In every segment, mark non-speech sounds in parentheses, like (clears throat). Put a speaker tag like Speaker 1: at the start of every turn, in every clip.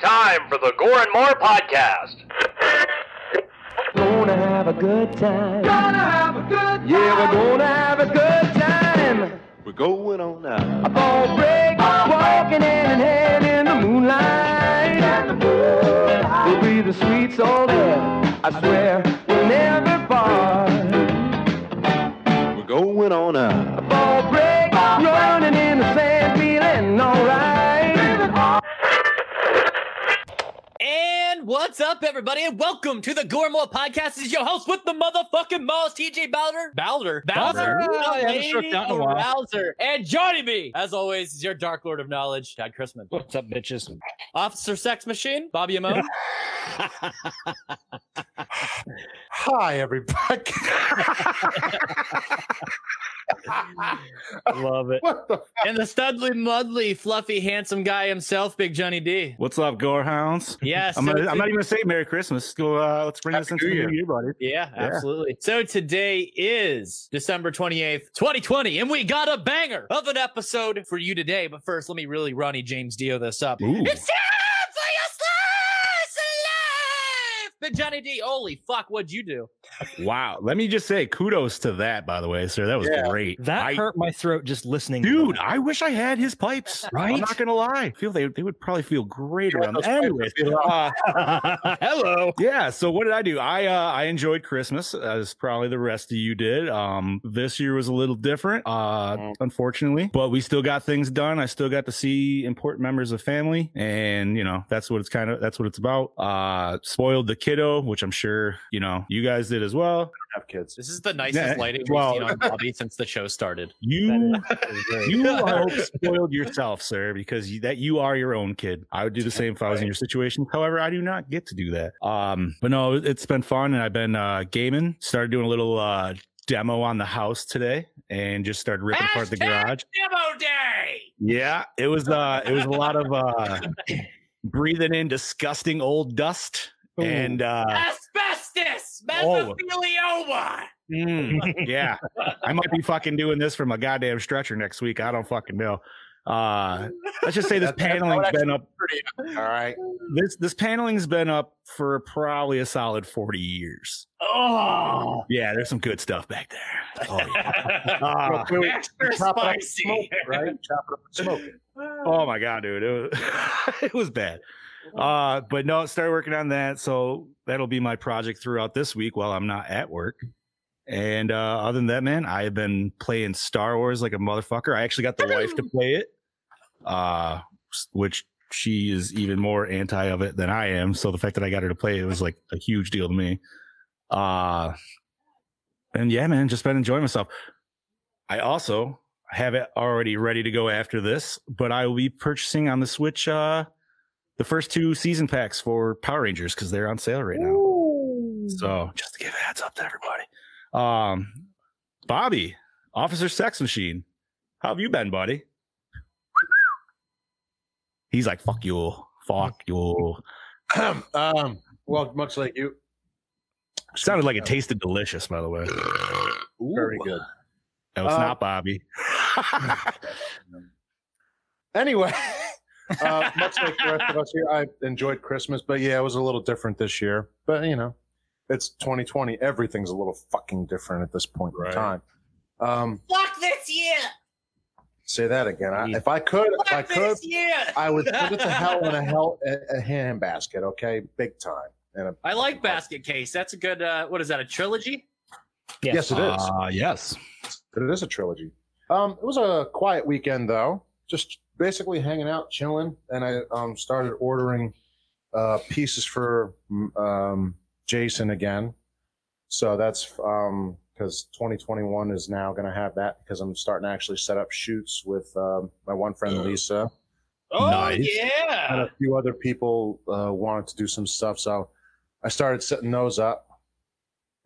Speaker 1: time for the Gore and More podcast.
Speaker 2: Gonna have a good time. Gonna have a good time. Yeah, we're gonna have a good time.
Speaker 3: We're going on now.
Speaker 2: A ball break, walking hand in hand in the moonlight. We'll be the sweet soul there. I swear we'll never part.
Speaker 3: We're going on now.
Speaker 2: Ball break, running in the sand, feeling alright.
Speaker 4: And what's up, everybody, and welcome to the Gormore Podcast. This is your host with the motherfucking most, TJ Bowder. Bowder. Bowder.
Speaker 5: Oh, I haven't struck out in a while.
Speaker 4: Bowser. And joining me, as always, is your Dark Lord of Knowledge, Todd Chrisman.
Speaker 5: What's up, bitches?
Speaker 4: Officer Sex Machine, Bobby
Speaker 5: (laughs)
Speaker 4: Amon.
Speaker 6: Hi, everybody.
Speaker 5: (laughs) Love it.
Speaker 6: what the?
Speaker 4: and the studly, mudly, fluffy, handsome guy himself, Big Johnny D.
Speaker 7: What's up, Gorehounds?
Speaker 4: Yes.
Speaker 7: I'm, gonna, I'm not even gonna say Merry Christmas. Let's go. Uh, let's bring this
Speaker 6: Happy
Speaker 7: into
Speaker 6: New
Speaker 7: the
Speaker 6: Year.
Speaker 7: new year, buddy.
Speaker 4: Yeah, absolutely. So today is December 28th, 2020, and we got a banger of an episode for you today. But first, let me really Ronnie James Dio this up.
Speaker 7: Ooh.
Speaker 4: It's time for your slice of life! But Johnny D, holy fuck, what'd you do?
Speaker 7: Wow. Let me just say kudos to that, by the way, sir. That was great.
Speaker 5: That
Speaker 7: I-
Speaker 5: hurt my throat just listening. to
Speaker 7: Dude,
Speaker 5: that.
Speaker 7: I wish I had his pipes.
Speaker 5: Right?
Speaker 7: I'm not gonna lie. I feel they they would probably feel great around that. Anyways, uh,
Speaker 5: hello.
Speaker 7: yeah. So what did I do? I uh, I enjoyed Christmas as probably the rest of you did. Um, this year was a little different, uh, unfortunately, but we still got things done. I still got to see important members of family, and you know that's what it's kind of that's what it's about. Uh, spoiled the kiddo, which I'm sure you know you guys did as well.
Speaker 6: Have kids.
Speaker 4: This is the nicest
Speaker 7: Yeah,
Speaker 4: lighting we've
Speaker 7: well-
Speaker 4: seen on Bobby since the show started.
Speaker 7: You
Speaker 5: great.
Speaker 7: you are spoiled yourself, sir, because you, that you are your own kid. I would do the same if I was in your situation. However, I do not get to do that. Um, but no, it- it's been fun, and I've been uh, gaming. Started doing a little uh, demo on the house today, and just started ripping apart the
Speaker 4: Hashtag
Speaker 7: garage.
Speaker 4: Demo day!
Speaker 7: Yeah, it was uh, it was a lot of uh, breathing in disgusting old dust. And uh,
Speaker 4: Asbestos!
Speaker 7: Oh.
Speaker 4: Mesothelioma!
Speaker 7: mm,
Speaker 6: (laughs)
Speaker 7: yeah, I might be fucking doing this from a goddamn stretcher next week. I don't fucking know. Uh, let's just
Speaker 6: (laughs)
Speaker 7: say this
Speaker 6: That's- that's
Speaker 7: paneling's
Speaker 6: not
Speaker 7: been up
Speaker 6: All right.
Speaker 7: this this paneling's been up for probably a solid 40 years
Speaker 4: Oh!
Speaker 7: yeah there's some good stuff back there oh, yeah.
Speaker 6: (laughs)
Speaker 7: Ah,
Speaker 6: Wait, wait,
Speaker 4: Extra
Speaker 6: chop it up and
Speaker 4: spicy.
Speaker 6: smoke
Speaker 4: (laughs)
Speaker 6: it, right? Chop it up and smoke it.
Speaker 7: oh my god dude it was, (laughs) it was bad uh but no started working on that so that'll be my project throughout this week while i'm not at work and uh other than that man i have been playing star wars like a motherfucker i actually got the wife to play it uh s- which she is even more anti of it than i am so the fact that i got her to play it was like a huge deal to me uh and yeah man just been enjoying myself i also have it already ready to go after this but i will be purchasing on the switch uh the first two season packs for power rangers because they're on sale right now so just to give a heads up to everybody um bobby officer sex machine how have you been buddy he's like fuck you fuck you
Speaker 6: (clears throat) um, well, much like you, Uh,
Speaker 7: sounded like it tasted delicious by the way
Speaker 6: very good.
Speaker 7: no it's
Speaker 6: Uh,
Speaker 7: not bobby
Speaker 6: Anyway, (laughs) uh, much like the rest of us here, I enjoyed Christmas, but yeah, it was a little different this year. But you know, it's 2020. Everything's a little fucking different at this point in time. Um,
Speaker 4: Fuck this year!
Speaker 6: say that again. I, if I could, if I
Speaker 4: Fuck
Speaker 6: could,
Speaker 4: this year!
Speaker 6: I would put it to hell in a hell a, a handbasket. Okay, big time. And a,
Speaker 4: I
Speaker 7: Oh.
Speaker 4: like Basket Case. That's a good. Uh, what is that? A trilogy?
Speaker 6: yes, Ah. it is.
Speaker 7: Uh, yes
Speaker 6: But it is a trilogy. Um, it was a quiet weekend though, just basically hanging out, chilling, and I um, started ordering uh, pieces for mm, um, Jason again. So that's um because 2021 is now going to have that because I'm starting to actually set up shoots with um, my one friend Lisa
Speaker 4: Oh
Speaker 7: Nice.
Speaker 4: yeah!
Speaker 6: and a few other people uh, wanted to do some stuff, so I started setting those up.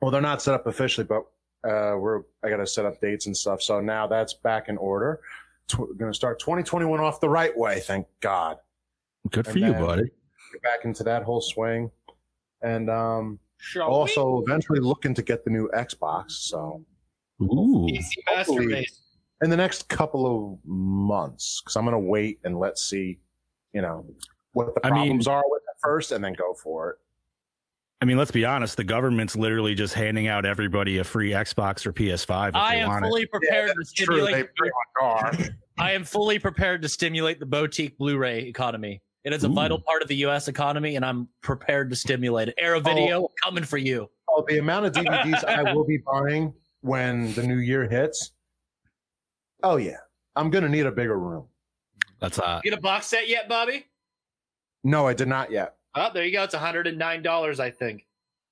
Speaker 6: Well, they're not set up officially, but uh, we're I got to set up dates and stuff. So now that's back in order. Tw- going to start 2021 off the right way, thank God.
Speaker 7: good for
Speaker 6: And
Speaker 7: you
Speaker 6: then-
Speaker 7: buddy
Speaker 6: Get back into that whole swing, and um,
Speaker 4: Shall we?
Speaker 6: also eventually looking to get the new Xbox. So
Speaker 7: Ooh.
Speaker 4: PC Master
Speaker 6: hopefully-
Speaker 4: Race.
Speaker 6: in the next couple of months, because I'm going to wait and let's see, you know, what the
Speaker 7: I mean-
Speaker 6: problems are with it first and then go for it.
Speaker 7: I mean, let's be honest. The government's literally just handing out everybody a free Xbox or PS5 if
Speaker 4: I
Speaker 7: they
Speaker 4: am
Speaker 7: want
Speaker 4: fully prepared to
Speaker 7: (laughs)
Speaker 6: True,
Speaker 4: stimulate.
Speaker 6: they pretty much are.
Speaker 4: I am fully prepared to stimulate the boutique Blu-ray economy. It is a vital part of the U.S. economy, and I'm prepared to stimulate it. Arrow Video, coming for you.
Speaker 6: Oh, the amount of DVDs I will be buying when the new year hits. Oh yeah, I'm gonna need a bigger room.
Speaker 7: it. That's uh, hot.
Speaker 4: Get a box set yet, Bobby?
Speaker 6: No, I did not yet.
Speaker 4: Oh, there you go. It's 109 dollars, I think.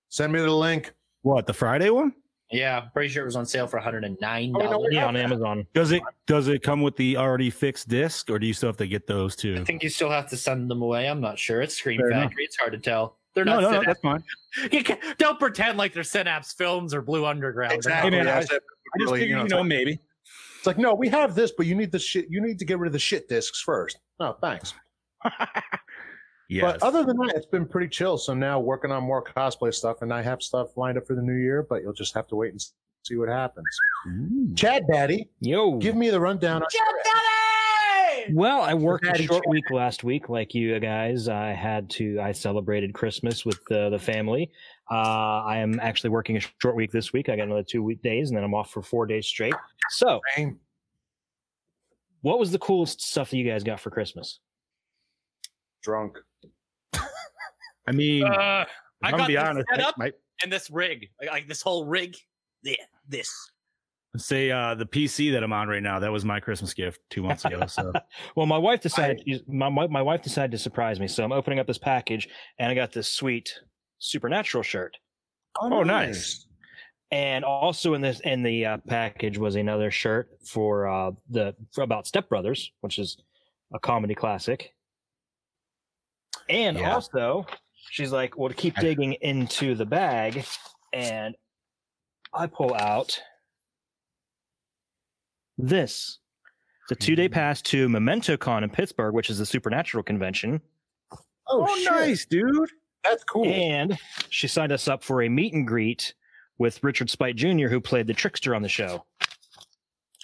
Speaker 6: Send me the link.
Speaker 7: What the Friday one?
Speaker 4: Yeah, I'm pretty sure it was on sale for 109
Speaker 6: Oh, no,
Speaker 4: dollars.
Speaker 6: we
Speaker 5: Yeah,
Speaker 6: have
Speaker 5: on
Speaker 6: that.
Speaker 5: Amazon.
Speaker 7: Does it does it come with the already fixed disc, or do you still have to get those
Speaker 4: I
Speaker 7: too?
Speaker 4: think you still have to send them away. I'm not sure. It's Screen
Speaker 7: Oh, Fair
Speaker 4: Factory.
Speaker 7: enough.
Speaker 4: It's hard to tell. They're
Speaker 7: No,
Speaker 4: not.
Speaker 7: no, no,
Speaker 4: Synapse.
Speaker 7: that's fine.
Speaker 4: You can't- Don't pretend like they're Synapse Films or Blue Underground. They're
Speaker 6: Exactly.
Speaker 7: man,
Speaker 6: I
Speaker 7: I-
Speaker 6: said,
Speaker 7: I just
Speaker 6: really,
Speaker 7: figured, you
Speaker 6: it's
Speaker 7: know,
Speaker 6: like-
Speaker 7: maybe.
Speaker 6: It's like, no, we have this, but you need the shit. You need to get rid of the shit discs first. No, thanks.
Speaker 7: Yes.
Speaker 6: But other than that, it's been pretty chill. So now working on more cosplay stuff, and I have stuff lined up for the new year. But you'll just have to wait and s- see what happens. Chad Daddy,
Speaker 5: Yo.
Speaker 6: give me the rundown. on your act.
Speaker 5: Well, I worked a
Speaker 6: Daddy
Speaker 5: short week last week, like you guys. I had to. I celebrated Christmas with the, the family. Uh, I am actually working a short week this week. I got another two weekdays, and then I'm off for four days straight. So,
Speaker 6: Same.
Speaker 5: what was the coolest stuff that you guys got for Christmas?
Speaker 6: drunk.
Speaker 7: I mean,
Speaker 4: not- Uh,
Speaker 7: I
Speaker 4: I
Speaker 7: am
Speaker 4: got
Speaker 7: gonna be
Speaker 4: this
Speaker 7: honest.
Speaker 4: set
Speaker 7: I
Speaker 4: up.
Speaker 7: might
Speaker 4: and this rig, like, like this whole rig. Yeah, this.
Speaker 7: say uh, the PC that I'm on right now. That was my Christmas gift two months ago. So
Speaker 5: Well, my wife decided. my my my wife decided to surprise me, so I'm opening up this package, and I got this sweet supernatural shirt.
Speaker 7: Oh, nice.
Speaker 5: and also in this in the uh, package was another shirt for uh the for about step brothers which is a comedy classic and
Speaker 7: Yeah.
Speaker 5: also she's like well to keep digging into the bag and i pull out this it's a two-day pass to memento con in pittsburgh which is the supernatural convention
Speaker 6: Oh, shit.
Speaker 7: dude.
Speaker 6: That's cool.
Speaker 5: and she signed us up for a meet and greet with richard spite jr who played the trickster on the show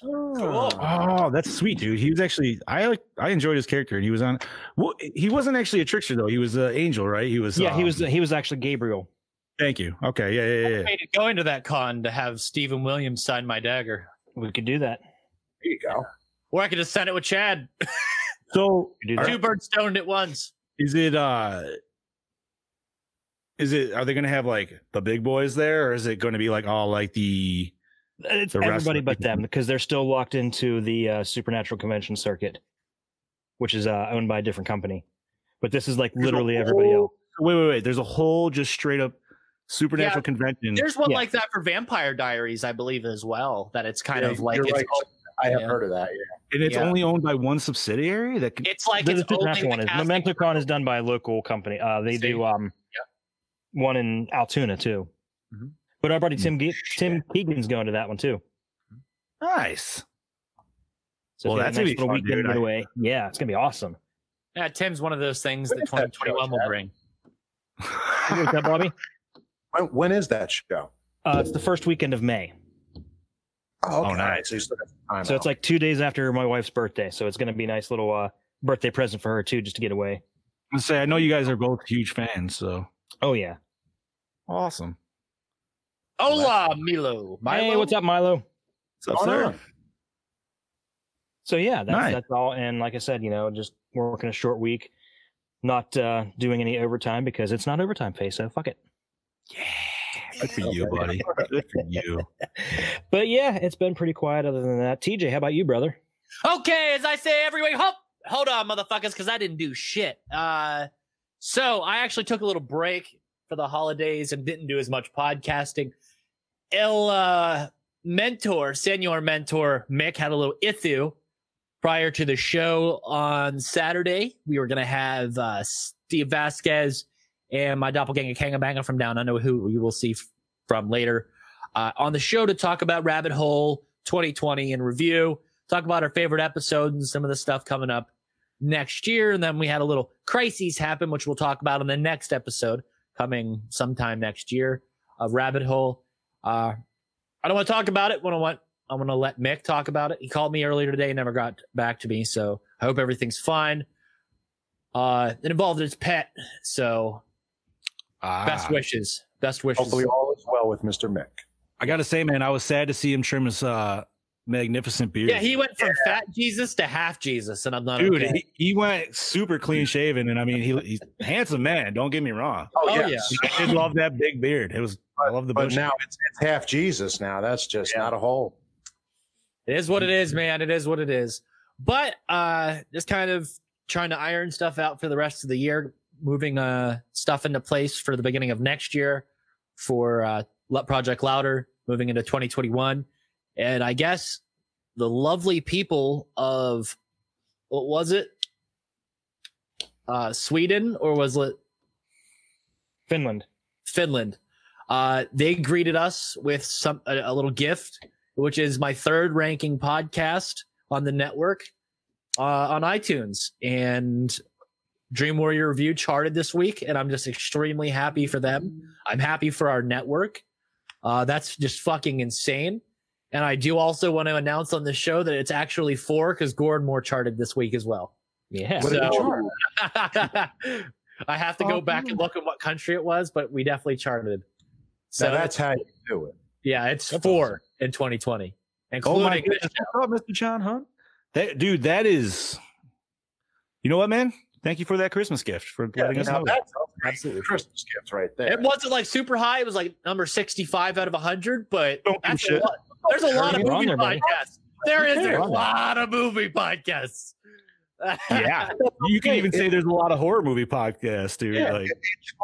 Speaker 6: Oh.
Speaker 7: Oh, that's sweet, dude. He was actually I like I enjoyed his character, and he was on. Well, he wasn't actually a trickster though. He was an angel, right? He was.
Speaker 5: yeah, he was
Speaker 7: um,
Speaker 5: he was actually Gabriel.
Speaker 7: Thank you. Okay. Yeah. Yeah. Yeah.
Speaker 4: Way to go into that con to have Steven Williams sign my dagger,
Speaker 5: We could do that.
Speaker 6: There you go.
Speaker 4: or I could just send it with Chad.
Speaker 7: So
Speaker 5: We could do
Speaker 4: Two
Speaker 5: that.
Speaker 4: birds stoned at once.
Speaker 7: is it uh is it are they gonna have like the big boys there or is it gonna be like all like the
Speaker 5: It's
Speaker 7: the rest of
Speaker 5: everybody
Speaker 7: the
Speaker 5: but
Speaker 7: people.
Speaker 5: them because they're still locked into the uh, supernatural convention circuit, which is uh, owned by a different company. But this is like
Speaker 7: There's a
Speaker 5: literally everybody
Speaker 7: whole-
Speaker 5: else.
Speaker 7: wait wait wait there's a whole just straight up supernatural
Speaker 4: Yeah.
Speaker 7: convention
Speaker 4: There's one
Speaker 5: Yeah.
Speaker 4: like that for Vampire Diaries, I believe, as well. That it's kind
Speaker 6: Yeah,
Speaker 4: of like
Speaker 6: you're
Speaker 4: it's,
Speaker 6: right.
Speaker 4: o-
Speaker 6: I have
Speaker 4: Yeah.
Speaker 6: heard of that. Yeah.
Speaker 7: and it's
Speaker 4: yeah.
Speaker 7: only owned by one subsidiary that could,
Speaker 4: it's like
Speaker 5: the,
Speaker 4: it's
Speaker 5: the supernatural
Speaker 4: only
Speaker 5: one
Speaker 4: the
Speaker 5: is
Speaker 4: casting
Speaker 5: Memento Con is done by a local company. Uh, they
Speaker 4: See?
Speaker 5: do um, one in Altoona too.
Speaker 7: Mhm.
Speaker 5: But our buddy Tim Ge- Tim Keegan's going to that one too.
Speaker 7: nice (laughs)
Speaker 5: So
Speaker 7: Well,
Speaker 5: if you have
Speaker 7: that's
Speaker 5: a
Speaker 7: gonna
Speaker 5: nice
Speaker 7: be
Speaker 5: little
Speaker 7: fun,
Speaker 5: weekend
Speaker 7: dude. I-
Speaker 5: getaway. Yeah, it's gonna be
Speaker 7: (laughs)
Speaker 5: awesome.
Speaker 4: Yeah, Tim's one of those things
Speaker 6: What
Speaker 4: that
Speaker 6: is that show,
Speaker 4: 2021 will
Speaker 6: Chad?
Speaker 4: bring.
Speaker 5: You with that, Bobby?
Speaker 6: When, when is that show?
Speaker 5: Uh, it's the first weekend of May.
Speaker 6: Oh, okay.
Speaker 7: nice.
Speaker 6: So, you still have some time
Speaker 5: So it's
Speaker 6: out.
Speaker 5: like two days after my wife's birthday. So it's going to be a nice little uh, birthday present for her, too, just to get away.
Speaker 7: i say i know you guys are both huge fans so
Speaker 5: Oh, yeah.
Speaker 7: awesome
Speaker 4: Hola, Milo. Milo.
Speaker 5: Hey, what's up, Milo?
Speaker 7: What's up,
Speaker 6: On
Speaker 7: sir?
Speaker 6: on.
Speaker 5: So, yeah, that's,
Speaker 7: Nice.
Speaker 5: that's all. And like I said, you know, just working a short week, not uh, doing any overtime because it's not overtime pay. So fuck it. (laughs)
Speaker 7: good for you buddy good for you
Speaker 5: But yeah, it's been pretty quiet other than that. TJ, how about you, brother?
Speaker 4: Okay, as I say every week, hop, hold on, motherfuckers, because I didn't do shit. Uh, so I actually took a little break for the holidays and didn't do as much podcasting. El uh, mentor, senior mentor Mick had a little ithu prior to the show on Saturday. We were gonna have uh, Steve Vasquez and my doppelganger Kangabanger from down under, who you will see f- from later uh, on the show to talk about Rabbit Hole 2020 and review talk about our favorite episodes and some of the stuff coming up next year. And then we had a little crises happen, which we'll talk about in the next episode coming sometime next year of Rabbit Hole. Uh, I don't want to talk about it. What I want, I'm going to let Mick talk about it. He called me earlier today and never got back to me. So I hope everything's fine. Uh, it involved his pet. So
Speaker 7: Ah.
Speaker 4: best wishes. Best wishes.
Speaker 6: Hopefully, all is well with Mr. Mick.
Speaker 7: I gotta say, man, I was sad to see him trim his uh, magnificent beard.
Speaker 4: yeah, he went from fat Jesus to half Jesus, and I'm not.
Speaker 7: dude,
Speaker 4: okay.
Speaker 7: he, he went super clean shaven, and I mean, he, he's a handsome man. Don't get me wrong.
Speaker 4: oh yeah.
Speaker 7: I did love that big beard. It was I love the
Speaker 6: But
Speaker 7: bush.
Speaker 6: now it's, it's half Jesus. Now that's just not a hole.
Speaker 4: It is what it is, man. It is what it is. But uh just kind of trying to iron stuff out for the rest of the year, moving uh stuff into place for the beginning of next year for uh Lo- Project Louder, moving into 2021. And I guess the lovely people of what was it? Uh Sweden or was it
Speaker 5: Finland.
Speaker 4: Finland. Uh, they greeted us with some a, a little gift, which is my third ranking podcast on the network uh, on iTunes. And Dream Warrior Review charted this week, and I'm just extremely happy for them. I'm happy for our network. Uh, that's just fucking insane. And I do also want to announce on the show that it's actually four because Gordon Moore charted this week as well.
Speaker 5: Yeah.
Speaker 4: What
Speaker 6: What a
Speaker 4: So-
Speaker 6: chart.
Speaker 4: (laughs) I have to go
Speaker 6: Oh,
Speaker 4: back and look at what country it was, but we definitely charted. So
Speaker 6: now that's how you do it.
Speaker 4: yeah, it's
Speaker 7: That's
Speaker 4: four in 2020,
Speaker 7: oh my
Speaker 4: including
Speaker 7: goodness, what's up, Mr. John Hunt? That dude, that is. You know what, man? Thank you for that Christmas gift for letting us
Speaker 6: now
Speaker 7: know.
Speaker 6: that's
Speaker 4: Absolutely.
Speaker 6: absolutely Christmas gift right there.
Speaker 4: it wasn't like super high. It was like number 65 out of 100, but
Speaker 7: Don't give
Speaker 4: that's a
Speaker 7: shit.
Speaker 4: lot. there's a lot of
Speaker 5: You're on
Speaker 4: movie
Speaker 5: there, buddy.
Speaker 4: podcasts. There is
Speaker 7: You're
Speaker 4: a
Speaker 7: on there.
Speaker 4: lot of movie podcasts. (laughs)
Speaker 7: yeah, you can even say there's a lot of horror movie podcasts, dude.
Speaker 4: Yeah.
Speaker 7: Like,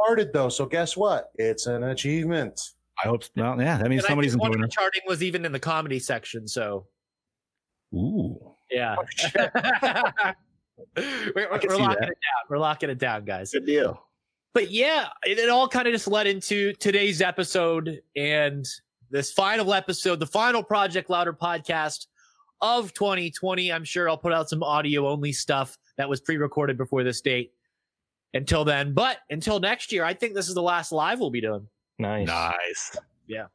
Speaker 6: Started though, so guess what? It's an achievement.
Speaker 7: I hope. Well, yeah, that means
Speaker 4: And I
Speaker 7: somebody's
Speaker 4: think one of
Speaker 7: enjoying
Speaker 4: the
Speaker 7: it.
Speaker 4: charting was even in the comedy section. So
Speaker 7: Ooh, (laughs)
Speaker 4: yeah, (laughs)
Speaker 6: Oh, shit.
Speaker 4: we're, we're
Speaker 7: can see
Speaker 4: locking
Speaker 7: that.
Speaker 4: it down. We're locking it down, guys.
Speaker 7: good deal.
Speaker 4: but yeah, it, it all kind of just led into today's episode and this final episode, the final Project Louder podcast of 2020. I'm sure I'll put out some audio only stuff that was pre recorded before this date until then. But until next year, I think this is the last live we'll be doing
Speaker 5: Nice.
Speaker 7: Nice.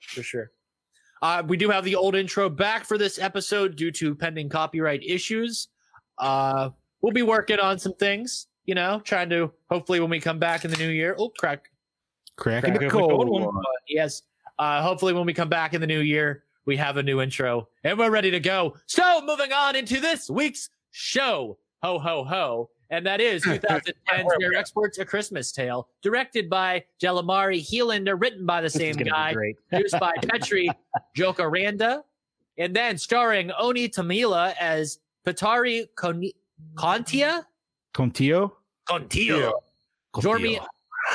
Speaker 4: for sure. Uh, we do have the old intro back for this episode due to pending copyright issues. Uh, we'll be working on some things, you know, trying to hopefully when we come back in the new year. Oh, crack,
Speaker 7: Cracking
Speaker 5: Crack
Speaker 7: the
Speaker 5: open a
Speaker 7: cold
Speaker 5: cold one.
Speaker 7: one.
Speaker 4: but yes, uh, hopefully when we come back in the new year, we have a new intro and we're ready to go. So moving on into this week's show, ho ho ho, and that
Speaker 5: (laughs)
Speaker 4: is 2010's Mere Exports: A Christmas Tale, directed by Delamari Heelander, written by the
Speaker 5: This is
Speaker 4: same
Speaker 5: gonna be
Speaker 4: guy,
Speaker 5: Great.
Speaker 4: produced
Speaker 5: (laughs)
Speaker 4: by Petri Jokaranda, and then starring Oni Tamila as Patari Koni- Kontia.
Speaker 7: Contillo.
Speaker 4: Contillo. Jormi,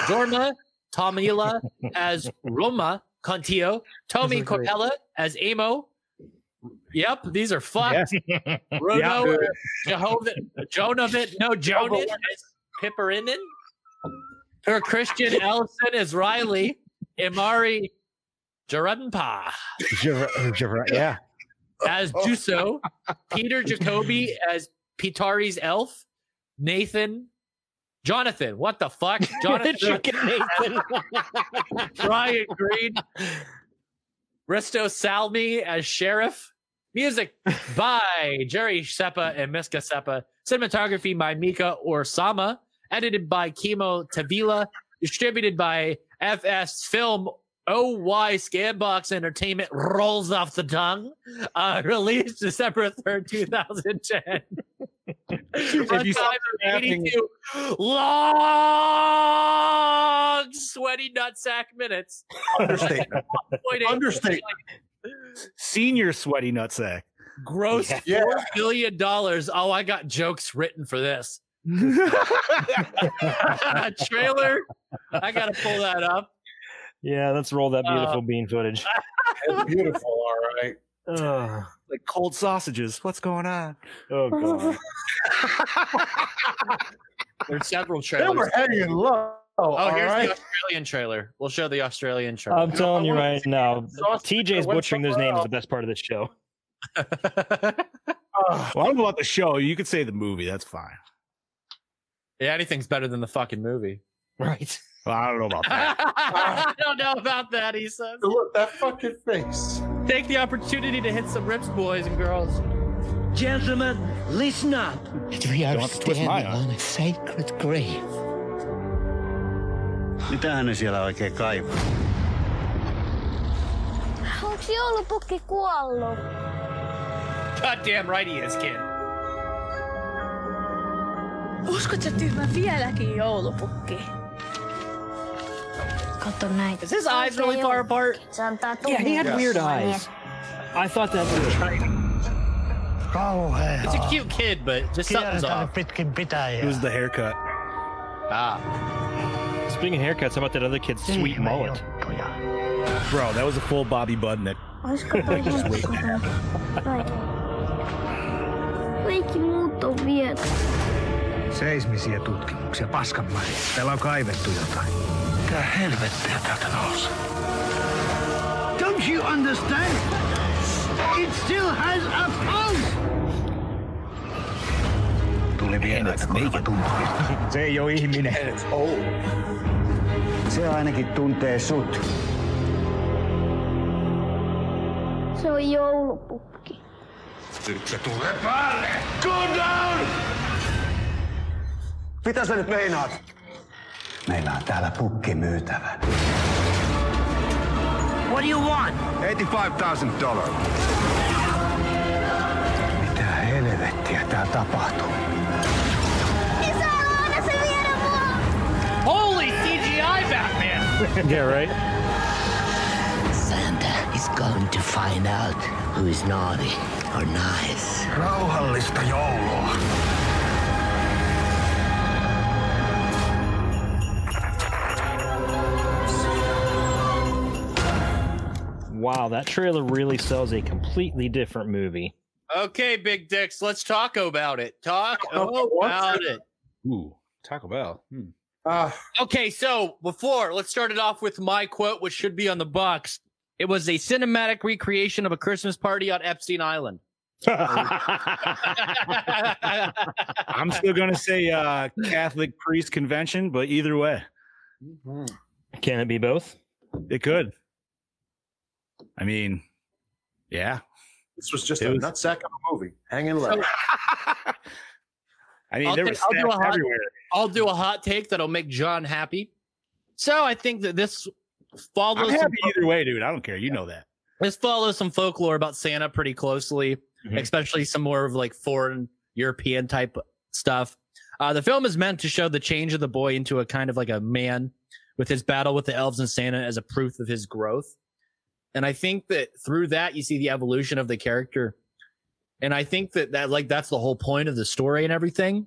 Speaker 4: Jorma
Speaker 7: (laughs)
Speaker 4: Tomila as Roma Contillo, Tommy
Speaker 5: These are great.
Speaker 4: Cortella as Amo. Yep, these are fucked.
Speaker 7: Yeah,
Speaker 4: Rono,
Speaker 7: dude.
Speaker 4: Jehovah, Jonovit, no, Jonan as Pipperinen. Or Christian Ellison as Riley, Imari Jarunpa
Speaker 7: yeah. Oh.
Speaker 4: as Juso, Peter Jacoby as Pitari's elf, Nathan, Jonathan. What the fuck, Jonathan? Brian Green, Risto Salmi as sheriff. Music by Jerry Seppa and Miska Seppa. Cinematography by Mika Orsama. Edited by Kimo Tavila. Distributed by FS Film OY Scanbox Entertainment. Rolls off the tongue. Uh, (laughs) released December 3rd, 2010.
Speaker 7: you
Speaker 4: Runtime
Speaker 7: saw
Speaker 4: of 82 long, sweaty nutsack minutes.
Speaker 6: Understatement.
Speaker 4: Point eight
Speaker 6: Understatement.
Speaker 7: Senior sweaty nutsack.
Speaker 4: Gross (laughs) four
Speaker 6: Yeah.
Speaker 4: billion dollars. Oh, I got jokes written for (laughs) this. Trailer. I gotta pull that up.
Speaker 5: Yeah, let's roll that
Speaker 4: Uh,
Speaker 5: beautiful bean footage.
Speaker 6: That's beautiful. All right.
Speaker 5: Ugh.
Speaker 7: like cold sausages. What's going on?
Speaker 5: (sighs) oh
Speaker 4: (laughs)
Speaker 5: god.
Speaker 4: There's several
Speaker 6: They
Speaker 4: trailers.
Speaker 6: were hanging low.
Speaker 4: oh,
Speaker 6: all
Speaker 4: here's
Speaker 6: right.
Speaker 4: the Australian trailer. We'll show the Australian trailer.
Speaker 5: I'm telling you
Speaker 6: wanna
Speaker 5: right now,
Speaker 6: Sausage
Speaker 5: TJ's
Speaker 6: went
Speaker 5: butchering those
Speaker 6: somewhere
Speaker 5: names. is
Speaker 6: else.
Speaker 5: The best part of this show.
Speaker 4: Uh,
Speaker 7: Well, I don't know about the show. You could say the movie. That's fine.
Speaker 4: (laughs) yeah, anything's better than the fucking movie.
Speaker 5: Right.
Speaker 7: Well, I don't know about that.
Speaker 4: (laughs) I don't know about that, he says.
Speaker 6: Look, that fucking face.
Speaker 4: Take the opportunity to hit some rips, boys and girls.
Speaker 8: Gentlemen, listen up.
Speaker 9: We are
Speaker 7: Don't twist my
Speaker 9: standing
Speaker 7: arm.
Speaker 9: on a sacred grave.
Speaker 10: Mitähän siellä oikein kaivaa?
Speaker 11: Onks joulupukki kuollut?
Speaker 4: Goddamn right he is, kid.
Speaker 12: Uskotko tyhmä vieläkin joulupukki?
Speaker 11: Kato näitä.
Speaker 4: Is his eyes really far apart?
Speaker 11: Se antaa
Speaker 5: Yeah, he had
Speaker 11: tunnistaa
Speaker 5: weird
Speaker 11: sua,
Speaker 5: eyes.
Speaker 11: mies.
Speaker 5: I thought that was
Speaker 4: It's a cute kid, but just something's
Speaker 10: Kierretään
Speaker 4: off.
Speaker 10: pitkin
Speaker 7: It
Speaker 10: pitäjää.
Speaker 7: was the haircut.
Speaker 4: Ah,
Speaker 5: Speaking of haircuts, how about that other kid's sweet
Speaker 10: Siinä
Speaker 5: mullet?
Speaker 10: juttuja.
Speaker 7: Bro, that was a full Bobby Budnick.
Speaker 11: Olisiko toi hepsuton? Noin. Kaikki muut on vielä.
Speaker 10: Seismisiä tutkimuksia, paskanmaisia. Täällä on kaivettu jotain. Mitä helvettiä täältä nousee? Don't you understand? It still has a pulse! Tuli vielä aika korva tunturista.
Speaker 5: Se ei ole ihminen.
Speaker 10: Se ainakin tuntee sut.
Speaker 11: Se on joulupukki.
Speaker 10: Nyt se tulee päälle! Go down! Mitä sä nyt meinaat? Meillä on täällä pukki myytävän.
Speaker 8: What do you want?
Speaker 10: $85,000. Mitä helvettiä tää tapahtuu?
Speaker 11: Isä, anna se viedä mua!
Speaker 4: holy CGI Batman!
Speaker 5: yeah, right.
Speaker 9: Santa is going to find out who is naughty or nice.
Speaker 10: Rauhallista joulua.
Speaker 5: Wow, that trailer really sells a completely different movie.
Speaker 4: Okay, big dicks, let's talk about it. Talk
Speaker 6: Oh, what?
Speaker 4: about it.
Speaker 7: Ooh, Taco Bell. Hmm.
Speaker 6: Uh,
Speaker 4: Okay, so before, let's start it off with my quote, which should be on the box. It was a cinematic recreation of a Christmas party on Epstein Island.
Speaker 7: (laughs)
Speaker 4: (laughs)
Speaker 7: I'm still gonna say uh, Catholic priest convention, but either way,
Speaker 5: Can it be both?
Speaker 7: it could. I mean, yeah.
Speaker 6: this was just
Speaker 7: It
Speaker 6: a
Speaker 7: was-
Speaker 6: nutsack of a movie. Hanging low.
Speaker 7: I mean,
Speaker 4: I'll
Speaker 7: there
Speaker 4: think-
Speaker 7: was
Speaker 4: I'll do
Speaker 7: snacks
Speaker 4: a hot-
Speaker 7: everywhere.
Speaker 4: I'll do a hot take that'll make John happy. So I think that this
Speaker 7: I'm
Speaker 4: follows some,
Speaker 7: happy either way, dude. I don't care. You know that.
Speaker 4: this follows some folklore about Santa pretty closely, especially some more of like foreign European type stuff. Uh, the film is meant to show the change of the boy into a kind of like a man with his battle with the elves and Santa as a proof of his growth. And I think that through that you see the evolution of the character. And I think that that like that's the whole point of the story and everything.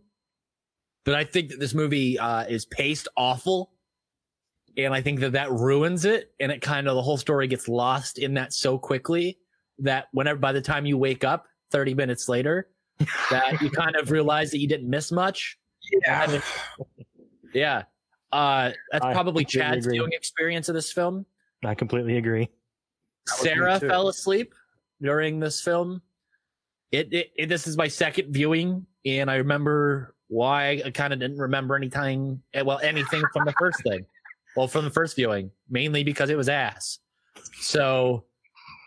Speaker 4: But I think that this movie uh, is paced awful, and I think that that ruins it. And it kind of the whole story gets lost in that so quickly that whenever by the time you wake up, thirty minutes
Speaker 5: (laughs)
Speaker 4: later, that you kind of realize that you didn't miss much. Yeah. yeah. Uh, that's
Speaker 5: I
Speaker 4: probably
Speaker 5: completely
Speaker 4: Chad's
Speaker 5: agree.
Speaker 4: viewing experience of this film.
Speaker 5: I completely agree.
Speaker 6: That was me
Speaker 4: Sarah
Speaker 6: too.
Speaker 4: fell asleep during this film. It, it, it this is my second viewing, and I remember why I kind of didn't remember anything. eh, Well, anything from the first thing. Well, from the first viewing, mainly because it was ass. So,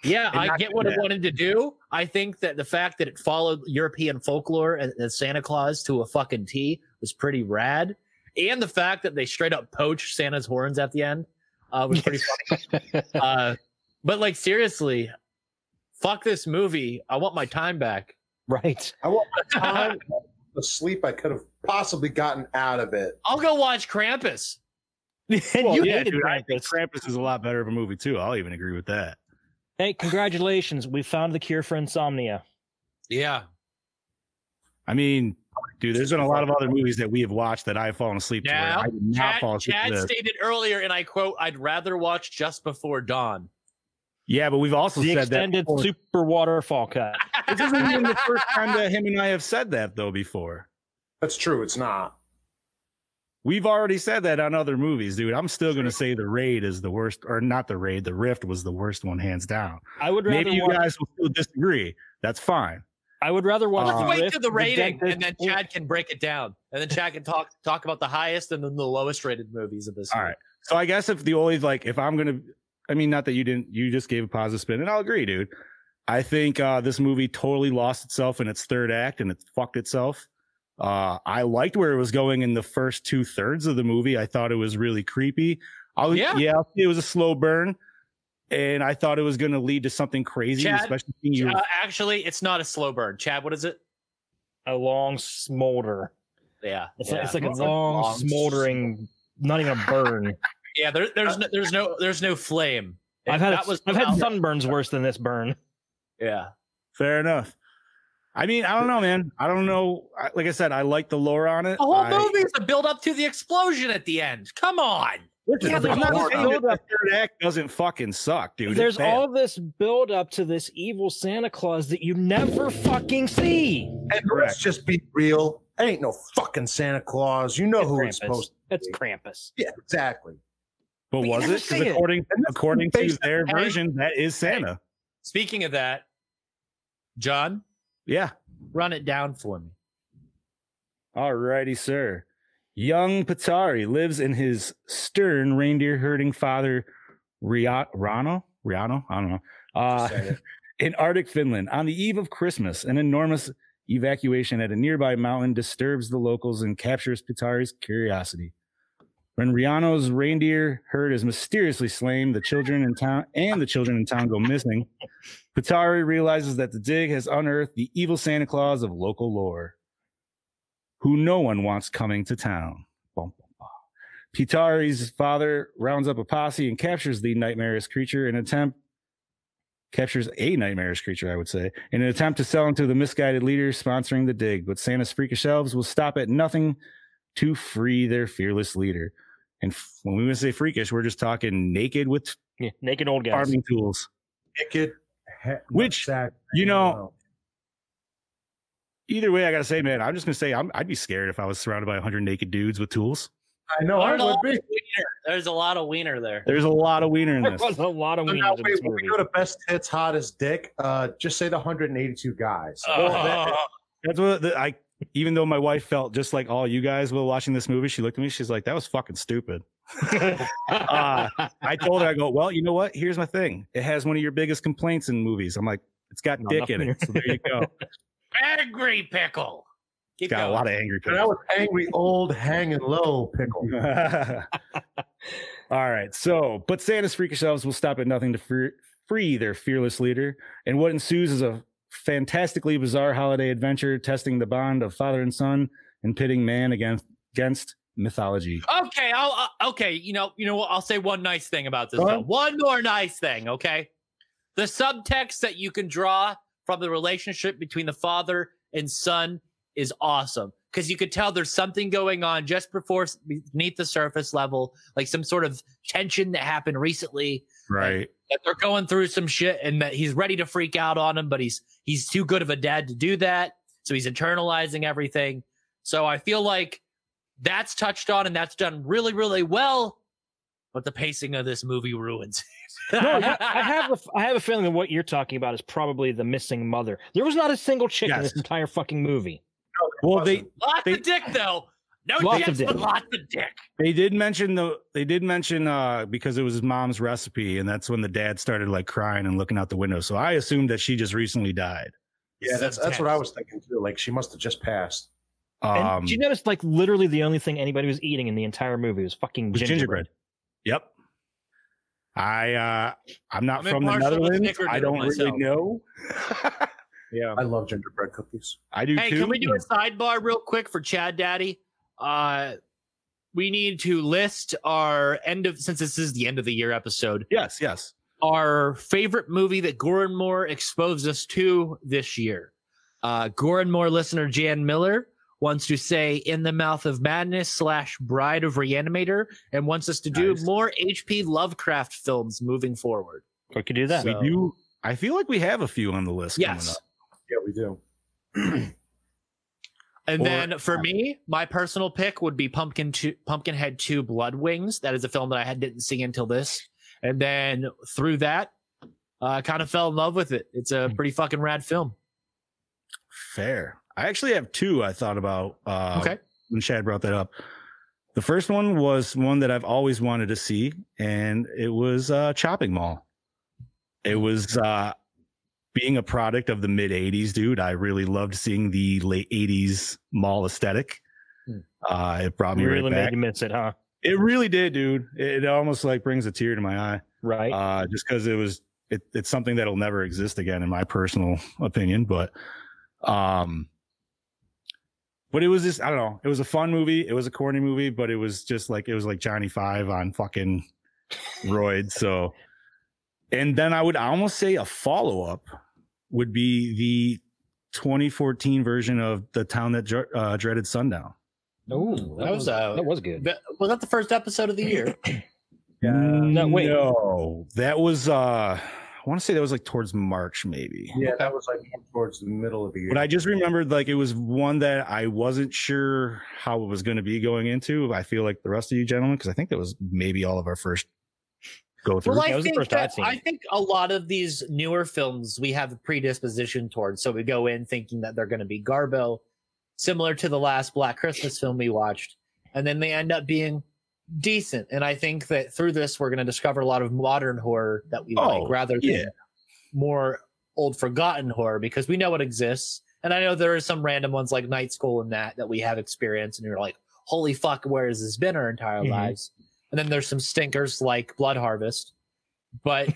Speaker 4: yeah, I get what it wanted to do. I think that the fact that it followed European folklore and, and Santa Claus to a fucking T was pretty rad, and the fact that they straight up poached Santa's horns at the end uh, was
Speaker 6: (laughs)
Speaker 4: pretty funny. Uh, but like seriously, fuck this movie. I want my time back.
Speaker 5: Right. (laughs)
Speaker 6: I want my time, the sleep I could have possibly gotten out of it.
Speaker 4: I'll go watch Krampus.
Speaker 5: and you
Speaker 7: yeah,
Speaker 5: hated
Speaker 7: dude, I think
Speaker 5: Krampus.
Speaker 7: Krampus is a lot better of a movie too. I'll even agree with that.
Speaker 5: Hey, congratulations. We found the cure for insomnia.
Speaker 4: Yeah.
Speaker 7: I mean, dude, there's been a lot of other movies that we have watched that I've fallen asleep to.
Speaker 4: Now,
Speaker 7: where I did not
Speaker 4: Chad,
Speaker 7: fall asleep to
Speaker 4: Chad
Speaker 7: this.
Speaker 4: stated earlier, and I quote, I'd rather watch Just Before Dawn.
Speaker 7: Yeah, but we've also
Speaker 5: The
Speaker 7: said
Speaker 5: extended
Speaker 7: that. before.
Speaker 5: super waterfall cut.
Speaker 7: This isn't even the
Speaker 5: (laughs)
Speaker 7: first time that him and I have said that though. Before
Speaker 6: That's true. It's not.
Speaker 7: we've already said that on other movies, dude. I'm still gonna say the raid is the worst, or not the raid. The rift was the worst one, hands down.
Speaker 5: I would rather
Speaker 7: Maybe you
Speaker 5: watch,
Speaker 7: guys will still disagree. That's fine.
Speaker 5: I would rather watch
Speaker 4: Let's
Speaker 5: Uh, the
Speaker 4: wait
Speaker 5: Rift,
Speaker 4: to the rating,
Speaker 5: Dentist-
Speaker 4: and then Chad can break it down, and then Chad can talk talk about the highest and then the lowest rated movies of this.
Speaker 7: All
Speaker 4: year.
Speaker 7: right. So I guess if the only like if I'm gonna, I mean, not that you didn't, you just gave a positive spin, and I'll agree, dude. I think uh, this movie totally lost itself in its third act and it fucked itself. Uh, I liked where it was going in the first two thirds of the movie. I thought it was really creepy. I was, yeah.
Speaker 4: Yeah.
Speaker 7: it was a slow burn, and I thought it was going to lead to something crazy,
Speaker 4: Chad,
Speaker 7: especially seeing you.
Speaker 4: Uh, actually, it's not a slow burn. Chad, what is it?
Speaker 5: A long smolder.
Speaker 4: Yeah,
Speaker 5: It's,
Speaker 4: yeah.
Speaker 5: like, it's like a long, smoldering, not even a
Speaker 4: (laughs)
Speaker 5: burn.
Speaker 4: Yeah, there, there's no, there's no there's no flame.
Speaker 5: I've
Speaker 4: If
Speaker 5: had
Speaker 4: that was
Speaker 5: I've had
Speaker 4: out-
Speaker 5: sunburns worse than this burn.
Speaker 4: Yeah.
Speaker 7: Fair enough. I mean, I don't know, man. I don't know. I- Like I said, I like the lore on it.
Speaker 4: The whole
Speaker 7: I-
Speaker 4: movie is a build up to the explosion at the end. Come on.
Speaker 7: Listen,
Speaker 5: Yeah,
Speaker 7: there's
Speaker 5: there's
Speaker 7: no
Speaker 5: not
Speaker 7: saying
Speaker 5: build
Speaker 7: that the third act doesn't fucking suck, dude. It
Speaker 5: There's
Speaker 7: failed.
Speaker 5: all this build up to this evil Santa Claus that you never fucking see.
Speaker 6: And let's just be real. It ain't no fucking Santa Claus. You know who it's supposed to
Speaker 5: That's Krampus.
Speaker 6: Yeah, exactly.
Speaker 7: But
Speaker 5: you
Speaker 7: was
Speaker 5: never
Speaker 7: it? 'Cause
Speaker 5: see it.
Speaker 7: According
Speaker 6: And that's
Speaker 7: according to
Speaker 6: based-
Speaker 7: their
Speaker 4: Hey.
Speaker 7: version, that is Santa.
Speaker 4: Speaking of that, John,
Speaker 7: Yeah.
Speaker 4: run it down for me.
Speaker 7: Alrighty, sir. Young Patari lives in his stern reindeer herding father, Ria- Rano? Riano? I don't know. Uh, in Arctic Finland. On the eve of Christmas, an enormous evacuation at a nearby mountain disturbs the locals and captures Patari's curiosity. When Riano's reindeer herd is mysteriously slain, the children in town and the children in town go missing. Patari realizes that the dig has unearthed the evil Santa Claus of local lore who no one wants coming to town. Bum, bum, bum. Pitari's father rounds up a posse and captures the nightmarish creature in an attempt captures a nightmarish creature, I would say, in an attempt to sell him to the misguided leader sponsoring the dig. But Santa's freakish elves will stop at nothing to free their fearless leader. And f- when we say freakish, we're just talking naked with
Speaker 5: Yeah, naked old guys.
Speaker 7: farming tools.
Speaker 6: Naked. he-
Speaker 7: Which,
Speaker 6: sack-
Speaker 7: you know- Either way, I gotta say, man, I'm just gonna say I'm, I'd be scared if I was surrounded by 100 naked dudes with tools.
Speaker 6: I know I
Speaker 4: There's a
Speaker 6: would
Speaker 4: lot
Speaker 6: be.
Speaker 4: of wiener. There's a lot of wiener there.
Speaker 7: There's a lot of
Speaker 5: (laughs)
Speaker 7: wiener in
Speaker 5: There
Speaker 7: this.
Speaker 5: was a lot of
Speaker 6: So
Speaker 5: wings
Speaker 6: now,
Speaker 5: in this
Speaker 6: wait, when we
Speaker 5: movie.
Speaker 4: (laughs)
Speaker 6: go to best hits, hottest dick, uh, just say the 182 guys.
Speaker 4: Oh,
Speaker 7: That's what the, I. Even though my wife felt just like all you guys while watching this movie, she looked at me. She's like, "That was fucking stupid." Uh, I told her, "I go, well, you know what? Here's my thing. It has one of your biggest complaints in movies. I'm like, it's got
Speaker 5: Not
Speaker 7: dick in
Speaker 5: enough
Speaker 7: it. So there you go.
Speaker 4: angry pickle.
Speaker 7: It's
Speaker 4: Keep
Speaker 7: got a
Speaker 4: going.
Speaker 7: lot of angry.
Speaker 6: And I was angry old hanging low pickle.
Speaker 7: (laughs) All right. So, but Santa's freakish elves will stop at nothing to free, free their fearless leader. And what ensues is a fantastically bizarre holiday adventure testing the bond of father and son and pitting man against against mythology.
Speaker 4: Okay, I'll uh, okay. You know, you know what? I'll say one nice thing about this.
Speaker 6: Go
Speaker 4: Though.
Speaker 6: on.
Speaker 4: One more nice thing, okay? The subtext that you can draw from the relationship between the father and son is awesome because you could tell there's something going on just before beneath the surface level, like some sort of tension that happened recently Right. that they're going through some shit and that he's ready to freak out on him, but he's he's too good of a dad to do that. So he's internalizing everything. So I feel like that's touched on and that's done really, really well. But the pacing of this movie ruins it.
Speaker 5: no, yeah,
Speaker 4: (laughs)
Speaker 5: I have a, I have a feeling that what you're talking about is probably the missing mother. There was not a single chick in
Speaker 7: Yes.
Speaker 5: this entire fucking movie.
Speaker 7: Well, they
Speaker 4: lots
Speaker 7: They-
Speaker 4: of dick though. No
Speaker 5: Lots
Speaker 4: dicks,
Speaker 5: of dick.
Speaker 4: but lots of dick.
Speaker 7: they did mention the they did mention uh because it was his mom's recipe and that's when the dad started like crying and looking out the window. So I assumed that she just recently died.
Speaker 6: Yeah, that's that's what I was thinking too. Like she must have just passed.
Speaker 5: And
Speaker 7: Um
Speaker 5: did you notice like literally the only thing anybody was eating in the entire movie was fucking
Speaker 7: was
Speaker 5: gingerbread.
Speaker 7: gingerbread. Yep. I uh I'm not
Speaker 4: I'm
Speaker 7: from the
Speaker 4: impartial to
Speaker 7: Netherlands.
Speaker 4: snickerdoodle
Speaker 7: I don't
Speaker 4: myself.
Speaker 7: really
Speaker 4: (laughs)
Speaker 7: know. yeah.
Speaker 6: I love gingerbread cookies.
Speaker 7: I do
Speaker 4: Hey,
Speaker 7: too.
Speaker 4: can we do a sidebar real quick for Chad Daddy? Uh we need to list our end of since this is the end of the year episode.
Speaker 7: Yes, yes.
Speaker 4: our favorite movie that Goran Moore exposed us to this year. Uh, Goran Moore listener Jan Miller wants to say "In the Mouth of Madness" slash "Bride of Reanimator" and wants us to do
Speaker 7: Nice.
Speaker 4: more H.P. Lovecraft films moving forward.
Speaker 5: We could do that.
Speaker 4: So-
Speaker 7: We do I feel like we have a few on the list coming
Speaker 4: Yes,
Speaker 7: up.
Speaker 6: Yeah, we do.
Speaker 4: and
Speaker 7: Or-
Speaker 4: then for me, my personal pick would be Pumpkin Two, Pumpkinhead Two: Blood Wings. That is a film that I had didn't see until this, and then through that, uh, kind of fell in love with it. It's
Speaker 7: Hmm.
Speaker 4: a pretty fucking rad film.
Speaker 7: Fair. I actually have two I thought about uh
Speaker 4: Okay.
Speaker 7: when Chad brought that up. The first one was one that I've always wanted to
Speaker 5: Mm.
Speaker 7: see, and it was uh Chopping Mall. It was uh being a product of the mid 80s, dude, I really loved seeing the late 80s mall aesthetic. Uh, it brought me
Speaker 5: Mm. Really
Speaker 7: right
Speaker 5: made
Speaker 7: back.
Speaker 5: you miss it, huh?
Speaker 7: It really did, dude. It, it almost like brings a tear to my eye.
Speaker 5: Right.
Speaker 7: Uh, just because it was, it, it's something that'll never exist again, in my personal opinion. But, um, but it was just, I don't know. It was a fun movie. It was a corny movie, but it was just like, it was like Johnny Five on fucking roids. So, and then I would almost say a follow up would be the 2014 version of The Town That Dr- uh, Dreaded Sundown.
Speaker 5: Oh,
Speaker 4: that was, uh,
Speaker 5: that was good.
Speaker 4: But- was that the first episode of the year?
Speaker 7: no,
Speaker 5: wait.
Speaker 7: No, that was uh I want to say that was like towards March maybe.
Speaker 6: Yeah, that was like towards the middle of the year.
Speaker 7: But I just remembered like it was one that I wasn't sure how it was going to be going into. I feel like the rest of you gentlemen because I think that was maybe all of our first go through.
Speaker 4: Well, I think, that, I think a lot of these newer films we have a predisposition towards. So we go in thinking that they're going to be Garbo, similar to the last Black Christmas film we watched. And then they end up being decent. And I think that through this, we're going to discover a lot of modern horror that we
Speaker 7: Oh,
Speaker 4: like rather
Speaker 7: yeah.
Speaker 4: than more old forgotten horror because we know it exists. And I know there are some random ones like Night School and that that we have experienced, and you're like, holy fuck, where has this been our entire
Speaker 7: Mhm.
Speaker 4: lives? And then there's some stinkers like Blood Harvest. But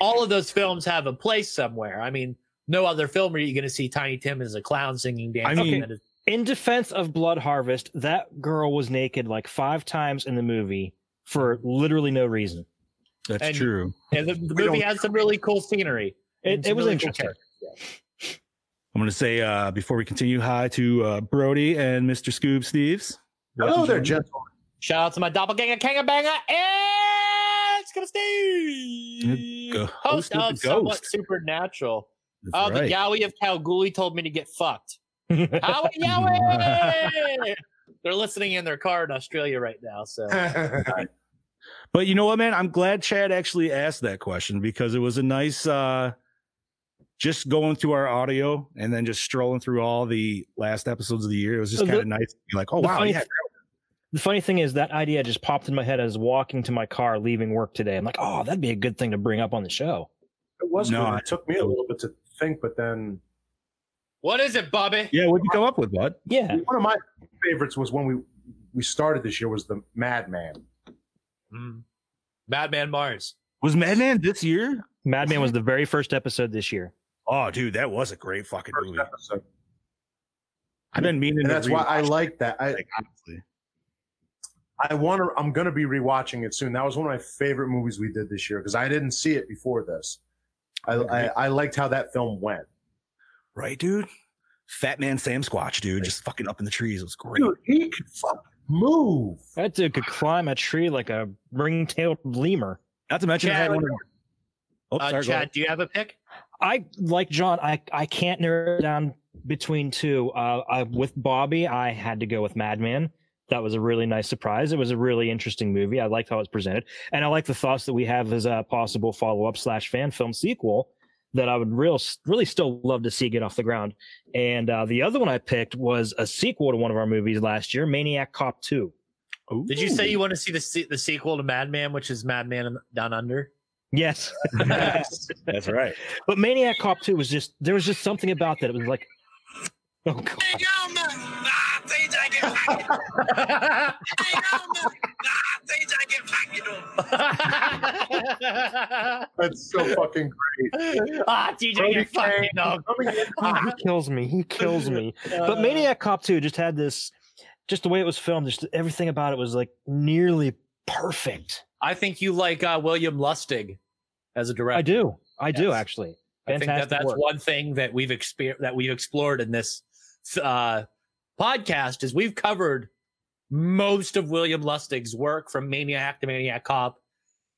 Speaker 4: all of those films have a place somewhere. I mean, no other film are you going to see Tiny Tim as a clown singing, dancing.
Speaker 5: mean-
Speaker 4: that is-
Speaker 5: In defense of Blood Harvest, that girl was naked like five times in the movie for literally no reason.
Speaker 7: That's
Speaker 4: and-
Speaker 7: true.
Speaker 4: and the, the
Speaker 5: We
Speaker 4: movie
Speaker 5: don't-
Speaker 4: has some really cool scenery. and
Speaker 5: It, it
Speaker 4: some
Speaker 5: was
Speaker 4: really cool
Speaker 5: interesting.
Speaker 4: characters.
Speaker 7: I'm going to say uh before we continue hi to uh Brody and Mr. Scoob Steves.
Speaker 6: oh,
Speaker 7: Welcome, gentlemen.
Speaker 4: Shout out to my doppelganger, Kangabanger, and it's gonna stay.
Speaker 7: Go- host
Speaker 4: Host
Speaker 7: of
Speaker 4: of
Speaker 7: the
Speaker 4: Somewhat
Speaker 7: Ghost.
Speaker 4: Supernatural.
Speaker 7: That's
Speaker 4: Oh, the
Speaker 7: right.
Speaker 4: Yowie of Kalgoorlie told me to get
Speaker 7: (laughs)
Speaker 4: fucked. Howie Yowie! They're listening in their car in Australia right now, so
Speaker 6: (laughs)
Speaker 7: Uh, But you know what, man? I'm glad Chad actually asked that question because it was a nice uh just going through our audio and then just strolling through all the last episodes of the year. It was just
Speaker 5: The-
Speaker 7: kind of nice to be like, oh
Speaker 5: the
Speaker 7: wow,
Speaker 5: funny
Speaker 7: yeah.
Speaker 5: th- the funny thing is that idea just popped in my head as walking to my car leaving work today. I'm like, oh, that'd be a good thing to bring up on the show.
Speaker 6: It was
Speaker 7: No,
Speaker 6: good.
Speaker 7: I-
Speaker 6: It took me a little bit to think, but then
Speaker 4: what is it, Bobby?
Speaker 7: Yeah, what'd you come up with, bud?
Speaker 5: Yeah.
Speaker 6: one of my favorites was when we we started this year was the Madman.
Speaker 4: Mm. Madman Mars.
Speaker 7: Was Madman this year?
Speaker 5: Madman was the very first episode this year.
Speaker 7: Oh, dude, that was a great fucking
Speaker 6: First
Speaker 7: movie.
Speaker 6: episode.
Speaker 7: I've been meaning
Speaker 6: And
Speaker 7: to
Speaker 6: that's why I
Speaker 7: rewatch it,
Speaker 6: like that. I,
Speaker 7: like, honestly.
Speaker 6: I want to. I'm going to be rewatching it soon. That was one of my favorite movies we did this year because I didn't see it before this. I, I I liked how that film went.
Speaker 7: Right, dude? Fat Man Sam Squatch, dude, just fucking up in the trees. It was great.
Speaker 6: he could fuck move.
Speaker 5: That dude could climb a tree like a ring-tailed lemur.
Speaker 7: Not to mention, I
Speaker 4: Chad,
Speaker 7: had one of- Oh, sorry,
Speaker 4: Uh,
Speaker 7: go ahead.
Speaker 4: Chad, do you have a pick?
Speaker 5: I like John. I I can't narrow it down between two. Uh, I, with Bobby, I had to go with Madman. That was a really nice surprise. It was a really interesting movie. I liked how it was presented, and I like the thoughts that we have as a possible follow up slash fan film sequel that I would real really still love to see get off the ground. And uh, the other one I picked was a sequel to one of our movies last year, Maniac Cop Two.
Speaker 4: Did you say you want to see the se- the sequel to Madman, which is Madman Down
Speaker 7: (laughs)
Speaker 4: Under?
Speaker 5: Yes.
Speaker 7: That's right.
Speaker 5: But Maniac Cop 2 was just there was just something about that. It was like oh god.
Speaker 6: That's (laughs) so fucking great.
Speaker 4: (laughs) ah, DJ, you're fucking dog.
Speaker 5: He
Speaker 4: (laughs)
Speaker 5: kills me. He kills me.
Speaker 4: Uh.
Speaker 5: But Maniac Cop 2 just had this just the way it was filmed, just everything about it was like nearly perfect.
Speaker 4: I think you like uh, William Lustig as a director.
Speaker 5: I do. I do
Speaker 4: Yes.
Speaker 5: actually.
Speaker 4: I think that
Speaker 5: Fantastic
Speaker 4: that's
Speaker 5: work.
Speaker 4: one thing that we've exper- that we've explored in this uh, podcast is we've covered most of William Lustig's work from Maniac to Maniac Cop.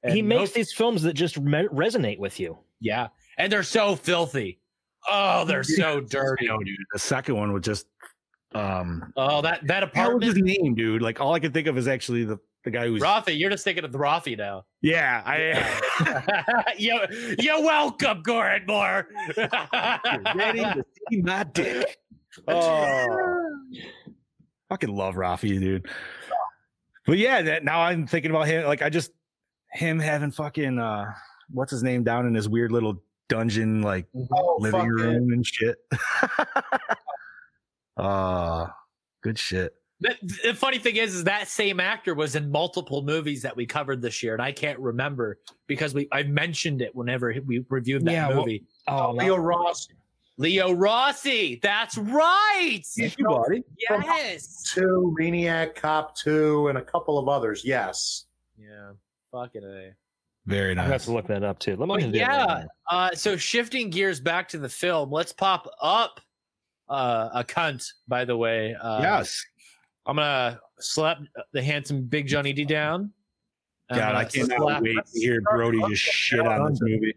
Speaker 5: he
Speaker 4: and
Speaker 5: makes
Speaker 4: most-
Speaker 5: these films that just me- resonate with you.
Speaker 4: yeah, and they're so filthy. Oh, they're so dirty.
Speaker 7: No, dude. The second one was just um
Speaker 4: Oh, that that
Speaker 7: How was his
Speaker 4: apartment.
Speaker 7: name, dude? Like all I can think of is actually the the guy who's
Speaker 4: Rafi, you're just thinking of the Rafi
Speaker 5: (laughs)
Speaker 4: now. (laughs)
Speaker 7: yeah. I
Speaker 4: you, you're welcome, Goran Moore.
Speaker 7: ready to see my
Speaker 5: (laughs)
Speaker 7: dick.
Speaker 4: oh.
Speaker 7: Fucking love Rafi, dude. But yeah, that now I'm thinking about him. Like I just him having fucking uh what's his name down in his weird little dungeon like
Speaker 6: oh,
Speaker 5: Oh,
Speaker 7: living room and shit. (laughs) uh good shit.
Speaker 4: The, the funny thing is, is that same actor was in multiple movies that we covered this year, and I can't remember because we I mentioned it whenever we reviewed that
Speaker 5: Yeah, well-
Speaker 4: movie.
Speaker 5: Oh,
Speaker 4: Leo Rossi. Leo Rossi. That's right.
Speaker 6: buddy.
Speaker 4: Yes.
Speaker 6: Two Maniac Cop Two and a couple of others. Yes.
Speaker 4: Yeah. Fucking a.
Speaker 7: Very
Speaker 5: nice. I have to look that up too. Let me
Speaker 4: But
Speaker 5: just do it right
Speaker 4: yeah.
Speaker 5: now.
Speaker 4: Uh, so shifting gears back to the film, let's pop up uh, a cunt. By the way, uh,
Speaker 7: yes.
Speaker 4: I'm gonna slap the handsome Big Johnny D down. I'm
Speaker 7: God, I
Speaker 5: Uh,
Speaker 4: gonna
Speaker 7: cannot
Speaker 4: slap-
Speaker 7: wait to hear Brody just shit on this movie.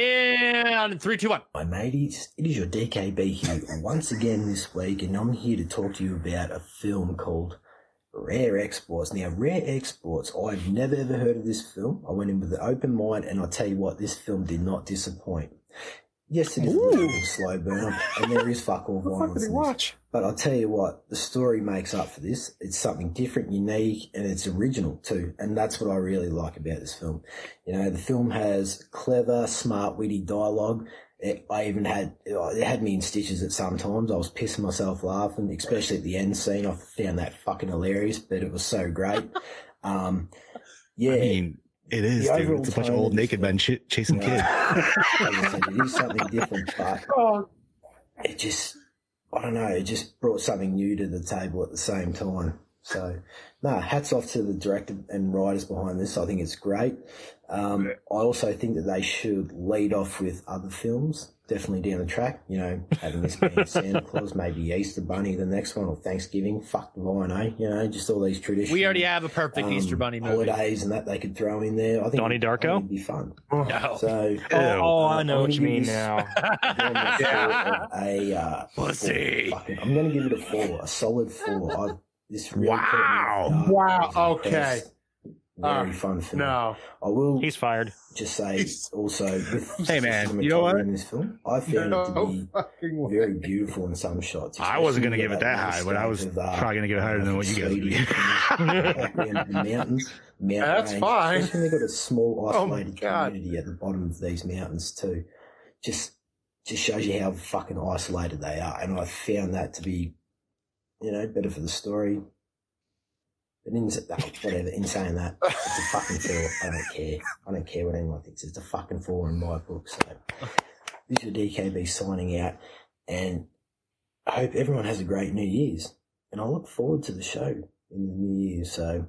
Speaker 4: And three, two, one.
Speaker 9: My mateys, it is your DKB here and once again this week, and I'm here to talk to you about a film called Rare Exports. Now, Rare Exports, I've never ever heard of this film. I went in with an open mind, and I'll tell you what, this film did not disappoint. Yes, it is a little bit of a slow burn, and there is fuck all violence. in this. But I'll tell you what, the story makes up for this. It's something different, unique, and it's original too. And that's what I really like about this film. You know, the film has clever, smart, witty dialogue. It, I even had it had me in stitches at some times. I was pissing myself laughing, especially at the end scene. I found that fucking hilarious, but it was so
Speaker 7: (laughs)
Speaker 9: great. Um, yeah,
Speaker 7: I mean, it is,
Speaker 9: The
Speaker 7: dude.
Speaker 9: overall
Speaker 7: It's a bunch
Speaker 9: tone
Speaker 7: of old
Speaker 9: of the
Speaker 7: naked men ch- chasing kids.
Speaker 4: (laughs)
Speaker 9: like I said, it is something different, but it just, I don't know, it just brought something new to the table at the same time. So, no, hats off to the director and writers behind this. I think it's great. Um, I also think that they should lead off with other films, definitely down the track. You know, having this being Santa Claus, maybe Easter Bunny, the next one, or Thanksgiving. Fuck the vine, eh? You know, just all these traditions.
Speaker 4: We already have a perfect
Speaker 9: Um,
Speaker 4: Easter Bunny movie.
Speaker 9: holidays and that they could throw in there. I think
Speaker 5: Donnie Darko?
Speaker 9: would be fun.
Speaker 4: No.
Speaker 9: (laughs) So,
Speaker 5: Oh, oh, I know
Speaker 9: I'll
Speaker 5: what you
Speaker 9: give
Speaker 5: mean
Speaker 9: this
Speaker 4: (laughs)
Speaker 5: now.
Speaker 9: film a
Speaker 7: (laughs)
Speaker 9: four of a, uh,
Speaker 7: Pussy.
Speaker 9: four. Fucking- I'm gonna give it a four, a solid four. I've, this really
Speaker 7: Wow.
Speaker 9: put me off guard.
Speaker 6: Wow,
Speaker 9: It was
Speaker 6: okay.
Speaker 9: impressed. Very
Speaker 6: Uh,
Speaker 9: fun film.
Speaker 6: (laughs) No.
Speaker 9: I will
Speaker 5: He's fired.
Speaker 9: just say also with
Speaker 7: Hey, man, you
Speaker 9: cinematography
Speaker 7: know what?
Speaker 9: in this film, I found
Speaker 6: No
Speaker 9: it
Speaker 6: fucking
Speaker 9: to be
Speaker 6: way.
Speaker 9: very beautiful in some shots.
Speaker 7: I wasn't gonna
Speaker 9: especially
Speaker 7: give it that high, but I was
Speaker 9: with, uh,
Speaker 7: probably gonna give it higher than what you guys
Speaker 9: Slaty (laughs)
Speaker 7: (laughs)
Speaker 9: background of the mountains, mountain
Speaker 6: That's
Speaker 9: range.
Speaker 6: fine.
Speaker 9: Especially when they've got a small
Speaker 6: Oh my
Speaker 9: isolated
Speaker 6: God.
Speaker 9: community at the bottom of these mountains too. Just just shows you how fucking isolated they are, and I found that to be, you know, better for the story. But in, (laughs) oh, whatever, in saying that,
Speaker 6: (laughs)
Speaker 9: it's a fucking four. I don't care. I don't care what anyone thinks. It's a fucking four in my book. So this is DKB signing out, and I hope everyone has a great New Year's. And I look forward to the show in the New Year. So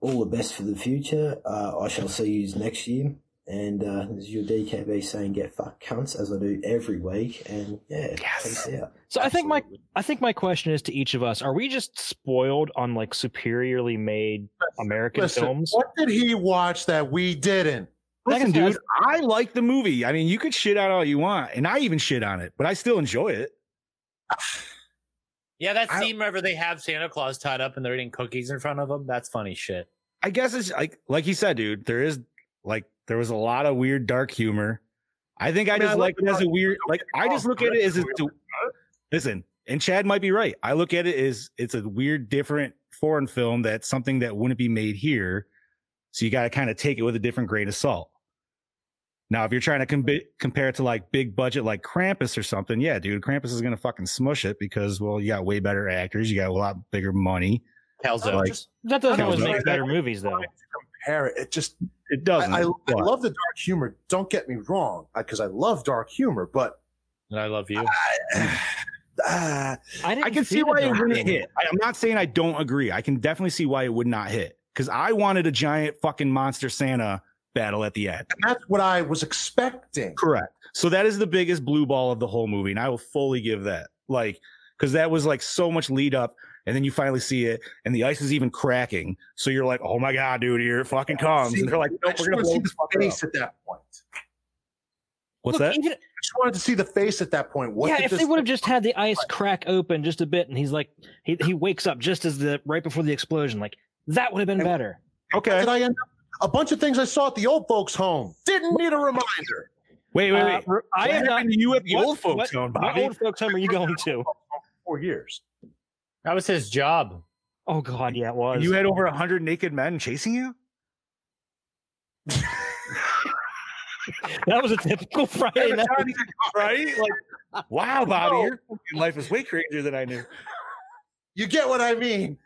Speaker 9: all the best for the future. Uh, I shall see you next year. And uh, this is your DKB saying get fuck cunts as I do every week. And yeah, peace out.
Speaker 5: So I think my I think my question is to each of us: Are we just spoiled on like superiorly made American
Speaker 6: Listen,
Speaker 5: films?
Speaker 6: what did he watch that we didn't?
Speaker 5: Like I
Speaker 7: Listen,
Speaker 5: said,
Speaker 7: dude, I like the movie. I mean, you could shit on all you want, and I even shit on it, but I still enjoy it.
Speaker 4: Yeah, that
Speaker 7: I-
Speaker 4: scene whenever they have Santa Claus tied up and they're eating cookies in front of him, that's funny shit.
Speaker 7: I guess it's like, like you said, dude. There is like there was a lot of weird dark humor. I think I,
Speaker 6: mean,
Speaker 7: just
Speaker 6: I
Speaker 7: like
Speaker 6: like
Speaker 7: it as a
Speaker 6: dark
Speaker 7: weird. Like I just look at it as a, listen. And Chad might be right. I look at it as it's a weird, different foreign film that's something that wouldn't be made here. So you got to kind of take it with a different grain of salt. Now, if you're trying to com- compare it to like big budget, like Krampus or something, yeah, dude, Krampus is gonna fucking smush it because well, you got way better actors, you got a lot bigger money.
Speaker 4: Calzo.
Speaker 7: Like-
Speaker 6: just
Speaker 5: that doesn't always
Speaker 7: Calzo.
Speaker 5: make better movies, though.
Speaker 6: compare it. It just
Speaker 7: It
Speaker 6: I,
Speaker 7: doesn't.
Speaker 6: I, I
Speaker 7: but-
Speaker 6: love the dark humor. Don't get me wrong, because I love dark humor, but
Speaker 4: and I love you.
Speaker 6: uh,
Speaker 5: didn't
Speaker 7: I can see
Speaker 5: the
Speaker 7: why it
Speaker 5: dark
Speaker 7: wouldn't
Speaker 5: humor.
Speaker 7: hit. I- I'm not saying I don't agree. I can definitely see why it would not hit because I wanted a giant fucking monster Santa battle at the end.
Speaker 6: that's what I was expecting.
Speaker 7: Correct. So that is the biggest blue ball of the whole movie, and I will fully give that. Like, because that was like so much lead up, and then you finally see it, and the ice is even cracking. So you're like, oh my god, dude, here it fucking comes.
Speaker 6: See,
Speaker 7: and they're like,
Speaker 6: I
Speaker 7: nope,
Speaker 6: just
Speaker 7: we're gonna
Speaker 6: wanted to
Speaker 7: blow this
Speaker 6: see the
Speaker 7: fucker up.
Speaker 6: face at that point.
Speaker 7: What's
Speaker 5: Look,
Speaker 7: that?
Speaker 5: even-
Speaker 6: I just wanted to see the face at that point. What
Speaker 5: yeah,
Speaker 6: did
Speaker 5: if
Speaker 6: this
Speaker 5: they would have just had the ice crack open just a bit, and he's like, he, he wakes up just as the right before the explosion, like that would have been
Speaker 6: And-
Speaker 5: better.
Speaker 7: Okay.
Speaker 6: did I end up? A bunch of things I saw at the old folks' home. Didn't need a reminder.
Speaker 7: Wait, wait,
Speaker 5: Uh,
Speaker 7: wait.
Speaker 5: re- I am not.
Speaker 7: happened to you at the
Speaker 5: what-
Speaker 7: old folks'
Speaker 5: what-
Speaker 7: home,
Speaker 5: what
Speaker 7: Bobby?
Speaker 5: old folks home are you going
Speaker 7: (laughs)
Speaker 5: to?
Speaker 6: Four years.
Speaker 4: That was his job.
Speaker 5: Oh God, yeah, it was.
Speaker 7: And you had over hundred naked men chasing you.
Speaker 5: that was a
Speaker 7: (laughs)
Speaker 5: typical Friday night.
Speaker 4: (laughs)
Speaker 7: right? Like, wow, Bobby, your fucking life is way crazier than I knew.
Speaker 6: You get what I mean.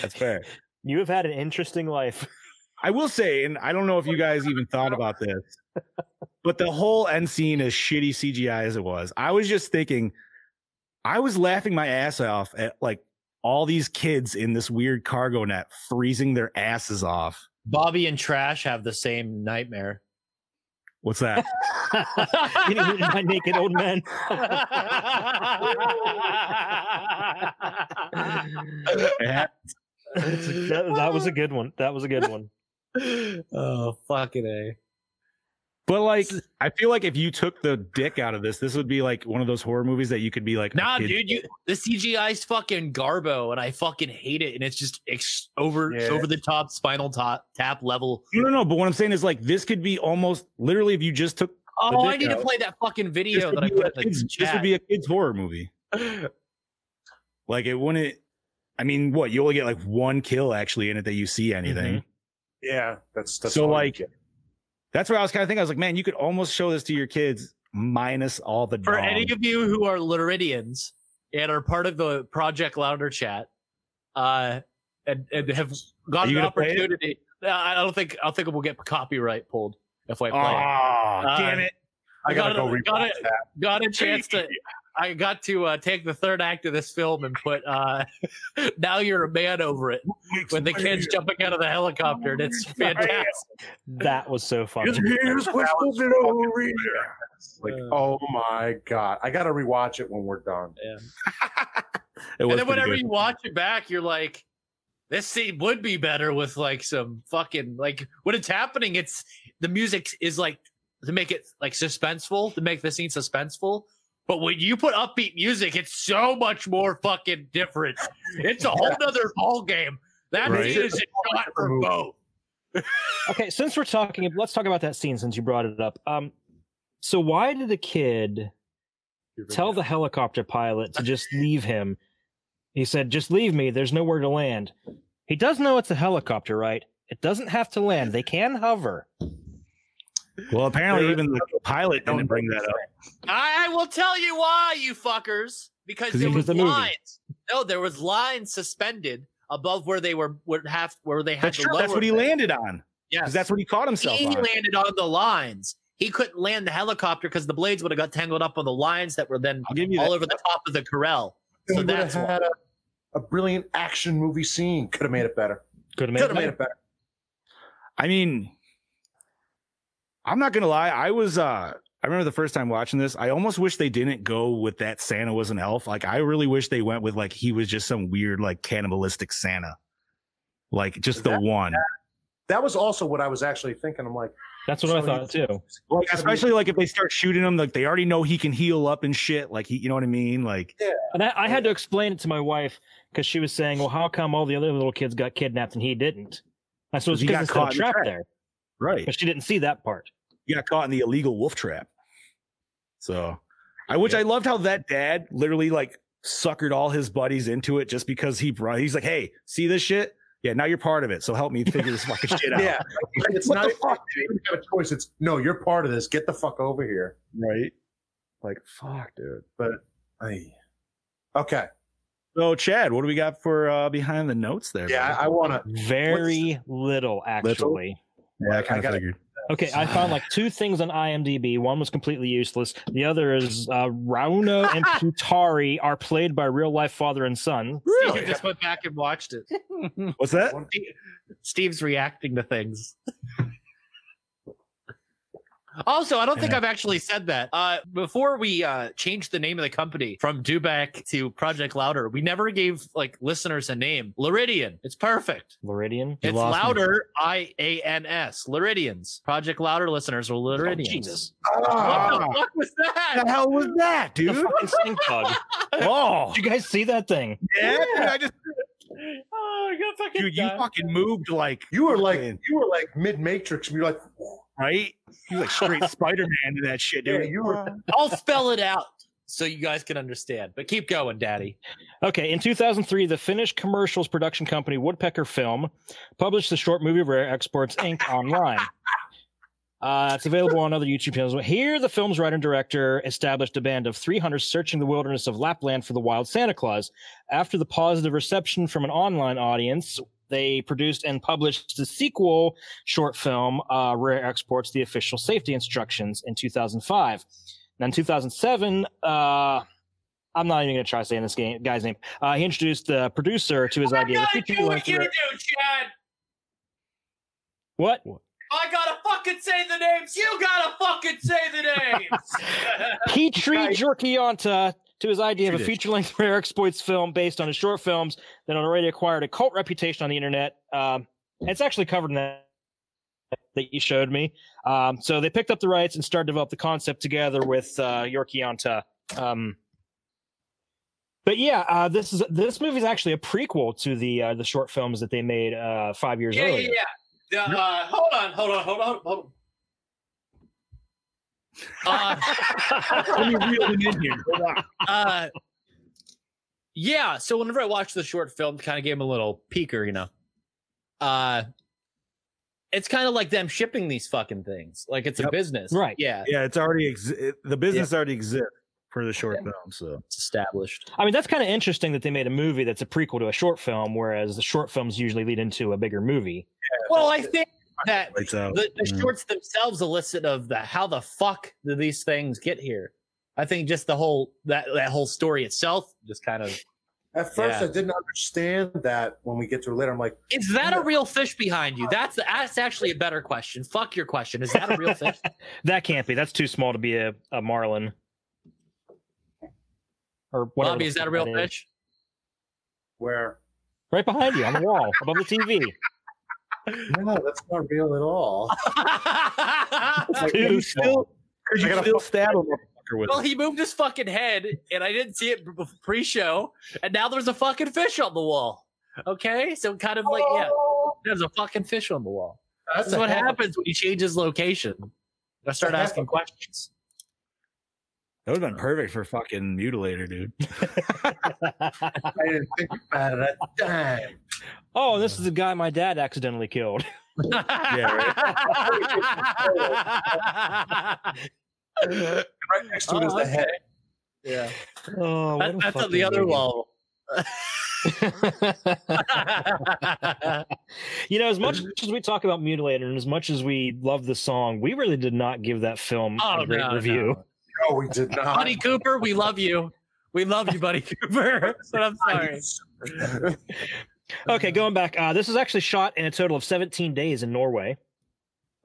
Speaker 7: That's fair.
Speaker 5: You have had an interesting life. (laughs)
Speaker 7: I will say, and I don't know if you guys even thought about this, but the whole end scene is shitty CGI as it was. I was just thinking, I was laughing my ass off at like all these kids in this weird cargo net freezing their asses off.
Speaker 4: Bobby and Trash have the same nightmare. (laughs)
Speaker 7: What's that?
Speaker 5: Getting eaten by naked old men.
Speaker 7: That-
Speaker 5: that, that was a good one. That was a good one.
Speaker 4: oh, fucking A.
Speaker 7: But
Speaker 4: (laughs)
Speaker 7: like, I feel like if you took the dick out of this, this would be like one of those horror movies that you could be like, a
Speaker 4: Nah,
Speaker 7: kid-
Speaker 4: dude, you the CGI's fucking garbo, and I fucking hate it. And it's just ex- over
Speaker 7: Yeah.
Speaker 4: over the top, spinal top tap level.
Speaker 7: No, no, no. But what I'm saying is like, this could be almost literally if you just took. the
Speaker 4: Oh, I
Speaker 7: dick
Speaker 4: need to
Speaker 7: out,
Speaker 4: play that fucking
Speaker 7: this
Speaker 4: video
Speaker 7: would
Speaker 4: that I
Speaker 7: be
Speaker 4: put
Speaker 7: a
Speaker 4: in the
Speaker 7: kids- This would
Speaker 4: chat.
Speaker 7: be a kids horror
Speaker 4: (laughs)
Speaker 7: movie. Like it wouldn't. I mean, what you only get like one kill actually in it that you see
Speaker 4: Mm-hmm.
Speaker 7: anything.
Speaker 6: Yeah, that's that's
Speaker 7: So,
Speaker 6: all you
Speaker 7: like,
Speaker 6: get.
Speaker 7: That's where I was kind of thinking. I was like, man, you could almost show this to your kids minus all the.
Speaker 4: For
Speaker 7: dong.
Speaker 4: any of you who are Luridians and are part of the Project Louder chat, uh, and, and have
Speaker 7: Are
Speaker 4: got
Speaker 7: you
Speaker 4: an
Speaker 7: gonna play it?
Speaker 4: opportunity, Uh, I don't think I think we'll get copyright pulled if I play. it.
Speaker 7: Aw, damn
Speaker 4: Uh,
Speaker 7: it!
Speaker 4: I got
Speaker 6: gotta
Speaker 4: it.
Speaker 6: go
Speaker 4: Got
Speaker 6: rewatch
Speaker 4: it.
Speaker 6: that.
Speaker 4: Got a chance to.
Speaker 7: (laughs)
Speaker 4: I got to uh, take the third act of this film and put uh, (laughs) "Now You're a Man" over it when the kid's jumping out of the helicopter,
Speaker 7: (laughs)
Speaker 4: and it's fantastic.
Speaker 5: That was so fun.
Speaker 6: Like, oh my god, I gotta rewatch it when we're done.
Speaker 7: It was
Speaker 4: And then
Speaker 7: pretty
Speaker 4: whenever
Speaker 7: good.
Speaker 4: you watch it back, you're like, this scene would be better with like some fucking like when it's happening. It's the music is like to make it like suspenseful to make the scene suspenseful. But when you put upbeat music, it's so much more fucking different. It's
Speaker 7: (laughs)
Speaker 4: a whole nother ball game. That
Speaker 7: Right.
Speaker 4: scene is a shot for both.
Speaker 5: okay, since we're talking, let's talk about that scene since you brought it up. Um, so why did the kid tell the helicopter pilot to just leave him? He said, "Just leave me. There's nowhere to land." He does know it's a helicopter, right? It doesn't have to land. They can hover.
Speaker 7: Well, apparently even the pilot didn't bring that up.
Speaker 4: I will tell you why, you fuckers. Because
Speaker 5: 'Cause
Speaker 4: there
Speaker 5: he
Speaker 4: was
Speaker 5: was the movie.
Speaker 4: lines. No, there was lines suspended above where they were would have where they had
Speaker 7: That's
Speaker 4: to
Speaker 7: true.
Speaker 4: lower.
Speaker 7: That's what he
Speaker 4: them.
Speaker 7: landed on.
Speaker 4: Yes.
Speaker 7: Because that's what he caught himself
Speaker 4: he
Speaker 7: on.
Speaker 4: landed on the lines. He couldn't land the helicopter because the blades would have got tangled up on the lines that were then
Speaker 7: I'll give you
Speaker 4: all
Speaker 7: that.
Speaker 4: over the top of the corral.
Speaker 6: Then
Speaker 4: So
Speaker 6: we would've
Speaker 4: that's why.
Speaker 6: had a, a brilliant action movie scene. Could have made it better.
Speaker 5: Could have
Speaker 6: Could have
Speaker 5: made,
Speaker 6: made it better.
Speaker 7: I mean, I'm not gonna lie. I was. uh I remember the first time watching this. I almost wish they didn't go with that Santa was an elf. Like I really wish they went with like he was just some weird like cannibalistic Santa, like just the
Speaker 6: That-
Speaker 7: one.
Speaker 6: That was also what I was actually thinking. I'm like,
Speaker 5: That's what I
Speaker 6: So
Speaker 5: thought too.
Speaker 7: Like especially like if they start shooting him, like they already know he can heal up and shit. Like he, you know what I mean? Like
Speaker 5: And I, I had to explain it to my wife because she was saying, "Well, how come all the other little kids got kidnapped and he didn't?" I suppose
Speaker 7: He got
Speaker 5: because it's still
Speaker 7: caught in the
Speaker 5: trapped
Speaker 7: trap.
Speaker 5: there,
Speaker 7: right.
Speaker 5: but she didn't see that part.
Speaker 7: he got caught in the illegal wolf trap. So, I which I loved how that dad literally like suckered all his buddies into it just because he brought. He's like, "Hey, see this shit? Yeah, now you're part of it. So help me figure this (laughs) fucking shit out."
Speaker 6: yeah, like, it's
Speaker 7: What
Speaker 6: not.
Speaker 7: the fuck,
Speaker 6: you don't have a choice. It's no, you're part of this. Get the fuck over here.
Speaker 7: right. Like fuck, dude.
Speaker 6: Aye. Okay.
Speaker 7: So, Chad, what do we got for uh behind the notes there?
Speaker 6: Yeah,
Speaker 7: bro?
Speaker 6: I, I want to.
Speaker 5: Very little, actually.
Speaker 7: yeah, I
Speaker 6: I
Speaker 7: kind of
Speaker 6: gotta-
Speaker 7: figured.
Speaker 5: Okay, I found like two things on IMDb. One was completely useless. The other is uh, Rauno
Speaker 4: (laughs)
Speaker 5: and Putari are played by real life father and son.
Speaker 4: Steve just went back and watched it.
Speaker 7: What's that?
Speaker 4: Steve's reacting to things. (laughs) also, I don't think I've actually said that. Uh, before we uh, changed the name of the company from Dubac to Project Louder, we never gave like listeners a name. Luridian. It's perfect.
Speaker 5: Loridian.
Speaker 4: it's louder, I A N S. Luridians. Project Louder listeners are Luridians.
Speaker 5: Jesus.
Speaker 7: Ah.
Speaker 4: What the fuck was
Speaker 7: What the
Speaker 4: that?
Speaker 7: hell was that,
Speaker 5: The
Speaker 7: dude?
Speaker 5: fucking stink
Speaker 7: (laughs)
Speaker 5: bug.
Speaker 7: oh,
Speaker 5: Did you guys see that thing?
Speaker 7: yeah, dude, I just,
Speaker 4: Oh, I got fucking
Speaker 7: dude, you
Speaker 4: done.
Speaker 7: fucking moved like
Speaker 6: You were like, you were like mid Matrix. You're like,
Speaker 7: right. You like (laughs) straight Spider Man to that shit,
Speaker 6: yeah,
Speaker 7: dude.
Speaker 6: you were.
Speaker 4: I'll spell it out so you guys can understand. But keep going, Daddy.
Speaker 5: Okay, in 2003, the Finnish commercials production company Woodpecker Film published the short movie Rare Exports Inc. online. Uh, it's available on other YouTube channels. Here, the film's writer and director established a band of 300 searching the wilderness of Lapland for the wild Santa Claus. After the positive reception from an online audience, they produced and published the sequel short film, uh, Rare Exports The Official Safety Instructions, in 2005. Now, in 2007, uh, I'm not even going to try saying this game, guy's name. Uh, he introduced the producer to his idea. of a feature
Speaker 4: Do
Speaker 5: length-
Speaker 4: what Oh you do, Chad.
Speaker 5: What?
Speaker 4: I gotta fucking say the names. You gotta fucking say the names.
Speaker 5: Petri Jerkianta to his idea of
Speaker 4: Petri
Speaker 5: a
Speaker 4: dish.
Speaker 5: feature length (laughs) rare exploits film based on his short films that had already acquired a cult reputation on the internet. Um, it's actually covered in that that you showed me. Um, so they picked up the rights and started to develop the concept together with uh, Yorkianta. Um, but yeah, uh, this is this movie is actually a prequel to the uh, the short films that they made uh, five years
Speaker 4: yeah,
Speaker 5: earlier.
Speaker 4: yeah, yeah. The, uh, hold on, hold on, hold on, hold on. Uh,
Speaker 7: Let me reel him in here.
Speaker 4: uh, yeah, so whenever I watched the short film, kind of gave him a little peeker, you know. Uh, it's kind of like them shipping these fucking things, like it's a
Speaker 7: Yep.
Speaker 4: business,
Speaker 7: Right.
Speaker 4: Yeah,
Speaker 7: Yeah, it's already ex- it, the business already exists for the short film, so
Speaker 4: it's established.
Speaker 5: I mean, that's kind of interesting that they made a movie that's a prequel to a short film, whereas the short films usually lead into a bigger movie.
Speaker 4: Well, I think that
Speaker 7: Lights out.
Speaker 4: (laughs) the, the
Speaker 5: Mm.
Speaker 4: shorts themselves elicit of the how the fuck do these things get here? I think just the whole that that whole story itself just kind of
Speaker 6: At first,
Speaker 4: Yeah.
Speaker 6: I didn't understand that. When we get to it later, I'm like,
Speaker 4: is that a real fish behind you? That's that's actually a better question. Fuck your question. Is that a real (laughs) fish?
Speaker 5: That can't be. That's too small to be a, a marlin. Or whatever
Speaker 4: Bobby,
Speaker 5: the
Speaker 4: is that a
Speaker 5: fuck
Speaker 4: real
Speaker 5: is.
Speaker 4: fish?
Speaker 6: where?
Speaker 5: Right behind you on the wall, above the (laughs) TV.
Speaker 6: No, that's not real at all. It's like,
Speaker 5: Too small.
Speaker 7: Could
Speaker 6: I
Speaker 7: you
Speaker 6: gotta
Speaker 7: still stab a motherfucker with
Speaker 4: (laughs) Well,
Speaker 7: it?
Speaker 4: he moved his fucking head, and I didn't see it b- b- pre-show, and now there's a fucking fish on the wall. Okay, so kind of like yeah, there's a fucking fish on the wall. That's,
Speaker 6: (laughs) That's a
Speaker 4: what
Speaker 6: hell of-
Speaker 4: happens when he changes location. I start
Speaker 6: a hell
Speaker 4: asking questions. (laughs)
Speaker 7: That would have been perfect for fucking mutilator, dude.
Speaker 6: I didn't think about it. I- Damn.
Speaker 5: Oh, this is the guy my dad accidentally killed.
Speaker 7: Yeah, right.
Speaker 6: Right next to it is
Speaker 4: Oh,
Speaker 6: the
Speaker 4: okay.
Speaker 6: head.
Speaker 4: Yeah,
Speaker 5: Oh, what
Speaker 4: that,
Speaker 5: a
Speaker 4: that's on
Speaker 5: fucking
Speaker 4: the other
Speaker 5: idiot.
Speaker 4: wall.
Speaker 5: (laughs) you know, as much as we talk about Mutilator and as much as we love the song, we really did not give that film
Speaker 4: Oh,
Speaker 5: a great
Speaker 4: no,
Speaker 5: review.
Speaker 6: No, we did not.
Speaker 4: Buddy Cooper, we love you. We love you, Buddy Cooper. (laughs) But I'm sorry.
Speaker 5: Okay, going back, uh, this was actually shot in a total of 17 days in Norway,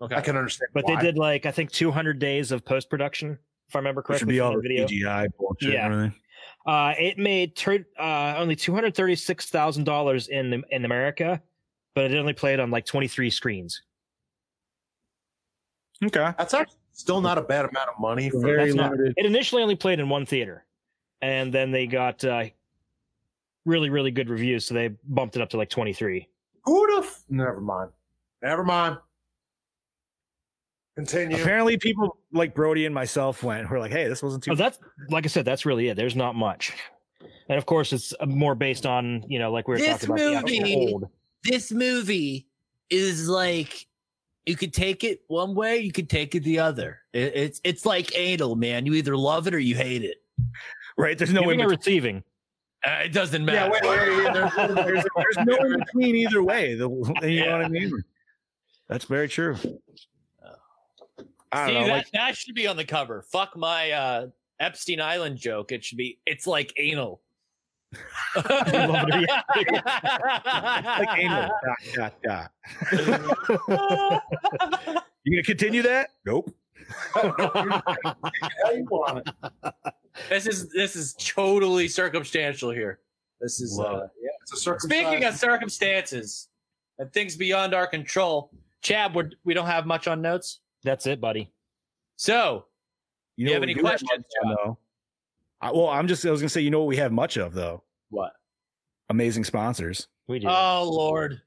Speaker 4: Okay.
Speaker 6: I can understand.
Speaker 5: but
Speaker 6: why.
Speaker 5: they did like I think 200 days of post production, if I remember
Speaker 7: Which would
Speaker 5: correctly.
Speaker 7: be
Speaker 5: from
Speaker 7: all
Speaker 5: the
Speaker 7: the CGI bullshit
Speaker 5: Yeah.
Speaker 7: and everything.
Speaker 5: Uh, it made tur- uh, only two hundred thirty-six thousand dollars in in America, but it only played on like twenty-three screens.
Speaker 7: Okay.
Speaker 6: That's actually still not a bad amount of money for
Speaker 7: Very
Speaker 5: That's not-
Speaker 7: limited.
Speaker 5: It initially only played in one theater, and then they got uh, really really good reviews, so they bumped it up to like twenty-three.
Speaker 6: Who the f- Never mind. Never mind. Continue.
Speaker 7: Apparently, people like Brody and myself went. We're like, hey, this wasn't too.
Speaker 5: Oh, that's like I said, that's really it. There's not much, and of course, it's uh, more based on you know like we were
Speaker 4: This
Speaker 5: talking about the actual
Speaker 4: movie-
Speaker 5: hold.
Speaker 4: this movie is like you could take it one way, you could take it the other. It, it's it's like anal, man. You either love it or you hate it.
Speaker 7: (laughs) right. There's no way.
Speaker 5: Giving (laughs) or receiving.
Speaker 4: Uh, it doesn't
Speaker 6: yeah,
Speaker 4: matter.
Speaker 6: wait, wait, wait, there's-
Speaker 4: (laughs)
Speaker 6: there's- there's
Speaker 7: There's no in between either way. The, you know what
Speaker 4: Yeah.
Speaker 7: I mean? That's very true. I
Speaker 4: See,
Speaker 7: don't know.
Speaker 4: that,
Speaker 7: like,
Speaker 4: that should be on the cover. Fuck my uh, Epstein Island joke. It should be. It's like anal.
Speaker 5: love it,
Speaker 7: like
Speaker 4: (laughs)
Speaker 7: anal. Dot, dot, dot. You gonna continue that? Nope.
Speaker 6: (laughs) how you want it.
Speaker 4: This is this is totally circumstantial here. This is
Speaker 7: (laughs) Love
Speaker 4: uh,
Speaker 6: It's a circumcised-
Speaker 4: Speaking of circumstances and things beyond our control, Chad, we're, we don't have much on notes.
Speaker 5: That's it, buddy.
Speaker 4: So,
Speaker 7: You,
Speaker 4: Do you have
Speaker 7: what we
Speaker 4: any
Speaker 7: do much
Speaker 4: questions,
Speaker 7: of, though? I, well, I'm just. I was gonna say. You know what we have much of though?
Speaker 4: what?
Speaker 7: Amazing
Speaker 4: (laughs)
Speaker 7: sponsors.
Speaker 5: We do.
Speaker 4: Oh Lord.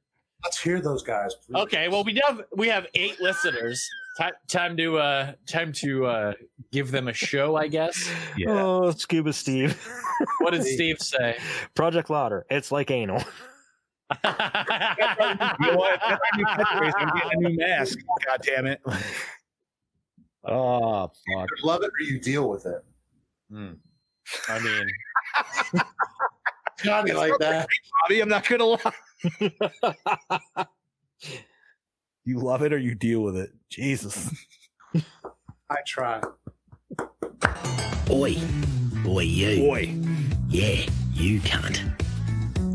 Speaker 6: let's hear those guys. please.
Speaker 4: Okay. Well, we have we have eight listeners. Time, time to uh time to uh give them a show, I guess.
Speaker 5: Oh, Scuba Steve. (laughs)
Speaker 4: What did Steve say? (laughs)
Speaker 5: Project Lauder. It's like anal.
Speaker 7: You know what? That's my new catchphrase. I'm getting a new mask. God damn it! Oh fuck!
Speaker 6: Love it or you deal with it.
Speaker 7: I mean,
Speaker 6: Johnny like that.
Speaker 7: Bobby, I'm not gonna lie. you love it or you deal with it. Jesus.
Speaker 6: I try.
Speaker 9: Oi. Oi, you.
Speaker 7: Oi.
Speaker 9: Yeah, you cunt.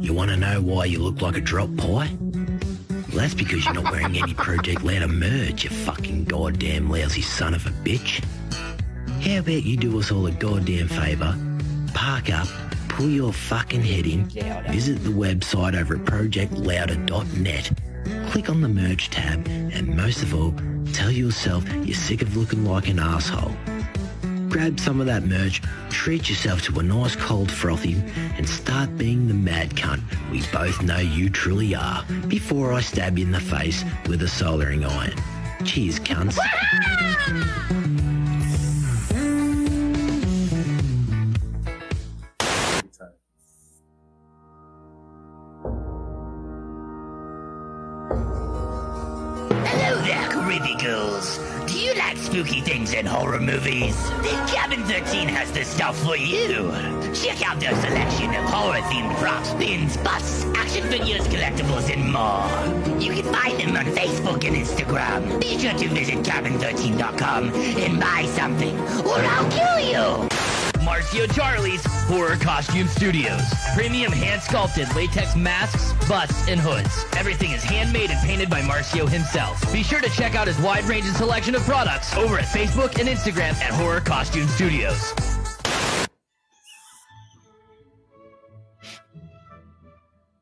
Speaker 9: You want to know why you look like a drop pie? Well, that's because you're not wearing any Project Ladder merge, you fucking goddamn lousy son of a bitch. How about you do us all a goddamn favour? Park up, pull your fucking head in, visit the website over at projectlouder.net, click on the merge tab, and most of all, tell yourself you're sick of looking like an asshole grab some of that merch, treat yourself to a nice cold frothy, and start being the mad cunt we both know you truly are before I stab you in the face with a soldering iron. Cheers, cunts.
Speaker 8: Hello there, creepy ghouls. Do you like spooky things and horror movies? Then Cabin 13 has the stuff for you. Check out their selection of horror-themed props, pins, busts, action figures, collectibles, and more. You can find them on Facebook and Instagram. Be sure to visit cabin13.com and buy something, or I'll kill you. Marcio Charlie's Horror Costume Studios. Premium hand sculpted latex masks, busts, and hoods. Everything is handmade and painted by Marcio himself. Be sure to check out his wide range and selection of products over at Facebook and Instagram at Horror Costume Studios.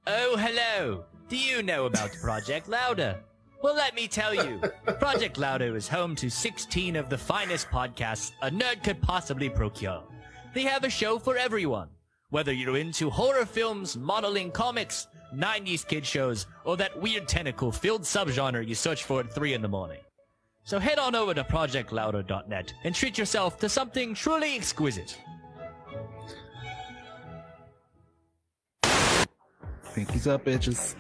Speaker 4: Oh, hello. Do you know about Project Louder? Well, let me tell you. Project Louder is home to 16 of the finest podcasts a nerd could possibly procure. They have a show for everyone. Whether you're into horror films, modeling comics, 90s kid shows, or that weird tentacle filled subgenre you search for at 3 in the morning. So head on over to projectlouder.net and treat yourself to something truly exquisite.
Speaker 7: Pinkies up, bitches.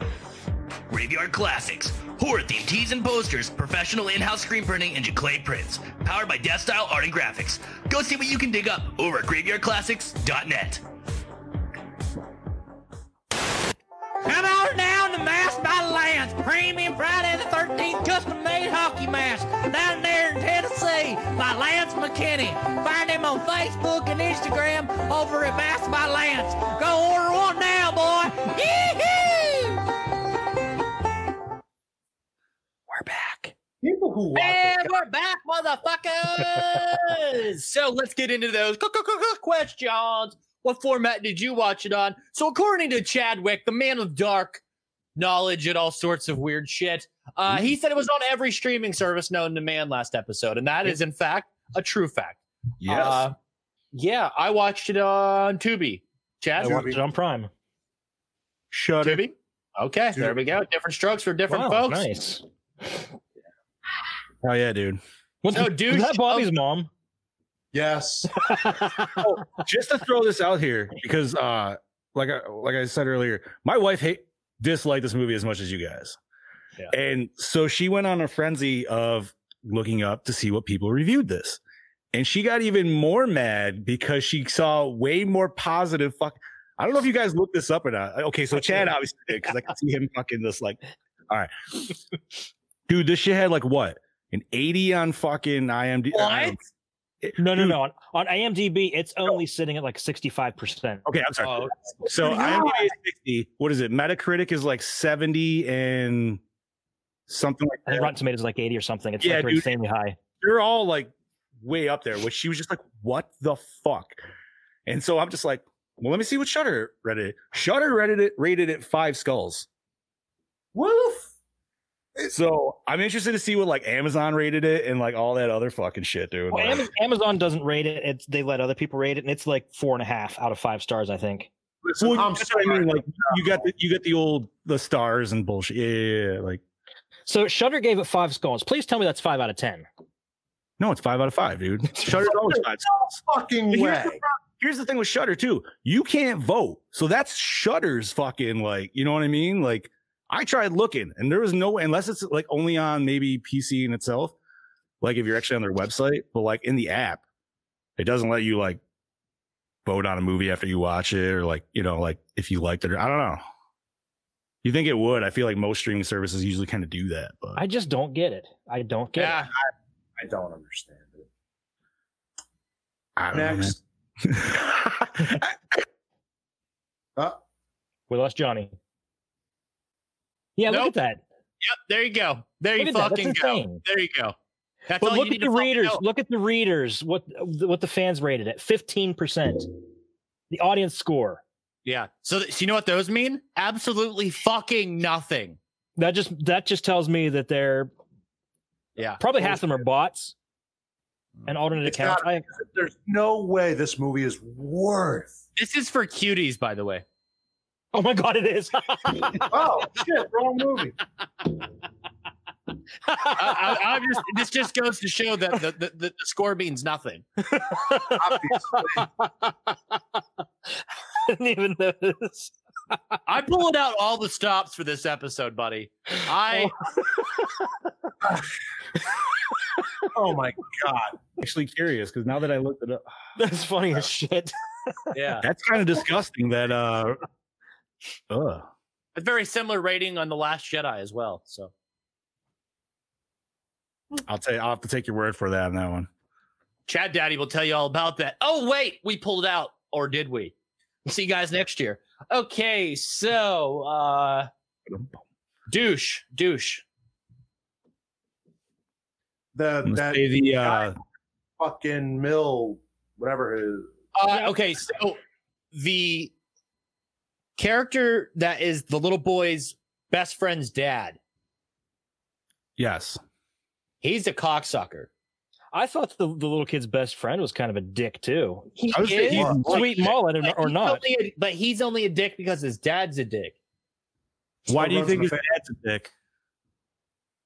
Speaker 8: Graveyard Classics. Horror themed tees and posters, professional in house screen printing, and Jaclay prints. Powered by Death Style Art and Graphics. Go see what you can dig up over at graveyardclassics.net.
Speaker 13: Come on down to Mass by Lance. Premium Friday the 13th custom made hockey mask down there in Tennessee by Lance McKinney. Find him on Facebook and Instagram over at Mass by Lance. Go order one now, boy. Yee-hoo!
Speaker 6: People who watch
Speaker 4: And we're back, motherfuckers! so let's get into those qu- qu- qu- qu- questions. What format did you watch it on? So, according to Chadwick, the man of dark knowledge and all sorts of weird shit, uh,
Speaker 5: Mm-hmm.
Speaker 4: he said it was on every streaming service known to man last episode. And that is, in fact, a true fact.
Speaker 7: Yes.
Speaker 4: Uh, yeah, I watched it on Tubi.
Speaker 5: I
Speaker 4: Chad?
Speaker 5: watched it on Prime.
Speaker 7: Shut it.
Speaker 4: Tubi? Okay, there we go. Different strokes for different
Speaker 5: Wow,
Speaker 4: folks.
Speaker 5: nice.
Speaker 7: Oh yeah, dude.
Speaker 5: Was,
Speaker 4: So,
Speaker 5: was
Speaker 4: douche
Speaker 5: (laughs)
Speaker 4: Oh,
Speaker 5: that Bobby's mom?
Speaker 6: Yes.
Speaker 7: Just to throw this out here, because uh, like I like I said earlier, my wife hate disliked this movie as much as you guys,
Speaker 4: Yeah.
Speaker 7: and so she went on a frenzy of looking up to see what people reviewed this, and she got even more mad because she saw way more positive. Fuck, I don't know if you guys looked this up or not. Okay, so Chad
Speaker 4: (laughs)
Speaker 7: obviously did because I could see him fucking this like, all right, dude, this shit had like what an eighty on fucking IMD.
Speaker 4: What?
Speaker 5: No, no,
Speaker 7: Dude.
Speaker 5: no. On, on IMDb, it's only sitting at like 65%.
Speaker 7: Okay, I'm sorry.
Speaker 4: Oh,
Speaker 7: So IMDb is 60. What is it? Metacritic is like 70 and something like
Speaker 5: And
Speaker 7: that.
Speaker 5: then Rotten Tomatoes is like 80 or something. It's
Speaker 7: Yeah,
Speaker 5: like
Speaker 7: dude.
Speaker 5: insanely high.
Speaker 7: They're all like way up there, which she was just like, what the fuck? And so I'm just like, well, let me see what Shutter rated it. Shutter rated it, rated it five skulls.
Speaker 6: Woof.
Speaker 7: So I'm interested to see what like Amazon rated it and like all that other fucking shit, dude.
Speaker 5: Well,
Speaker 7: Like,
Speaker 5: Amaz- Amazon doesn't rate it. It's, they let other people rate it, and it's like four and a half out of five stars, I think.
Speaker 6: Listen,
Speaker 7: well,
Speaker 6: I'm
Speaker 7: that's what I
Speaker 6: sorry.
Speaker 7: mean. Like you got the you got the old the stars and bullshit. Yeah, yeah, yeah. Like
Speaker 5: So Shutter gave it five skulls. Please tell me that's five out of 10.
Speaker 7: no, it's five out of five, (laughs) dude. Shutter's always five stars.
Speaker 6: fucking
Speaker 7: Here's
Speaker 6: way.
Speaker 7: the, prob- here's the thing with Shutter too. You can't vote, so that's Shutter's fucking like. You know what I mean? Like I tried looking, and there was no unless it's like only on maybe PC in itself. like if you're actually on their website, but like in the app, it doesn't let you like vote on a movie after you watch it or like, you know, like if you liked it or I don't know. You think it would? I feel like most streaming services usually kind of do that, but
Speaker 5: I just don't get it. I don't get it.
Speaker 6: I don't understand it.
Speaker 7: I don't know,
Speaker 6: Next.
Speaker 7: (laughs)
Speaker 5: We lost Johnny. Yeah, look
Speaker 4: Nope.
Speaker 5: at that.
Speaker 4: Yep, there you go. There
Speaker 5: Look
Speaker 4: you
Speaker 5: at that. That's
Speaker 4: fucking go.
Speaker 5: insane.
Speaker 4: There you go. That's
Speaker 5: but
Speaker 4: all
Speaker 5: look
Speaker 4: you
Speaker 5: at
Speaker 4: need
Speaker 5: the
Speaker 4: to fucking
Speaker 5: readers.
Speaker 4: know.
Speaker 5: Look at the readers. What what the fans rated it? Fifteen percent. The audience score.
Speaker 4: Yeah. So, th- so you know what those mean? Absolutely fucking nothing.
Speaker 5: That just that just tells me that they're
Speaker 4: Yeah.
Speaker 5: probably half of them are bots and alternate accounts. I,
Speaker 6: There's no way this movie
Speaker 7: (laughs)
Speaker 6: is worth.
Speaker 4: This is for cuties, by the way.
Speaker 5: oh my god, it is. (laughs)
Speaker 6: Oh shit! Wrong movie.
Speaker 4: I, I, I'm just, this just goes to show that the, the, the score means nothing.
Speaker 5: I didn't even notice.
Speaker 4: I'm pulling out all the stops for this episode, buddy.
Speaker 5: (laughs)
Speaker 4: I
Speaker 6: Oh my god!
Speaker 7: actually curious because now that I looked it up,
Speaker 5: That's funny as shit. Oh.
Speaker 4: yeah.
Speaker 7: that's kind of disgusting. That uh, ugh.
Speaker 4: A very similar rating on the Last Jedi as well. So
Speaker 7: I'll tell you, I'll have to take your word for that on that one.
Speaker 4: Chad Daddy will tell you all about that. Oh wait, we pulled out, or did we? We'll see you guys next year. Okay, so uh douche, douche.
Speaker 6: The
Speaker 7: I'm gonna
Speaker 6: that
Speaker 7: say the uh,
Speaker 6: fucking mill, whatever it is.
Speaker 4: Uh, okay, so the character that is the little boy's best friend's dad,
Speaker 7: yes,
Speaker 4: he's a cocksucker.
Speaker 5: I thought the, the little kid's best friend was kind of a dick too.
Speaker 4: He
Speaker 7: I was
Speaker 4: is,
Speaker 7: thinking-
Speaker 5: Sweet mullet
Speaker 4: but
Speaker 5: or, or
Speaker 4: he's
Speaker 5: not?
Speaker 4: only a- but he's only a dick because his dad's a dick.
Speaker 7: Why do you
Speaker 6: runs
Speaker 7: think
Speaker 6: in
Speaker 7: his
Speaker 6: the
Speaker 7: dad's a dick?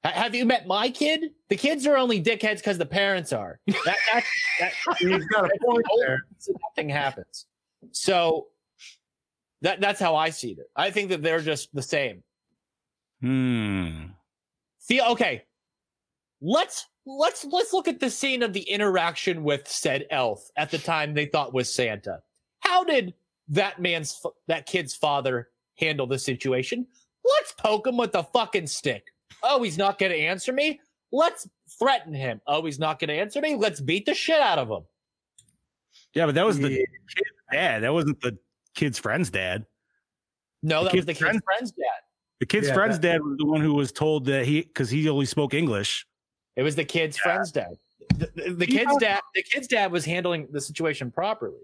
Speaker 4: Ha- Have you met my kid? The kids are only dickheads because the parents are. That, that, that,
Speaker 6: He's got a point there.
Speaker 4: so nothing happens. So that that's how I see it. I think that they're just the same.
Speaker 7: Hmm.
Speaker 4: See, okay. Let's let's let's look at the scene of the interaction with said elf at the time they thought was Santa. How did that man's f- that kid's father handle the situation? Let's poke him with a fucking stick. Oh, he's not going to answer me. Let's threaten him. Oh, he's not going to answer me. Let's beat the shit out of him.
Speaker 7: Yeah, but that was the kid's dad. That wasn't the kid's friend's dad.
Speaker 4: No,
Speaker 7: The
Speaker 4: that was
Speaker 7: kid's
Speaker 4: the kid's
Speaker 7: friend-
Speaker 4: friend's dad.
Speaker 7: The kid's
Speaker 6: Yeah,
Speaker 7: friend's dad was the one who was told that he because he only spoke English.
Speaker 4: It was the kid's friend's dad. The, the- the kid's dad. The kid's dad was handling the situation properly.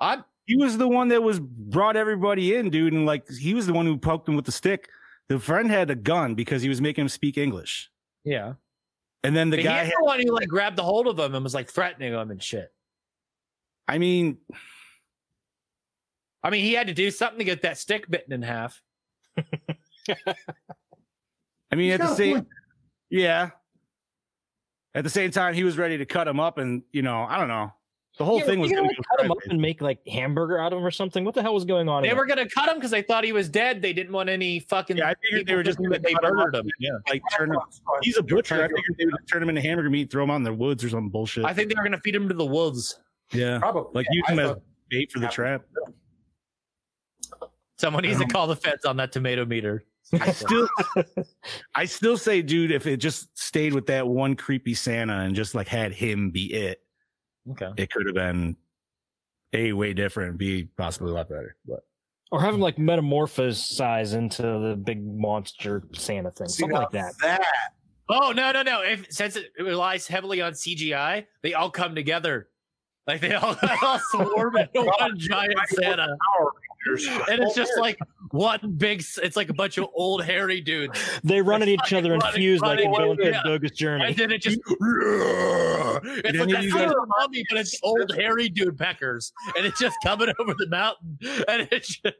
Speaker 4: I'm
Speaker 7: He was the one that was brought everybody in, dude, and like he was the one who poked him with the stick. The friend had a gun because he was making him speak English,
Speaker 4: yeah.
Speaker 7: and then the
Speaker 4: The
Speaker 7: guy.
Speaker 4: he's
Speaker 7: Had,
Speaker 4: the one who like grabbed the hold of him and was like threatening him and shit.
Speaker 7: I mean,
Speaker 4: I mean, he had to do something to get that stick bitten in half.
Speaker 7: I mean,
Speaker 6: He's
Speaker 7: at the
Speaker 6: got a
Speaker 7: same,
Speaker 6: point.
Speaker 7: yeah. At the same time, he was ready to cut him up, and you know, I don't know. The whole
Speaker 5: Yeah,
Speaker 7: thing
Speaker 5: you
Speaker 7: was
Speaker 5: gotta,
Speaker 7: gonna
Speaker 5: like,
Speaker 7: go
Speaker 5: cut him up
Speaker 7: sideways.
Speaker 5: and make like hamburger out of him or something. What the hell was going on? in
Speaker 4: They
Speaker 5: there?
Speaker 4: were gonna cut him because they thought he was dead. They didn't want any fucking.
Speaker 7: Yeah, I figured they
Speaker 4: people
Speaker 7: were just
Speaker 4: thinking
Speaker 7: gonna
Speaker 4: that they
Speaker 7: cut him
Speaker 4: murdered
Speaker 7: up
Speaker 4: him.
Speaker 7: and, like turn him. He's a butcher. I figured they would turn him into hamburger meat, throw him out in the woods or some bullshit.
Speaker 4: I think they were gonna feed him to the wolves.
Speaker 7: yeah,
Speaker 6: Probably
Speaker 7: like
Speaker 6: Yeah,
Speaker 7: use him
Speaker 6: I
Speaker 7: as
Speaker 6: thought-
Speaker 7: bait for the trap.
Speaker 4: Someone needs to call the feds on that tomato meter.
Speaker 7: I still, I still say, dude, if it just stayed with that one creepy Santa and just like had him be it,
Speaker 4: okay.
Speaker 7: it could have been a way different, b possibly a lot better. But
Speaker 5: or have him like metamorphosize into the big monster Santa thing,
Speaker 6: See,
Speaker 5: something
Speaker 6: now
Speaker 5: like that.
Speaker 4: Oh no no no! If since it relies heavily on CGI, they all come together, like they all, (laughs) all swarm into one giant Santa, and it's just like one big. s- It's like a bunch of old hairy dudes,
Speaker 5: They run at each other and
Speaker 4: running,
Speaker 5: fuse like in
Speaker 4: running,
Speaker 5: Going for a
Speaker 4: yeah.
Speaker 5: Bogus
Speaker 4: and
Speaker 5: Journey.
Speaker 4: then
Speaker 7: (laughs)
Speaker 4: it just.
Speaker 7: And
Speaker 4: It's
Speaker 7: then
Speaker 4: like that's
Speaker 7: you
Speaker 4: not
Speaker 7: guys-
Speaker 4: a mummy, but it's old hairy dude peckers, and it's just coming (laughs) over the mountain, and it's just,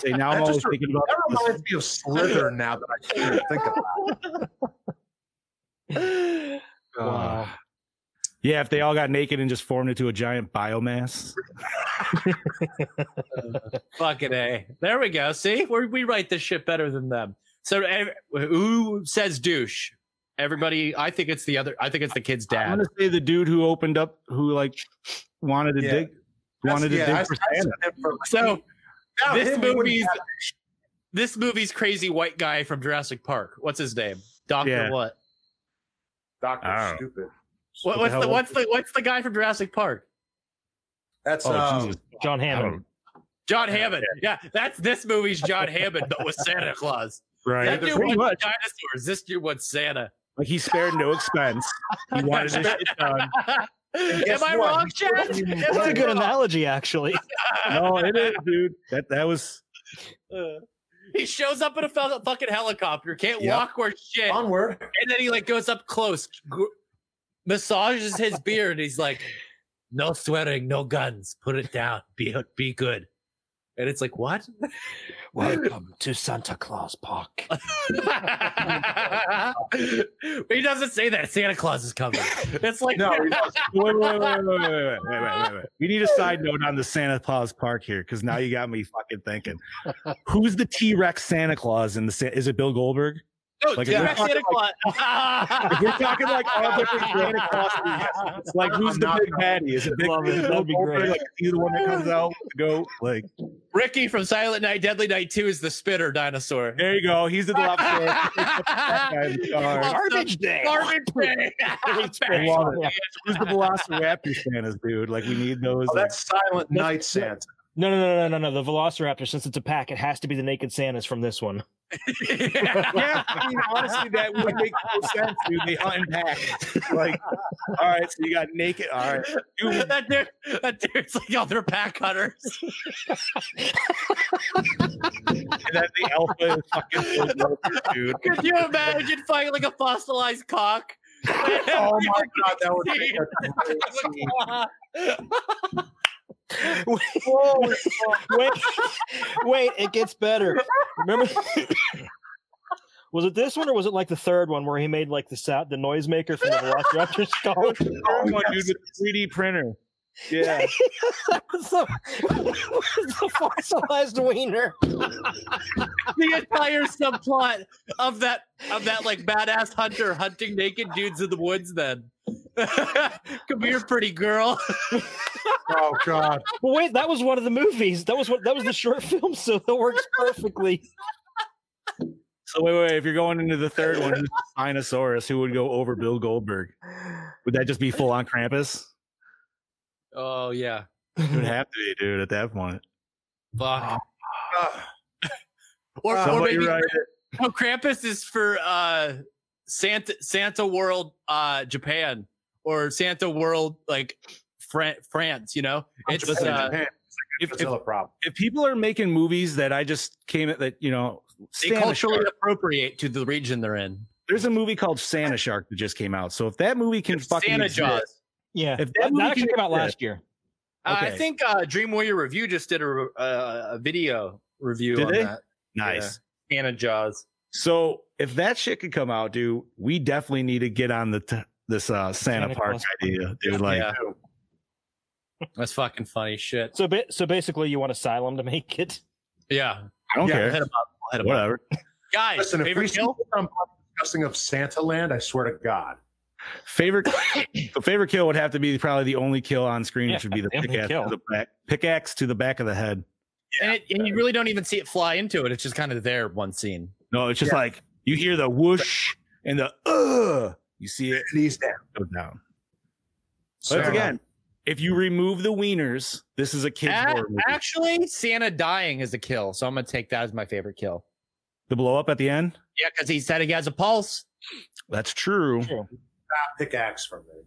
Speaker 7: say now I'm
Speaker 6: That
Speaker 7: always
Speaker 6: just
Speaker 7: thinking about
Speaker 6: That reminds me of Slither now that I can't even think of. it.
Speaker 7: Uh, yeah, if they all got naked and just formed into a giant biomass.
Speaker 4: Fucking a. There we go. See, We're, we write this shit better than them. So eh, who says douche? Everybody, I think it's the other. I think it's the kid's dad.
Speaker 7: I'm gonna say the dude who opened up, who like wanted to
Speaker 4: Yeah.
Speaker 7: dig,
Speaker 4: That's-
Speaker 7: wanted to
Speaker 4: yeah,
Speaker 7: dig
Speaker 4: I-
Speaker 7: for
Speaker 4: I
Speaker 7: Santa.
Speaker 4: So
Speaker 7: Without
Speaker 4: this
Speaker 7: him, we wouldn't
Speaker 4: movie's
Speaker 7: have
Speaker 4: this movie's crazy white guy from Jurassic Park. What's his name? Doctor
Speaker 7: Yeah.
Speaker 4: what?
Speaker 6: Doctor
Speaker 7: I don't know.
Speaker 6: Stupid.
Speaker 4: What- what's the what's the what's the guy from Jurassic Park?
Speaker 6: That's
Speaker 5: Oh,
Speaker 6: um,
Speaker 5: Jesus. (laughs) John Hammond.
Speaker 4: John Hammond. Yeah, that's this movie's John Hammond, but with Santa Claus.
Speaker 7: Right.
Speaker 4: That dude
Speaker 7: Pretty
Speaker 4: wants
Speaker 7: much.
Speaker 4: dinosaurs. This dude wants Santa. (laughs)
Speaker 7: Like he spared no expense. (laughs) He wanted this shit done.
Speaker 4: Am I
Speaker 7: what?
Speaker 4: wrong, Chad? Am
Speaker 5: That's
Speaker 4: I
Speaker 5: a good
Speaker 4: wrong?
Speaker 5: analogy, actually.
Speaker 7: (laughs) No, it is, dude. That that was
Speaker 4: Uh, he shows up in a fel- fucking helicopter, can't
Speaker 7: Yep.
Speaker 4: walk or shit.
Speaker 6: Onward.
Speaker 4: And then he like goes up close, gr-
Speaker 7: (laughs)
Speaker 4: massages his beard. and He's like, "No swearing, no guns. Put it down. Be be good." And it's like,
Speaker 7: (laughs)
Speaker 4: what?
Speaker 5: (laughs) Welcome to Santa Claus Park.
Speaker 4: he doesn't say that. Santa Claus is coming. It's like
Speaker 7: no.
Speaker 4: (laughs)
Speaker 7: we- (laughs) Wait, wait, wait, wait, wait, wait, wait, wait, wait, wait, wait. We need a side note on the Santa Claus Park here because now you got me fucking thinking. Who's the T Rex Santa Claus in the? Sa- Is it Bill Goldberg?
Speaker 4: No,
Speaker 7: Like, if we're
Speaker 4: T-Rex Santa
Speaker 7: talking
Speaker 4: Claus.
Speaker 7: (laughs) If we're talking like all
Speaker 4: (laughs)
Speaker 7: different Santa Claus, it's like who's the big baddie? Is it big?
Speaker 5: Love it.
Speaker 7: is it Bill
Speaker 5: That'd be
Speaker 7: Goldberg?
Speaker 5: great.
Speaker 7: Like, he's the one that comes out to go like.
Speaker 4: Ricky from Silent Night, Deadly Night Two is the
Speaker 7: (laughs)
Speaker 4: spitter dinosaur. (laughs)
Speaker 7: There you go. He's the lobster.
Speaker 4: Garbage
Speaker 5: day.
Speaker 4: Garbage day. (laughs)
Speaker 7: I love it. Who's the Velociraptor Santas, dude? Like we need those.
Speaker 6: Oh, that's Silent Night Santa.
Speaker 5: No, no, no, no, no, no. The Velociraptor, since it's a pack, it has to be the naked Santas from this one.
Speaker 7: (laughs)
Speaker 4: (laughs)
Speaker 7: yeah, I mean, honestly, that would make no sense, dude. They hunt and pack. Like, all right, so you got naked. All right, dude.
Speaker 4: (laughs) that dude, that dude's like, oh, they're pack hunters.
Speaker 7: And then the alpha is fucking Bill Goldberg, dude.
Speaker 4: Could you imagine fighting like a fossilized cock?
Speaker 6: Oh my god, that would be
Speaker 4: (laughs)
Speaker 5: wait, (laughs) wait, wait, it gets better. Remember, (laughs) was it this one or was it like the third one where he made like the sound, the noisemaker from the (laughs) Velociraptor skull?
Speaker 7: Oh, dude, with the 3D printer. Yeah.
Speaker 5: that was the, was the fossilized wiener.
Speaker 4: the entire subplot of that of that like badass hunter hunting naked dudes in the woods. Then (laughs) come here, pretty girl.
Speaker 6: Oh god.
Speaker 5: But wait, that was one of the movies. That was what that was the short film, so that works perfectly.
Speaker 7: So wait, wait, wait, if you're going into the third one, who's the Spinosaurus, who would go over Bill Goldberg? Would that just be full on Krampus?
Speaker 4: Oh yeah,
Speaker 7: It would have to be, dude. At that point,
Speaker 4: fuck. Or, or
Speaker 7: Somebody
Speaker 4: maybe
Speaker 7: write it.
Speaker 4: no, Krampus is for uh Santa Santa World uh Japan or Santa World like Fran- France. You know, it's
Speaker 6: Japan,
Speaker 4: uh,
Speaker 6: Japan.
Speaker 7: if,
Speaker 6: It's
Speaker 7: if,
Speaker 6: still a problem.
Speaker 7: if people are making movies that I just came at that you know
Speaker 4: they
Speaker 7: Santa
Speaker 4: culturally
Speaker 7: Shark.
Speaker 4: appropriate to the region they're in.
Speaker 7: There's a movie called Santa Shark that just came out. So if that movie can fucking
Speaker 4: Santa
Speaker 7: exist-
Speaker 4: Jaws.
Speaker 5: Yeah,
Speaker 7: If that
Speaker 5: that,
Speaker 7: movie
Speaker 5: that actually
Speaker 7: can
Speaker 5: came out
Speaker 7: exist-
Speaker 5: last year.
Speaker 4: Uh, I
Speaker 7: Okay.
Speaker 4: think uh, Dream Warrior Review just did a, re- uh, a video review
Speaker 7: Did
Speaker 4: on
Speaker 7: they?
Speaker 4: that.
Speaker 7: nice.
Speaker 4: Yeah. Anna Jaws.
Speaker 7: So if that shit could come out, dude, we definitely need to get on the t- this uh, Santa,
Speaker 5: Santa
Speaker 7: Park
Speaker 5: Claus.
Speaker 7: idea, dude. Like,
Speaker 4: yeah. That's fucking funny shit.
Speaker 5: So, ba- so basically, you want Asylum to make it.
Speaker 4: Yeah.
Speaker 7: I don't
Speaker 4: Yeah,
Speaker 7: care.
Speaker 4: Hit 'em (laughs) up. I'll hit 'em up.
Speaker 7: Whatever.
Speaker 4: Guys,
Speaker 6: Listen, if we
Speaker 4: favorite
Speaker 6: see
Speaker 4: kill?
Speaker 6: some discussing of Santa Land, I swear to God.
Speaker 7: Favorite the favorite kill would have to be probably the only kill on screen, which would be the
Speaker 5: Yeah,
Speaker 7: pickaxe
Speaker 5: kill.
Speaker 7: to the back pickaxe to the back of the head.
Speaker 4: And, it, and you really don't even see it fly into it. It's just kind of there one scene.
Speaker 7: No, it's just like you hear the whoosh and the uh you see it
Speaker 6: Please down.
Speaker 7: go down.
Speaker 6: So
Speaker 7: But again, if you remove the wieners, this is a kid's
Speaker 4: A-
Speaker 7: horror movie.
Speaker 4: actually, Santa dying is a kill. So I'm going to take that as my favorite kill.
Speaker 7: The blow up at the end?
Speaker 4: Yeah, because he said he has a pulse.
Speaker 7: That's true.
Speaker 6: pickaxe from me.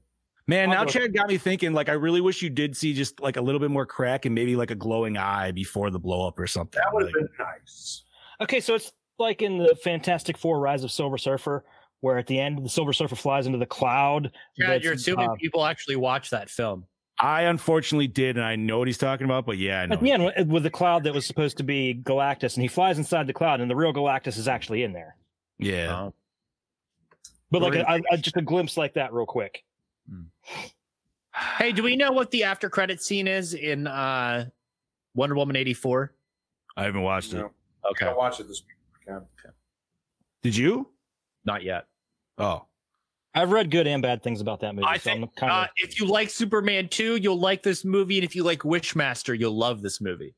Speaker 7: Man, now
Speaker 5: I'll go-
Speaker 7: Chad got me thinking. Like, I really wish you did see just like a little bit more crack and maybe like a glowing eye before the blow up or something.
Speaker 6: That would have
Speaker 7: Like,
Speaker 6: been nice.
Speaker 5: Okay, so it's like in the Fantastic Four: Rise of Silver Surfer, where at the end the Silver Surfer flies into the cloud.
Speaker 4: Yeah,
Speaker 5: that's,
Speaker 4: you're assuming
Speaker 5: uh,
Speaker 4: people actually watch that film.
Speaker 7: I unfortunately did, and I know what he's talking about, but yeah, I know.
Speaker 5: at the end with- with the cloud that was supposed to be Galactus, and he flies inside the cloud, and the real Galactus is actually in there.
Speaker 6: Uh,
Speaker 7: Yeah.
Speaker 5: But like,
Speaker 7: We're
Speaker 5: a- a- just a glimpse like that, real quick.
Speaker 4: Hey, do we know what the after credit scene is in uh, Wonder Woman 84?
Speaker 7: I haven't watched
Speaker 6: No.
Speaker 7: it.
Speaker 6: I watched it this week.
Speaker 7: Did you?
Speaker 4: Not yet.
Speaker 7: Oh,
Speaker 5: I've read good and bad things about that movie.
Speaker 4: I
Speaker 5: so I'm
Speaker 4: think
Speaker 5: kind
Speaker 4: uh, if you like Superman 2, you'll like this movie. And if you like Wishmaster, you'll love this movie.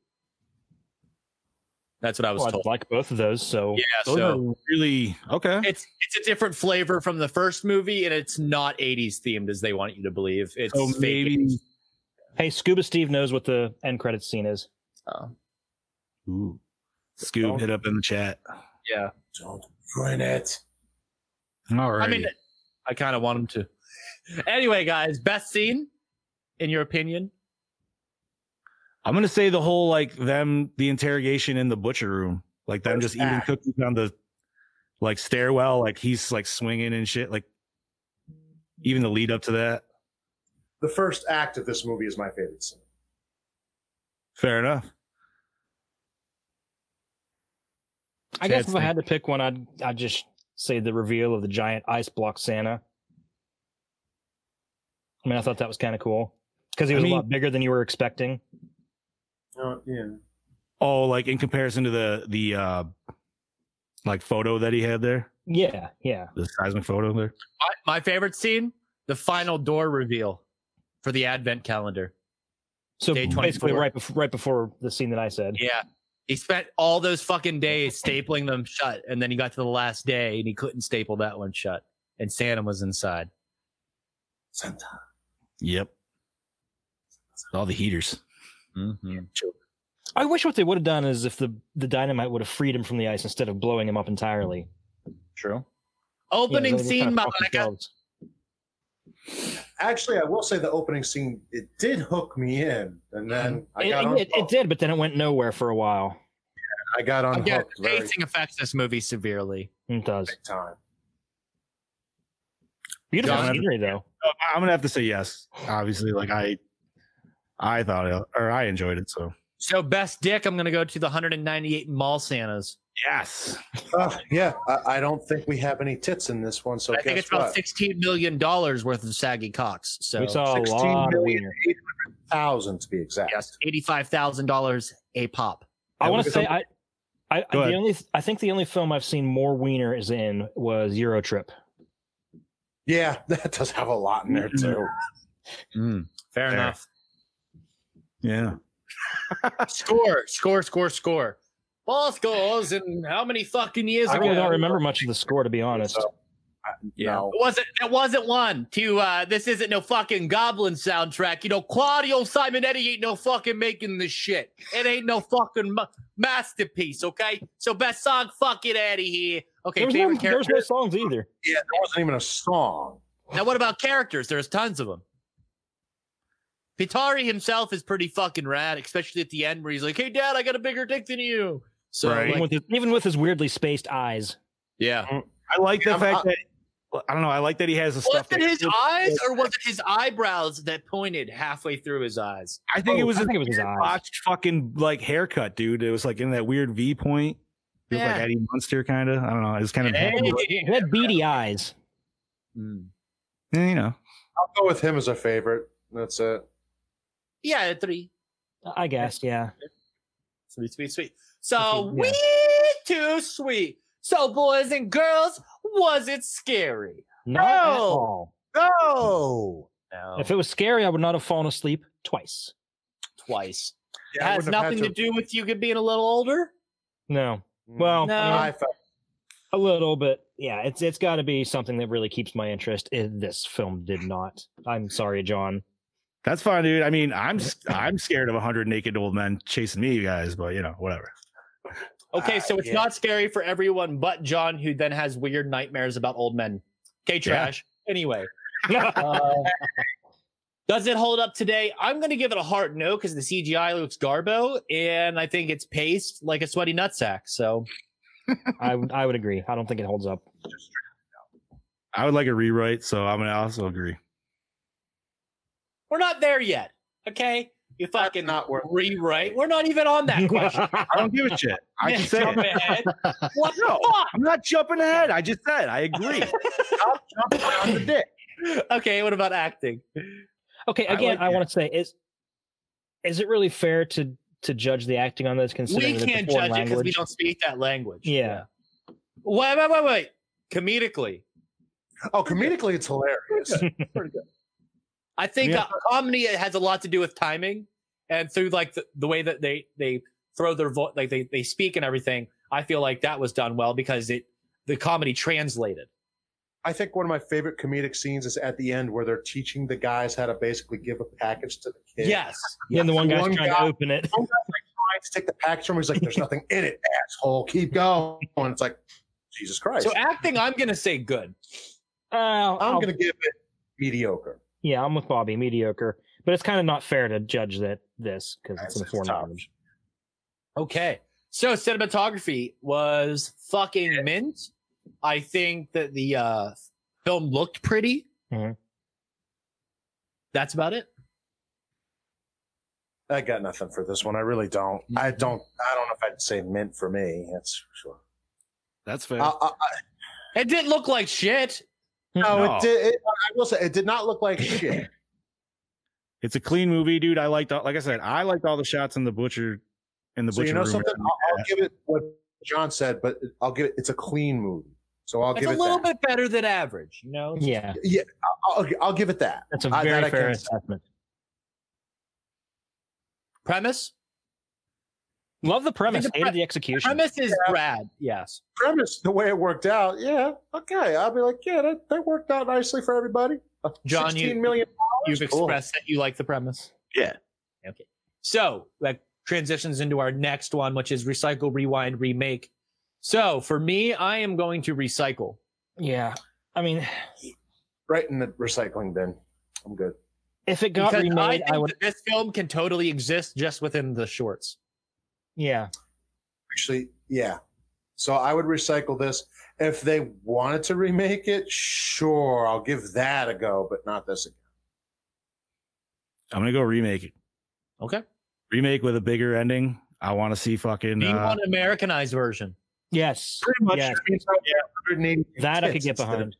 Speaker 4: That's what I was
Speaker 5: Well, I'd
Speaker 4: told.
Speaker 5: Oh, like both of those. So
Speaker 4: Yeah, Those so-
Speaker 7: really okay.
Speaker 4: It's it's a different flavor from the first movie, and it's not 80s themed as they want you to believe. It's
Speaker 5: So
Speaker 4: fake
Speaker 5: maybe-
Speaker 4: 80s.
Speaker 5: Hey, Scuba Steve knows what the end credits scene is.
Speaker 4: Oh.
Speaker 7: Ooh. Scoob hit up in the chat.
Speaker 4: Yeah.
Speaker 9: Don't ruin it.
Speaker 7: All right.
Speaker 4: I mean, I kind of want him to. (laughs) Anyway, guys, best scene in your opinion?
Speaker 7: I'm gonna say the whole like them the interrogation in the butcher room, like them just eating cookies on the like stairwell, like he's like swinging and shit. Like even the lead up to that.
Speaker 6: The first act of this movie is my favorite scene.
Speaker 7: Fair enough.
Speaker 5: I guess
Speaker 7: Chad's
Speaker 5: if I had to pick one, I'd I'd just say the reveal of the giant ice block Santa. I mean, I thought that was kind of cool because he
Speaker 7: I
Speaker 5: was
Speaker 7: mean-
Speaker 5: a lot bigger than you were expecting.
Speaker 6: Oh yeah.
Speaker 7: Oh, like in comparison to the the uh like photo that he had there,
Speaker 5: Yeah, yeah.
Speaker 7: the seismic photo there.
Speaker 4: My, my favorite scene, the final door reveal for the advent calendar.
Speaker 5: So
Speaker 4: Day
Speaker 5: basically,
Speaker 4: 24.
Speaker 5: right before right before the scene that I said.
Speaker 4: Yeah. He spent all those fucking days stapling them shut, and then he got to the last day and he couldn't staple that one shut. And Santa was inside.
Speaker 6: Santa.
Speaker 7: Yep. All the heaters.
Speaker 5: I wish what they would have done is if the the dynamite would have freed him from the ice instead of blowing him up entirely.
Speaker 7: True.
Speaker 4: Opening scene, Malaika.
Speaker 6: Actually, I will say the opening scene it did hook me in, and then I got on.
Speaker 5: It, it, it did, but then it went nowhere for a while.
Speaker 6: I got on
Speaker 4: Again,
Speaker 6: hook very
Speaker 4: pacing affects this movie severely.
Speaker 5: It does.
Speaker 6: big time.
Speaker 5: Beautiful
Speaker 7: John-
Speaker 5: scenery though.
Speaker 7: Uh, I'm gonna have to say yes. Obviously, like I, I thought it, or I enjoyed it. So
Speaker 4: So best dick, I'm gonna go to the 198 mall Santas.
Speaker 7: yes,
Speaker 6: Uh, yeah, I, I don't think we have any tits in this one, so
Speaker 4: I think
Speaker 6: guess
Speaker 4: it's about
Speaker 6: what?
Speaker 4: 16 million dollars worth of saggy cocks. So
Speaker 5: We saw a lot of wiener.
Speaker 6: thousand to be exact.
Speaker 4: yes, 85 thousand dollars a pop.
Speaker 5: I
Speaker 6: Yeah,
Speaker 5: want
Speaker 6: look
Speaker 5: to
Speaker 6: at
Speaker 5: say
Speaker 6: some-
Speaker 5: I, I
Speaker 7: Go
Speaker 5: the
Speaker 7: ahead.
Speaker 5: only I think the only film I've seen more wiener is in was Euro Trip.
Speaker 6: Yeah, (laughs) that does have a lot in there
Speaker 4: Mm-hmm.
Speaker 6: too.
Speaker 4: Hmm, Fair,
Speaker 7: Fair.
Speaker 4: enough.
Speaker 7: yeah.
Speaker 4: (laughs) score, score, score, score. Ball scores and how many fucking years
Speaker 5: I
Speaker 4: ago?
Speaker 5: really don't remember much of the score to be honest.
Speaker 6: So, I- no.
Speaker 4: It wasn't it wasn't one to uh this isn't no fucking goblin soundtrack. You know, Claudio Simonetti ain't no fucking making this shit. It ain't no fucking ma- masterpiece, okay? So best song, fuck it out of here. Okay,
Speaker 5: There was,
Speaker 4: favorite
Speaker 5: no, there was
Speaker 4: characters.
Speaker 5: no songs either.
Speaker 6: Yeah, there wasn't even a song.
Speaker 4: Now what about characters? There's tons of them. Pitari himself is pretty fucking rad, especially at the end where he's like, Hey dad, I got a bigger dick than you. So
Speaker 7: Right.
Speaker 5: Even
Speaker 4: like,
Speaker 5: with, his, even with his weirdly spaced eyes.
Speaker 4: yeah.
Speaker 7: I like the
Speaker 6: I'm-
Speaker 7: fact that I don't know. I like that he has the
Speaker 4: Was
Speaker 7: stuff.
Speaker 4: it
Speaker 7: that-
Speaker 4: his eyes or was it his eyebrows that pointed halfway through his eyes?
Speaker 7: I think it
Speaker 5: Oh,
Speaker 7: was.
Speaker 5: I
Speaker 7: his
Speaker 5: think it was his
Speaker 7: weird
Speaker 5: eyes.
Speaker 7: botched fucking like haircut, dude. It was like in that weird V point. It was like
Speaker 4: Yeah.
Speaker 7: Eddie Munster, kind of. I don't know. It was kind of,
Speaker 5: He had beady eyes.
Speaker 7: you know.
Speaker 6: I'll go with him as a favorite. That's it.
Speaker 4: Yeah, three.
Speaker 5: I guess, yeah.
Speaker 4: Sweet, sweet, sweet. So
Speaker 5: Yeah.
Speaker 4: we too sweet. So boys and girls, was it scary?
Speaker 5: Not at
Speaker 4: No.
Speaker 5: all.
Speaker 4: No. No.
Speaker 5: If it was scary, I would not have fallen asleep twice.
Speaker 4: twice.
Speaker 6: Yeah, I
Speaker 4: it has
Speaker 6: wouldn't have had
Speaker 4: nothing to do with you being a little older.
Speaker 5: No, well,
Speaker 4: No.
Speaker 6: I felt
Speaker 5: a little, but yeah, it's it's got to be something that really keeps my interest. It, this film did not. I'm sorry, John. (laughs)
Speaker 7: That's fine, dude. I mean, I'm s- I'm scared of hundred naked old men chasing me, you guys. But you know, whatever.
Speaker 4: Okay,
Speaker 6: Ah,
Speaker 4: so it's
Speaker 6: yeah.
Speaker 4: not scary for everyone but John, who then has weird nightmares about old men. Okay, trash. Anyway. Uh, (laughs) does it hold up today? I'm going to give it a hard no because the CGI looks garbo and I think it's paced like a sweaty nutsack. So
Speaker 5: I would- I would agree. I don't think it holds (laughs) up.
Speaker 7: I would like a rewrite, so I'm gonna also agree.
Speaker 4: we're not there yet. Okay. You fucking
Speaker 6: not worth it.
Speaker 4: rewrite. We're not even on
Speaker 5: (laughs)
Speaker 4: that question.
Speaker 7: I don't give a shit. I can say
Speaker 4: Jump
Speaker 7: it.
Speaker 4: ahead. What the
Speaker 7: No.
Speaker 4: fuck?
Speaker 7: I'm not jumping ahead. I just said I agree.
Speaker 6: on the dick.
Speaker 4: (laughs) Okay, what about acting?
Speaker 5: Okay,
Speaker 7: I
Speaker 5: again,
Speaker 7: like
Speaker 5: I,
Speaker 7: it.
Speaker 5: want to say is is it really fair to to judge the acting on this considering
Speaker 4: We
Speaker 5: that it's a
Speaker 4: can't
Speaker 5: foreign
Speaker 4: judge it because we
Speaker 5: language?
Speaker 4: don't speak that language.
Speaker 5: Yeah.
Speaker 4: Wait, wait, wait, wait. Comedically,
Speaker 6: Oh, comedically, it's hilarious.
Speaker 4: (laughs) Pretty good. I think
Speaker 6: Yeah.
Speaker 4: uh, comedy has a lot to do with timing and through like the, the way that they they throw their voice, like they they speak and everything. I feel like that was done well because it the comedy translated.
Speaker 6: I think one of my favorite comedic scenes is at the end where they're teaching the guys how to basically give a package to the kid.
Speaker 4: Yes.
Speaker 5: Yeah, and the one guy's trying to
Speaker 4: (laughs)
Speaker 5: open it.
Speaker 6: One guy's like trying to take the package from him. He's like, "There's nothing in it, asshole. Keep going." It's like, Jesus Christ.
Speaker 4: So acting, I'm gonna say good.
Speaker 6: I'm
Speaker 5: I'll-
Speaker 6: gonna give it mediocre.
Speaker 5: Yeah, I'm with Bobby. Mediocre, but it's kind of not fair to judge that this because it's in the foreknowledge.
Speaker 4: Okay. So cinematography was fucking mint. I think that the uh, film looked pretty.
Speaker 6: Mm-hmm.
Speaker 5: Mhm.
Speaker 4: That's about it.
Speaker 6: I got nothing for this one. I really don't.
Speaker 4: Mm-hmm.
Speaker 6: I don't. I don't know if I'd say mint for me. That's for sure.
Speaker 7: (laughs) That's fair.
Speaker 6: I- I-
Speaker 4: It didn't look like shit.
Speaker 6: no,
Speaker 7: No.
Speaker 6: it did. It, I will say it did not
Speaker 4: (laughs)
Speaker 6: look like shit.
Speaker 7: It's a clean movie, dude. I liked, all, like I said, I liked all the shots in the butcher, in the
Speaker 6: so
Speaker 7: butcher
Speaker 6: you know
Speaker 7: room.
Speaker 6: something? I'll, I'll give it what John said, but I'll give it. It's a clean movie, so I'll
Speaker 4: it's
Speaker 6: give
Speaker 4: a
Speaker 6: it
Speaker 4: little
Speaker 6: that.
Speaker 4: bit better than average, you know?
Speaker 5: Yeah,
Speaker 6: Yeah, I'll, I'll- I'll give it that.
Speaker 5: that's a
Speaker 6: I- that
Speaker 5: very
Speaker 6: I
Speaker 5: fair
Speaker 6: can-
Speaker 5: assessment.
Speaker 4: Premise?
Speaker 5: Love the
Speaker 4: I
Speaker 5: premise,
Speaker 4: think the
Speaker 5: hated
Speaker 4: pre-
Speaker 5: the execution.
Speaker 4: Premise is rad, yes.
Speaker 6: premise, the way it worked out, yeah, okay. I'll be like, yeah, that, that worked out nicely for everybody. Uh,
Speaker 4: John, you-
Speaker 6: $16 million
Speaker 4: You've
Speaker 6: Cool.
Speaker 4: expressed that you like the premise.
Speaker 3: Yeah.
Speaker 4: Okay. So that transitions into our next one, which is recycle, rewind, remake. So for me, I am going to recycle.
Speaker 5: Yeah, I mean,
Speaker 6: right in the recycling bin. I'm good.
Speaker 5: if it got
Speaker 4: Because
Speaker 5: remade,
Speaker 4: I
Speaker 5: I,
Speaker 4: think
Speaker 5: would.
Speaker 4: that this film can totally exist just within the shorts.
Speaker 5: Yeah,
Speaker 6: Actually, yeah. So I would recycle this. If they wanted to remake it, sure, I'll give that a go, but not this again.
Speaker 7: I'm gonna go remake it.
Speaker 4: Okay.
Speaker 7: Remake with a bigger ending. I want to see fucking.
Speaker 4: Do you
Speaker 7: Uh,
Speaker 4: want an Americanized version?
Speaker 5: yes,
Speaker 6: Pretty much,
Speaker 5: yes,
Speaker 6: I mean, so, yeah, 180
Speaker 5: that I could
Speaker 6: kids
Speaker 5: get
Speaker 6: instead of-
Speaker 5: behind.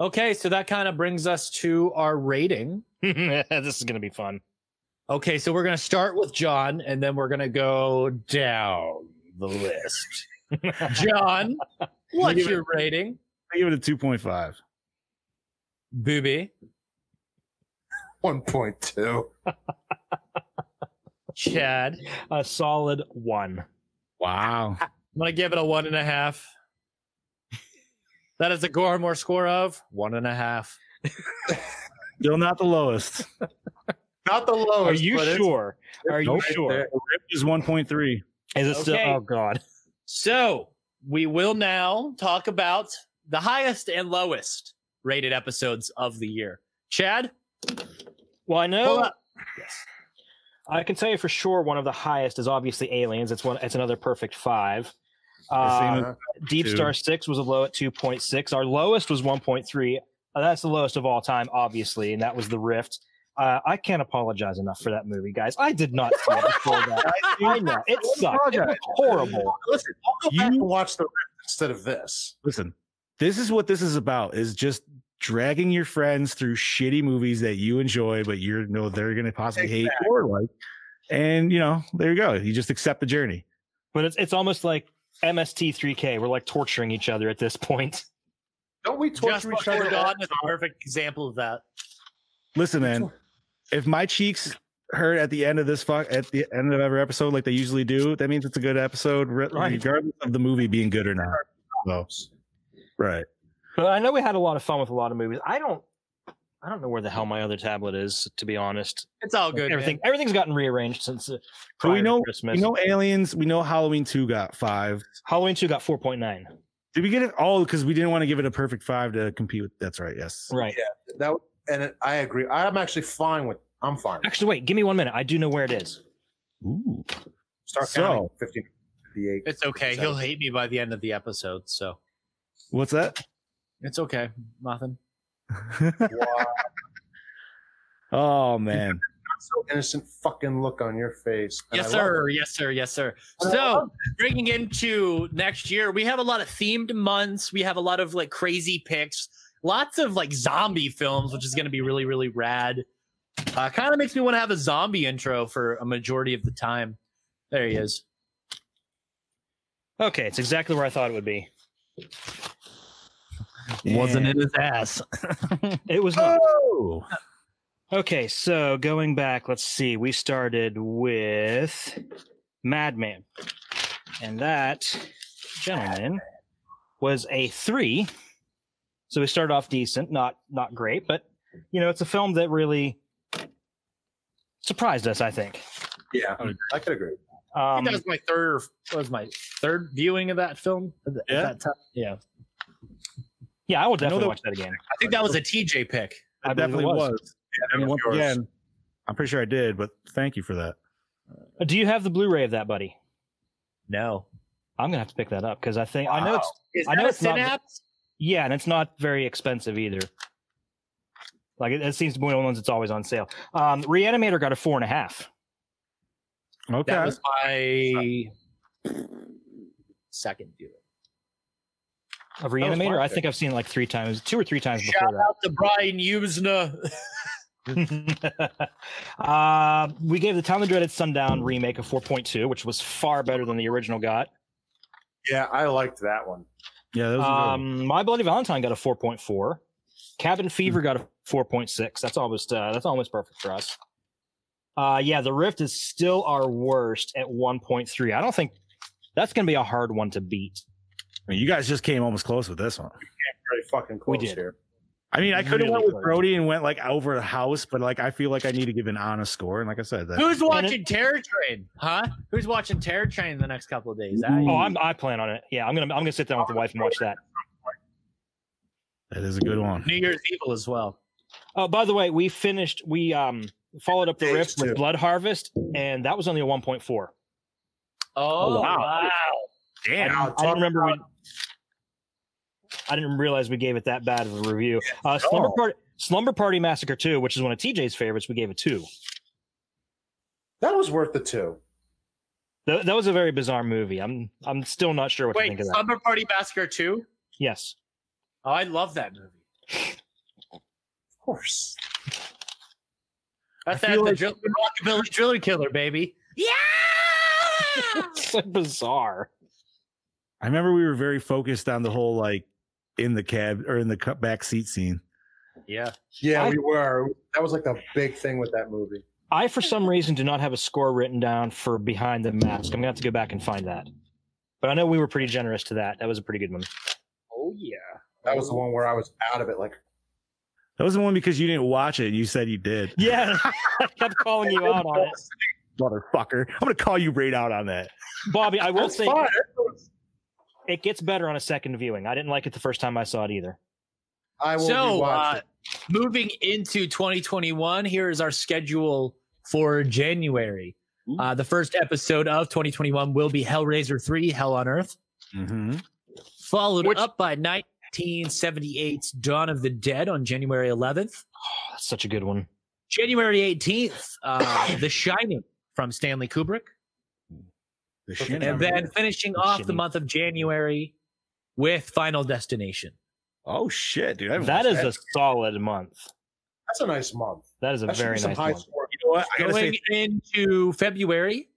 Speaker 4: Okay, so that kind of brings us to our rating.
Speaker 5: (laughs) this is gonna be fun.
Speaker 4: Okay, so we're going to start with John and then we're going to go down the list. John, what's your rating?
Speaker 7: I give it a 2.5.
Speaker 4: Booby,
Speaker 6: 1.2.
Speaker 4: Chad.
Speaker 5: a solid one.
Speaker 7: Wow.
Speaker 4: I'm going to give it a one and a half. That is a Gormore score of one and a half.
Speaker 7: Still not the lowest.
Speaker 6: Not the lowest.
Speaker 5: Are you
Speaker 6: but it's-
Speaker 5: sure? Are you
Speaker 7: Nope.
Speaker 5: sure?
Speaker 7: Ripped is 1.3.
Speaker 5: Is it still?
Speaker 4: Okay.
Speaker 5: Oh God.
Speaker 4: So we will now talk about the highest and lowest rated episodes of the year. Chad,
Speaker 5: Well, I
Speaker 4: pull
Speaker 5: know.
Speaker 4: up. Yes.
Speaker 5: I can tell you for sure. One of the highest is obviously Aliens. It's one. It's another perfect five. Uh,
Speaker 7: Same as-
Speaker 5: Deep
Speaker 7: two.
Speaker 5: Star Six was a low at two point six. Our lowest was one point three. Uh, that's the lowest of all time, obviously, and that was the Rift. Uh, I can't apologize enough for that movie, guys. I did not see it before that. I know it sucked. It was horrible.
Speaker 6: Listen, I'll go back
Speaker 7: You-
Speaker 6: and watch the rest instead of this.
Speaker 7: Listen, this is what this is about: is just dragging your friends through shitty movies that you enjoy, but you know they're gonna possibly hate or like. And you know, there you go. You just accept the journey.
Speaker 5: But it's it's almost like MST3K. We're like torturing each other at this point.
Speaker 6: Don't we
Speaker 4: Just
Speaker 6: torture each
Speaker 4: before
Speaker 6: other? all
Speaker 4: dawn is a perfect example of that.
Speaker 7: Listen, man, if my cheeks hurt at the end of this fuck at the end of every episode like they usually do, that means it's a good episode, re-
Speaker 5: Right.
Speaker 7: regardless of the movie being good or not. So, right.
Speaker 5: But I know we had a lot of fun with a lot of movies. I don't. I don't know where the hell my other tablet is. To be honest,
Speaker 4: It's all good.
Speaker 5: everything
Speaker 4: man.
Speaker 5: everything's gotten rearranged since uh,
Speaker 7: But
Speaker 5: prior
Speaker 7: we know
Speaker 5: to Christmas.
Speaker 7: we know aliens. We know Halloween two got five.
Speaker 5: Halloween two got four point nine.
Speaker 7: Did we get it? Oh, because we didn't want to give it a perfect five to compete with. That's right. Yes.
Speaker 5: Right.
Speaker 6: That and it, I agree. I'm actually fine with. I'm fine. with it.
Speaker 5: Actually, wait. Give me one minute. I do know where it is.
Speaker 7: Ooh.
Speaker 6: Start
Speaker 7: So-
Speaker 6: counting. 15, 58.
Speaker 4: (laughs) It's okay. He'll hate me by the end of the episode, so
Speaker 7: What's that?
Speaker 4: it's okay. Nothing.
Speaker 6: Wow,
Speaker 7: oh man.
Speaker 6: so innocent fucking look on your face. and
Speaker 4: Yes,
Speaker 6: I love
Speaker 4: sir. Yes, sir. Yes, sir.
Speaker 6: And I
Speaker 4: So, bringing into next year, we have a lot of themed months. We have a lot of like crazy picks, lots of like zombie films, which is going to be really, really rad. Uh, kind of makes me want to have a zombie intro for a majority of the time. There he is.
Speaker 5: Okay, it's exactly where I thought it would be.
Speaker 7: Wasn't in his ass.
Speaker 5: it was not. Oh. Okay, so going back, let's see. We started with Madman. And that gentleman was a 3. So we started off decent, not not great, but you know, it's a film that really surprised us, I think.
Speaker 6: Yeah, I could agree.
Speaker 5: Um,
Speaker 4: that was my third. or- What was my third viewing of that film? At the- at
Speaker 5: Yeah.
Speaker 4: that time? yeah.
Speaker 5: Yeah, I will definitely
Speaker 4: that-
Speaker 5: watch that again.
Speaker 4: I think that was a TJ pick.
Speaker 5: I
Speaker 7: It
Speaker 5: believe
Speaker 7: definitely
Speaker 5: it
Speaker 7: was.
Speaker 5: was.
Speaker 7: and once
Speaker 5: yours.
Speaker 7: again, I'm pretty sure I did, but thank you for that.
Speaker 5: Uh, Do you have the Blu-ray of that, buddy?
Speaker 4: No.
Speaker 5: I'm gonna have to pick that up because I think I know it's.
Speaker 4: Is
Speaker 5: I
Speaker 4: that
Speaker 5: know
Speaker 4: a
Speaker 5: it's not.
Speaker 4: Synapse?
Speaker 5: Yeah, and it's not very expensive either. Like it, it seems to be one of the ones that's always on sale. Um, Reanimator got a four and a half.
Speaker 7: Okay.
Speaker 4: That was my second viewing.
Speaker 5: Of
Speaker 4: was
Speaker 5: Reanimator,
Speaker 4: my
Speaker 5: I think I've seen it like three times, two or three times
Speaker 4: Shout
Speaker 5: before
Speaker 4: out to Brian Usna.
Speaker 5: that. (laughs) uh, we gave the Town of the Dreaded Sundown remake a four point two, which was far better than the original got.
Speaker 6: Yeah, I liked that one.
Speaker 7: Yeah,
Speaker 6: was a good
Speaker 5: um, My Bloody Valentine got a four point four. Cabin Fever got a four point six. That's almost uh, that's almost perfect for us. Uh, yeah, the Rift is still our worst at one point three. I don't think that's going to be a hard one to beat.
Speaker 7: I mean, you guys just came almost close with this one.
Speaker 6: Very fucking close
Speaker 5: did.
Speaker 6: here.
Speaker 7: I mean, I could have
Speaker 5: Really
Speaker 7: went with
Speaker 5: close.
Speaker 7: Brody and went like over the house, but like I feel like I need to give an honest score. And like I said, that
Speaker 4: Who's watching Terror Train? Huh? Who's watching Terror Train the next couple of days? I,
Speaker 5: Oh, I'm, I plan on it. Yeah, I'm gonna I'm gonna sit down with the wife and watch that.
Speaker 7: that is a good one.
Speaker 4: New Year's Evil as well.
Speaker 5: Oh, by the way, we finished. We um followed up the Rift with Blood Harvest, and that was only a one point four.
Speaker 4: Oh,
Speaker 5: wow.
Speaker 4: wow.
Speaker 5: I
Speaker 7: Damn.
Speaker 5: didn't, I didn't remember. We, I didn't realize we gave it that bad of a review. Uh, Slumber
Speaker 6: no.
Speaker 5: Party, Slumber Party Massacre Two, which is one of TJ's favorites, we gave a two.
Speaker 6: That was worth the two.
Speaker 5: That, that was a very bizarre movie. I'm I'm still not sure what to
Speaker 4: Wait,
Speaker 5: think of that.
Speaker 4: Slumber Party Massacre 2?
Speaker 5: yes, (laughs)
Speaker 4: Oh, I love that movie.
Speaker 6: Of course.
Speaker 4: That's
Speaker 7: I
Speaker 4: that,
Speaker 7: feel
Speaker 4: the
Speaker 7: like-
Speaker 4: drill, the Rockabilly Driller Killer, baby.
Speaker 5: it's so bizarre.
Speaker 7: I remember we were very focused on the whole like in the cab or in the cu- back seat scene.
Speaker 4: Yeah.
Speaker 6: Yeah,
Speaker 5: I-
Speaker 6: we were. That was like the big thing with that movie.
Speaker 5: I for some reason do not have a score written down for Behind the Mask. I'm gonna have to go back and find that. But I know we were pretty generous to that. That was a pretty good one.
Speaker 4: Oh, yeah.
Speaker 6: That was the one where I was out of it. Like,
Speaker 7: That was the one because you didn't watch it and you said you did.
Speaker 5: Yeah, (laughs) I kept calling you out on it,
Speaker 7: Motherfucker. I'm going to call you right out on that.
Speaker 5: Bobby. I will
Speaker 6: that's
Speaker 5: say
Speaker 6: fine.
Speaker 5: it gets better on a second viewing. I didn't like it the first time I saw it either. Oh,
Speaker 6: I will
Speaker 4: So,
Speaker 6: rewatch
Speaker 4: uh,
Speaker 6: it.
Speaker 4: moving into 2021, here is our schedule for January. Uh, the first episode of 2021 will be Hellraiser 3 Hell on Earth,
Speaker 7: Mm-hmm.
Speaker 4: followed up by 1978's Dawn of the Dead on January 11th.
Speaker 5: Oh, that's such a good one.
Speaker 4: January 18th,
Speaker 5: (coughs)
Speaker 4: uh, The Shining from Stanley Kubrick.
Speaker 7: The
Speaker 6: shit
Speaker 4: And then finishing
Speaker 5: The
Speaker 4: off the
Speaker 5: Shining.
Speaker 4: month of January with Final Destination.
Speaker 7: oh, shit, dude. I haven't
Speaker 5: That
Speaker 7: watched
Speaker 5: is a solid month.
Speaker 6: That's a nice month.
Speaker 5: That is a
Speaker 6: That should be
Speaker 5: very
Speaker 6: some
Speaker 5: nice
Speaker 6: high
Speaker 5: month.
Speaker 6: score.
Speaker 7: You know what? I got to
Speaker 4: Going
Speaker 7: say,
Speaker 4: into February,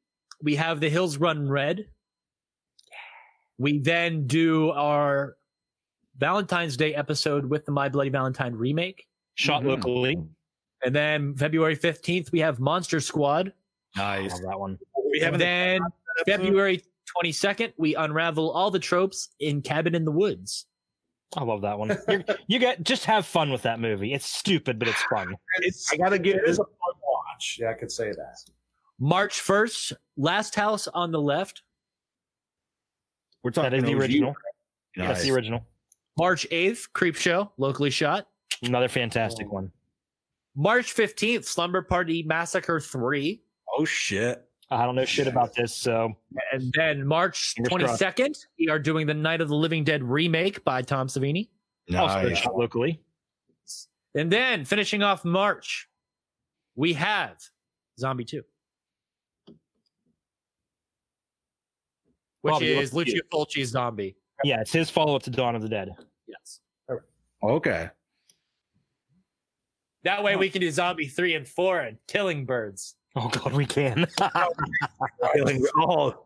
Speaker 4: we have The Hills Run Red. We then do our Valentine's Day episode with the My Bloody Valentine remake.
Speaker 5: Shot
Speaker 7: Mhm.
Speaker 5: locally.
Speaker 4: And then February 15th, we have Monster Squad.
Speaker 5: I
Speaker 7: nice.
Speaker 5: love that one.
Speaker 7: We
Speaker 4: And
Speaker 7: haven't
Speaker 4: then February 22nd, we unravel all the tropes in Cabin in the Woods.
Speaker 5: I love that one. You're, (laughs) you get just have fun with that movie. It's stupid, but it's fun.
Speaker 6: It's,
Speaker 7: I gotta give
Speaker 6: it is
Speaker 7: this-
Speaker 6: a fun watch. Yeah, I could say that.
Speaker 4: March 1st, Last House on the Left.
Speaker 7: We're talking
Speaker 5: That is the
Speaker 7: OG.
Speaker 5: original. That's
Speaker 7: Nice.
Speaker 5: the original.
Speaker 4: March 8th, Creep Show, locally shot.
Speaker 5: Another fantastic
Speaker 6: Oh.
Speaker 5: one.
Speaker 4: March 15th, Slumber Party Massacre 3.
Speaker 7: Oh, shit.
Speaker 5: I don't know shit about this, so
Speaker 4: And then March
Speaker 5: Fingers
Speaker 4: 22nd, we are doing the Night of the Living Dead remake by Tom Savini.
Speaker 5: also
Speaker 7: Nice.
Speaker 5: shot locally.
Speaker 4: And then finishing off March, we have Zombie 2. Which
Speaker 5: Bobby,
Speaker 4: is
Speaker 5: let's
Speaker 4: Lucio Fulci's zombie.
Speaker 5: Yeah, it's his follow up to Dawn of the Dead.
Speaker 4: Yes.
Speaker 7: Okay.
Speaker 4: That way we can do Zombie 3 and 4 and Killing Birds.
Speaker 5: Oh god, we can. (laughs)
Speaker 7: Oh,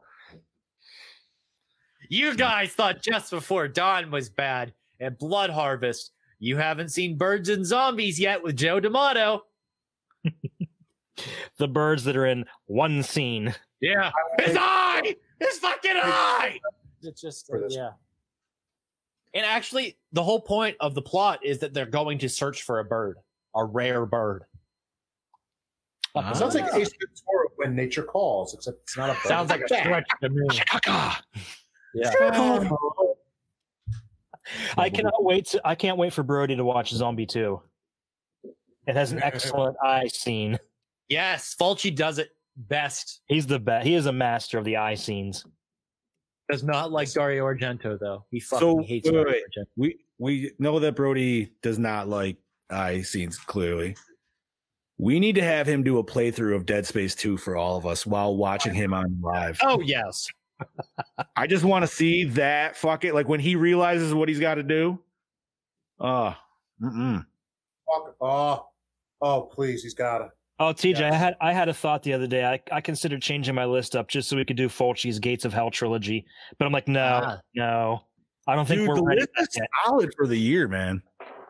Speaker 4: You guys thought Just Before Dawn was bad. and Blood Harvest. You haven't seen Birds and Zombies yet with Joe D'Amato.
Speaker 5: the birds that are in one scene.
Speaker 4: Yeah. His eye! His fucking eye! It's just,
Speaker 5: For this.
Speaker 4: yeah. And actually, the whole point of the plot is that they're going to search for a bird, a rare bird.
Speaker 6: It sounds like
Speaker 4: Ah.
Speaker 6: Ace Ventura when nature calls, except it's not a. bird.
Speaker 4: Sounds like a stretch to me. Yeah.
Speaker 5: I cannot wait. To, I can't wait for Brody to watch Zombie Two. It
Speaker 4: (laughs)
Speaker 5: has an excellent eye scene.
Speaker 4: Yes, Fulci does it best.
Speaker 5: He's the best. He is a master of the eye scenes.
Speaker 4: Does not like Dario Argento, though. He fucking
Speaker 7: So wait,
Speaker 4: hates
Speaker 7: wait,
Speaker 4: Dario
Speaker 7: wait.
Speaker 4: Argento.
Speaker 7: (laughs) we we know that Brody does not like eye scenes clearly. We need to have him do a playthrough of Dead Space 2 for all of us while watching him on live.
Speaker 4: Oh, yes.
Speaker 7: I just want to see that fuck it like when he realizes what he's got to do. Uh mm-mm.
Speaker 6: Fuck- Oh, oh, please, he's got to.
Speaker 5: Oh, TJ, I had I had a thought the other day. I, I considered changing my list up just so we could do Fulci's Gates of Hell trilogy, but I'm like, no,
Speaker 4: Ah.
Speaker 5: no, I don't think
Speaker 7: Dude, the
Speaker 5: we're ready.
Speaker 7: list is solid for the year, man.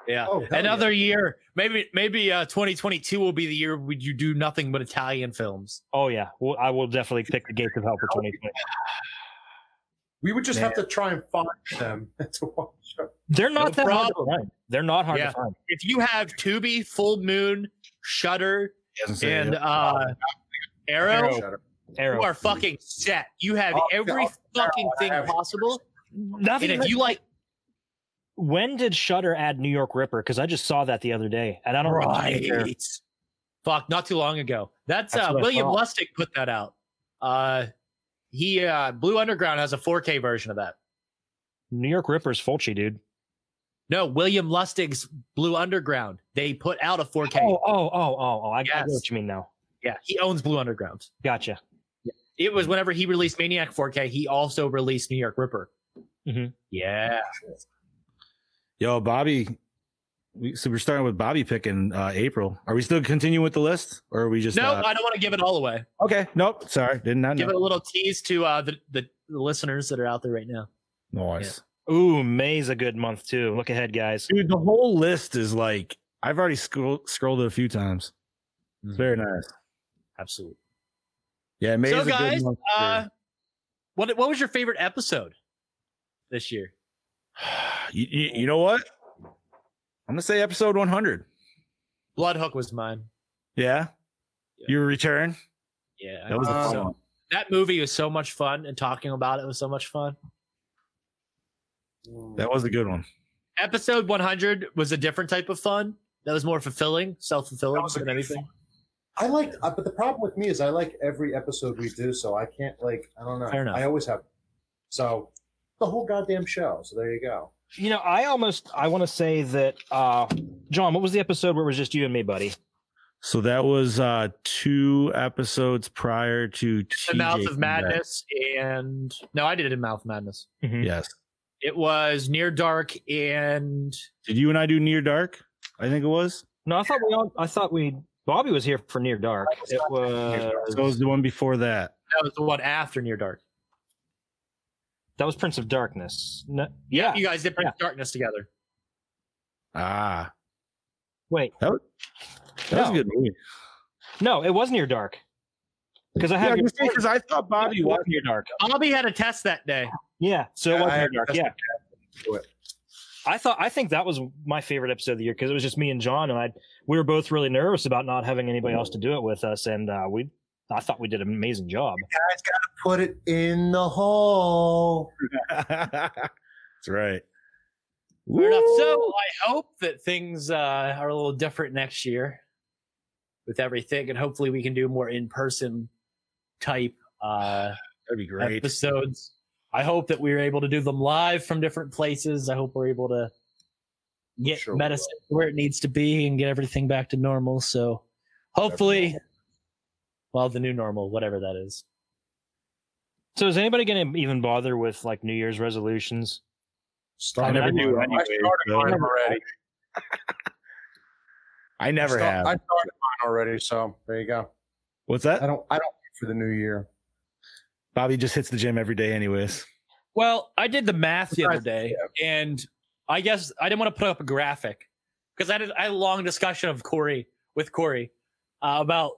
Speaker 4: Yeah.
Speaker 6: Oh, hell
Speaker 4: Another year. Maybe maybe uh 2022 will be the year when you do nothing but Italian films.
Speaker 5: Oh yeah, well, I will definitely pick the Gates of Hell for 2020.
Speaker 6: We would just have to try and find them (laughs) to watch. them.
Speaker 5: They're not
Speaker 4: No
Speaker 5: that hard to
Speaker 4: problem.
Speaker 5: find. They're not hard
Speaker 4: Yeah.
Speaker 5: to find.
Speaker 4: If you have Tubi, Full Moon, Shutter,
Speaker 7: Doesn't say
Speaker 4: and
Speaker 7: it.
Speaker 4: uh Arrow,
Speaker 5: Arrow.
Speaker 4: you are fucking set. You have
Speaker 6: Oh,
Speaker 4: every
Speaker 6: yeah, oh,
Speaker 4: fucking
Speaker 6: Arrow, I
Speaker 4: thing
Speaker 6: have-
Speaker 4: possible. And
Speaker 5: Nothing.
Speaker 4: if you like
Speaker 5: when did Shutter add New York Ripper? Because I just saw that the other day, and I don't remember.
Speaker 4: Right. Fuck, not too long ago. That's,
Speaker 5: That's
Speaker 4: uh,
Speaker 5: what I
Speaker 4: William
Speaker 5: thought.
Speaker 4: Lustig put that out. Uh, he uh, Blue Underground has a 4K version of that.
Speaker 5: New York Ripper's Fulci, dude.
Speaker 4: No, William Lustig's Blue Underground. They put out a 4K.
Speaker 5: Oh, oh, oh, oh, oh. I, I
Speaker 4: Yes.
Speaker 5: get what you mean now.
Speaker 4: Yeah, he owns Blue Underground.
Speaker 5: Gotcha.
Speaker 4: It was whenever he released Maniac 4K, he also released New York Ripper.
Speaker 7: Mm-hmm.
Speaker 5: Mhm.
Speaker 4: Yeah.
Speaker 7: Yo, Bobby, we, so we're starting with Bobby picking uh, April. Are we still continuing with the list, or are we just?
Speaker 4: No,
Speaker 7: uh,
Speaker 4: I don't want to give it all away.
Speaker 7: okay, nope. Sorry, did not
Speaker 4: Give it
Speaker 7: know.
Speaker 4: a little tease to uh, the, the the listeners that are out there right now.
Speaker 7: Nice,
Speaker 5: Ooh, May's a good month too. Look ahead, guys.
Speaker 7: dude. The whole list is like I've already scrolled scrolled it a few times.
Speaker 4: Mm-hmm.
Speaker 7: It's very nice.
Speaker 4: Absolutely.
Speaker 7: Yeah, May
Speaker 4: so
Speaker 7: is a
Speaker 4: guys,
Speaker 7: good month, too.
Speaker 4: uh, what what was your favorite episode this year?
Speaker 7: (sighs) you, you, you know what? I'm gonna say episode 100.
Speaker 4: Blood Hook was mine.
Speaker 7: Yeah, your return.
Speaker 4: Yeah, I
Speaker 7: That was a
Speaker 4: think
Speaker 7: fun
Speaker 4: Uh, so.
Speaker 7: one.
Speaker 4: That movie was so much fun, and talking about it was so much fun.
Speaker 7: That was a good one.
Speaker 4: Episode 100 was a different type of fun. That was more fulfilling, self fulfilling
Speaker 6: That was a
Speaker 4: than
Speaker 6: good
Speaker 4: anything.
Speaker 6: I like, uh, but the problem with me is I like every episode we do, so I can't like. I don't know.
Speaker 4: Fair enough.
Speaker 6: I always have. So the whole goddamn show. So there you go.
Speaker 5: You know, I almost I want to say that uh John, what was the episode where it was just you and me, buddy?
Speaker 7: So that was uh two episodes prior to
Speaker 4: The Mouth of Madness and no, I did it in Mouth of Madness.
Speaker 5: Mm-hmm.
Speaker 7: Yes.
Speaker 4: It was Near Dark and
Speaker 7: Did you and I do Near Dark? I think it was.
Speaker 5: No, I thought we all I thought we Bobby was here for Near Dark. It was
Speaker 7: So it was the one before that.
Speaker 4: that was the one after Near Dark.
Speaker 5: that was Prince of Darkness. No, yeah.
Speaker 4: You guys did Prince of Darkness together.
Speaker 7: Ah,
Speaker 5: Wait.
Speaker 7: that was, that was a
Speaker 5: No.
Speaker 7: good movie.
Speaker 5: No, it was Near Dark. Because I
Speaker 7: Yeah,
Speaker 5: have your
Speaker 7: because I thought Bobby was.
Speaker 5: Near Dark.
Speaker 4: Bobby had a test that day.
Speaker 5: Yeah, so it
Speaker 6: Yeah,
Speaker 5: was
Speaker 6: I
Speaker 5: Near
Speaker 6: have
Speaker 5: Dark.
Speaker 6: tested
Speaker 5: Yeah. I thought I think that was my favorite episode of the year because it was just me and John and I we were both really nervous about not having anybody else to do it with us and uh, we I thought we did an amazing job.
Speaker 6: Guys, gotta put it in the hole.
Speaker 7: (laughs) That's right.
Speaker 4: Fair enough. So I hope that things uh, are a little different next year with everything, and hopefully we can do more in-person type uh,
Speaker 7: That'd be great.
Speaker 4: episodes. I hope that we are able to do them live from different places. I hope we're able to get
Speaker 6: Sure we
Speaker 4: medicine where it needs to be and get everything back to normal. So hopefully, well, the new normal, whatever that is.
Speaker 5: So is anybody going to even bother with like New Year's resolutions?
Speaker 6: Start
Speaker 7: I never
Speaker 6: mine.
Speaker 7: do
Speaker 6: I
Speaker 7: anyway,
Speaker 6: started
Speaker 7: so-
Speaker 6: mine already.
Speaker 7: I never
Speaker 6: Start-
Speaker 7: have.
Speaker 6: I started mine already, so there you go.
Speaker 7: What's
Speaker 6: I
Speaker 7: that?
Speaker 6: don't. I don't wait for the new year.
Speaker 7: Bobby just hits the gym every day, anyways.
Speaker 4: Well, I did the math the other day,
Speaker 6: Yeah.
Speaker 4: and I guess I didn't want to put up a graphic because I had, I had a long discussion of Corey with Corey uh, about.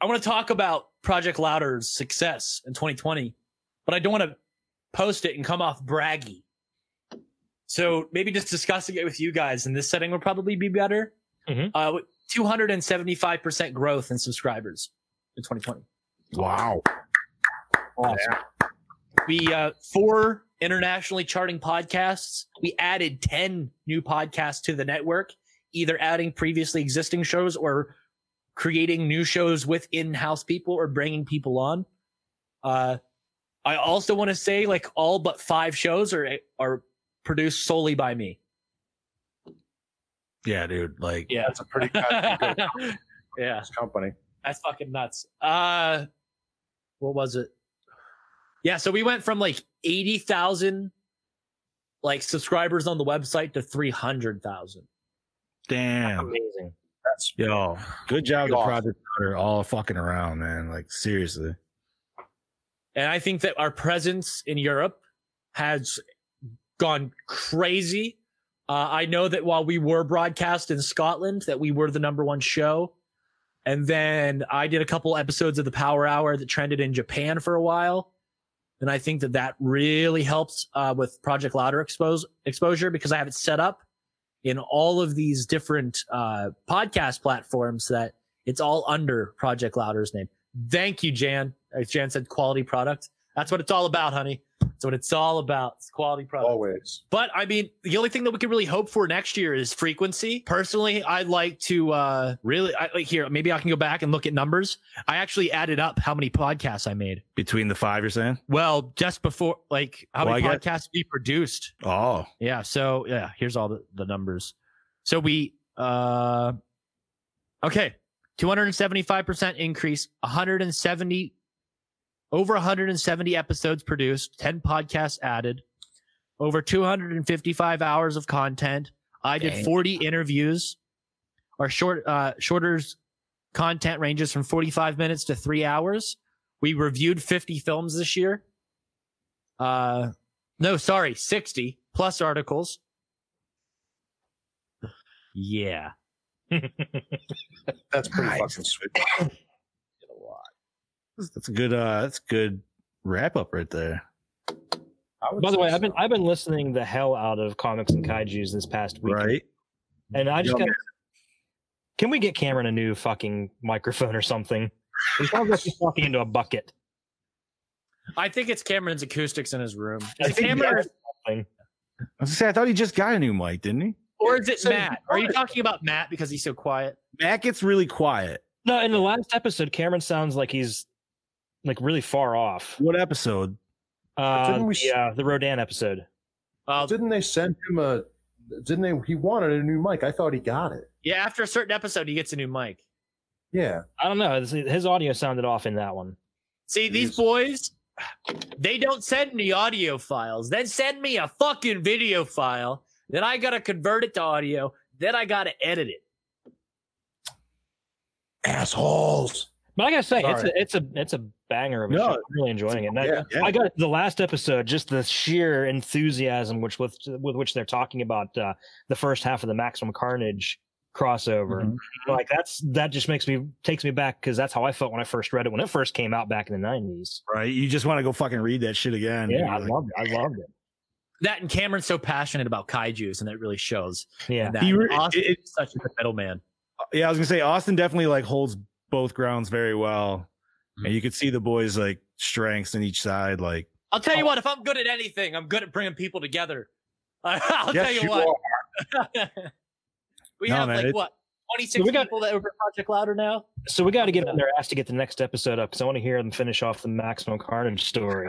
Speaker 4: I want to talk about Project Louder's success in 2020, but I don't want to post it and come off braggy. So maybe just discussing it with you guys in this setting would probably be better. Uh, with 275% growth in subscribers in 2020.
Speaker 6: Wow.
Speaker 4: Awesome. We uh, four internationally charting podcasts. We added 10 new podcasts to the network, either adding previously existing shows or creating new shows with in-house people or bringing people on. Uh, I also want to say like all but five shows are are produced solely by me.
Speaker 7: Yeah, dude. Like,
Speaker 4: Yeah.
Speaker 6: That's a pretty goddamn good company.
Speaker 4: (laughs) Yeah.
Speaker 6: (laughs) company.
Speaker 4: That's fucking nuts. Uh what was it? Yeah, so we went from like 80,000 like subscribers on the website to 300,000.
Speaker 7: damn.
Speaker 5: Amazing.
Speaker 6: That's
Speaker 7: Yo, good job to
Speaker 4: Awesome.
Speaker 7: Project Louder all fucking around, man. Like, seriously.
Speaker 4: And I think that our presence in Europe has gone crazy. Uh, I know that while we were broadcast in Scotland, that we were the number one show. And then I did a couple episodes of the Power Hour that trended in Japan for a while. And I think that that really helps uh, with Project Louder expose, exposure because I have it set up in all of these different uh, podcast platforms that it's all under Project Louder's name. Thank you, Jan. As Jan said, quality product. That's what it's all about, honey. That's what it's all about. It's quality product.
Speaker 6: Always.
Speaker 4: But I mean, the only thing that we can really hope for next year is frequency. Personally, I'd like to uh really I, like here. Maybe I can go back and look at numbers. I actually added up how many podcasts I made.
Speaker 7: Between the five, you're saying?
Speaker 4: Well, just before, like how
Speaker 7: Well,
Speaker 4: many
Speaker 7: I
Speaker 4: podcasts we produced.
Speaker 7: Oh,
Speaker 4: Yeah. So yeah, here's all the, the numbers. So we uh okay. 275% increase, 170 over 170 episodes produced, 10 podcasts added, over 255 hours of content. I did
Speaker 13: Dang.
Speaker 4: 40 interviews. Our short uh shorter's content ranges from 45 minutes to 3 hours. We reviewed 50 films this year. Uh no, sorry, 60 plus articles.
Speaker 5: (laughs)
Speaker 4: Yeah.
Speaker 6: That's pretty fucking sweet.
Speaker 7: that's a good, uh, that's a good wrap up right there.
Speaker 5: By the way, I've been I've been listening the hell out of comics and kaiju's this past week,
Speaker 7: Right?
Speaker 5: and I just
Speaker 7: Yeah.
Speaker 5: got. Can we get Cameron a new fucking microphone or something? He sounds like he's talking into a bucket.
Speaker 4: I think it's Cameron's acoustics in his room.
Speaker 5: I
Speaker 4: Is it
Speaker 5: think
Speaker 4: Cameron
Speaker 5: that's something.
Speaker 7: I was gonna say, I thought he just got a new mic, didn't he?
Speaker 4: or is it
Speaker 6: So-
Speaker 4: Matt? Are you talking about Matt because he's so quiet?
Speaker 7: Matt gets really quiet.
Speaker 5: No, in the last episode, Cameron sounds like he's like really far off.
Speaker 7: What episode?
Speaker 5: Uh,
Speaker 6: Didn't we
Speaker 5: the, uh, the Rodan episode.
Speaker 4: Uh,
Speaker 6: Didn't they send him a? Didn't they? He wanted a new mic. I thought he got it.
Speaker 4: yeah, after a certain episode, he gets a new mic.
Speaker 6: Yeah.
Speaker 5: I don't know. His- His audio sounded off in that one.
Speaker 4: See, these boys, they don't send me audio files. Then send me a fucking video file. Then I got to convert it to audio. Then I got to edit it.
Speaker 6: Assholes.
Speaker 5: But I gotta say, it's
Speaker 6: Sorry.
Speaker 5: a it's a it's a banger of a
Speaker 7: No.
Speaker 5: show. I'm really enjoying it. And I-
Speaker 6: Yeah,
Speaker 7: yeah.
Speaker 5: I got the last episode, just the sheer enthusiasm which with with which they're talking about uh, the first half of the Maximum Carnage crossover. Like that's that just makes me takes me back because that's how I felt when I first read it when it first came out back in the nineties.
Speaker 7: Right? You just want to go fucking read that shit again.
Speaker 5: Yeah,
Speaker 7: You're
Speaker 5: I
Speaker 7: like,
Speaker 5: loved it. I loved it.
Speaker 4: That and Cameron's so passionate about kaiju's, and that really shows.
Speaker 5: Yeah.
Speaker 4: And that
Speaker 7: He re-
Speaker 4: Austin
Speaker 7: it-
Speaker 4: is such a good middleman.
Speaker 7: yeah, I was gonna say Austin definitely like holds both grounds very well, and you could see the boys like strengths in each side. Like,
Speaker 4: I'll tell
Speaker 7: Oh.
Speaker 4: you what, if I'm good at anything, I'm good at bringing people together. (laughs) I'll
Speaker 7: Yes,
Speaker 4: tell you,
Speaker 7: you
Speaker 4: what. (laughs) we
Speaker 7: No,
Speaker 4: have
Speaker 7: man,
Speaker 4: like
Speaker 7: it's-
Speaker 4: what 26
Speaker 5: We got-
Speaker 4: people that over Project Louder now.
Speaker 5: So we got to get on their ass to get the next episode up because I want to hear them finish off the Maximum Carnage story.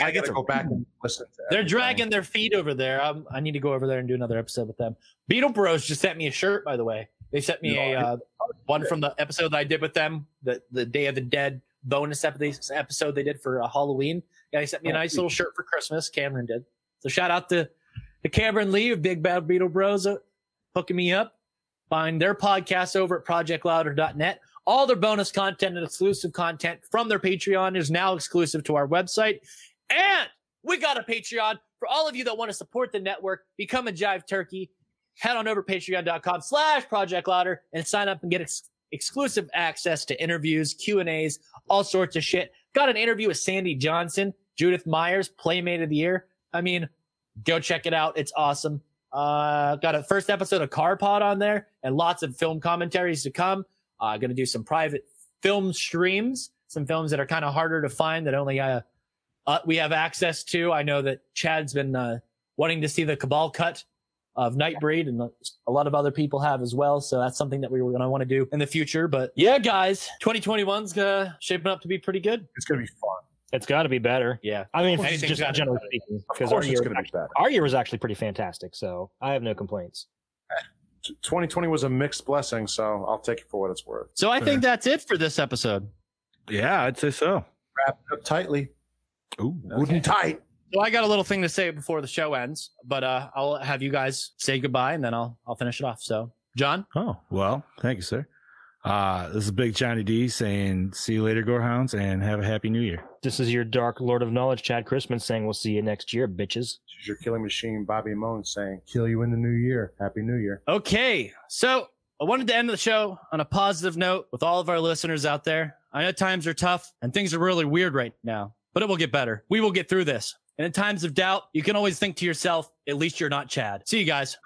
Speaker 6: I got to go back and listen to.
Speaker 4: They're
Speaker 6: everything.
Speaker 4: dragging their feet over there. i I need to go over there and do another episode with them. Beetle Bros just sent me a shirt, by the way. They sent me a uh, one from the episode that I did with them, the the Day of the Dead bonus ep- episode they did for uh, Halloween. Yeah, they sent me a nice little shirt for Christmas. Cameron did. So shout out to to Cameron Lee of Big Bad Beetle Bros uh, hooking me up. Find their podcast over at projectlouder.net. All their bonus content and exclusive content from their Patreon is now exclusive to our website. And We got a Patreon for all of you that want to support the network. Become a Jive Turkey. Head on over to patreon.com slash Project Louder and sign up and get ex- exclusive access to interviews, Q&As, all sorts of shit. Got an interview with Sandy Johnson, Judith Myers, Playmate of the Year. I mean, go check it out. It's awesome. Uh, got a first episode of Car Pod on there and lots of film commentaries to come. Uh, gonna do some private film streams, some films that are kind of harder to find that only uh, uh, we have access to. I know that Chad's been uh, wanting to see the Cabal cut of Nightbreed, and a lot of other people have as well. So that's something that we were gonna want to do in the future. But yeah, guys, 2021's uh, shaping up to be pretty good.
Speaker 6: It's gonna be fun.
Speaker 5: It's got to be better.
Speaker 4: Yeah.
Speaker 5: I mean,
Speaker 4: Anything's
Speaker 5: just
Speaker 4: gotta be
Speaker 5: generally
Speaker 4: better.
Speaker 5: speaking,
Speaker 6: Of
Speaker 5: because our
Speaker 6: course,
Speaker 5: year,
Speaker 6: it's
Speaker 5: was
Speaker 6: going to be
Speaker 5: actually-
Speaker 6: bad.
Speaker 5: our year was actually pretty fantastic. So I have no complaints.
Speaker 6: 2020 was a mixed blessing, so I'll take it for what it's worth.
Speaker 14: So I think that's it for this episode.
Speaker 7: Yeah, I'd say so.
Speaker 6: Wrap it up tightly.
Speaker 7: Ooh,
Speaker 6: wooden tight.
Speaker 4: So I got a little thing to say before the show ends, but uh, I'll have you guys say goodbye and then I'll I'll finish it off. So John,
Speaker 7: Oh, well, thank you, sir. Uh, this is Big Johnny D saying, see you later, Gorehounds, and have a happy new year.
Speaker 5: This is your Dark Lord of Knowledge, Chad Chrisman, saying we'll see you next year, bitches.
Speaker 6: This is your killing machine, Bobby Moan, saying, Kill you in the new year. Happy New Year.
Speaker 4: Okay. So I wanted to end the show on a positive note with all of our listeners out there. I know times are tough and things are really weird right now, but it will get better. We will get through this. And in times of doubt, you can always think to yourself, at least you're not Chad. See you guys.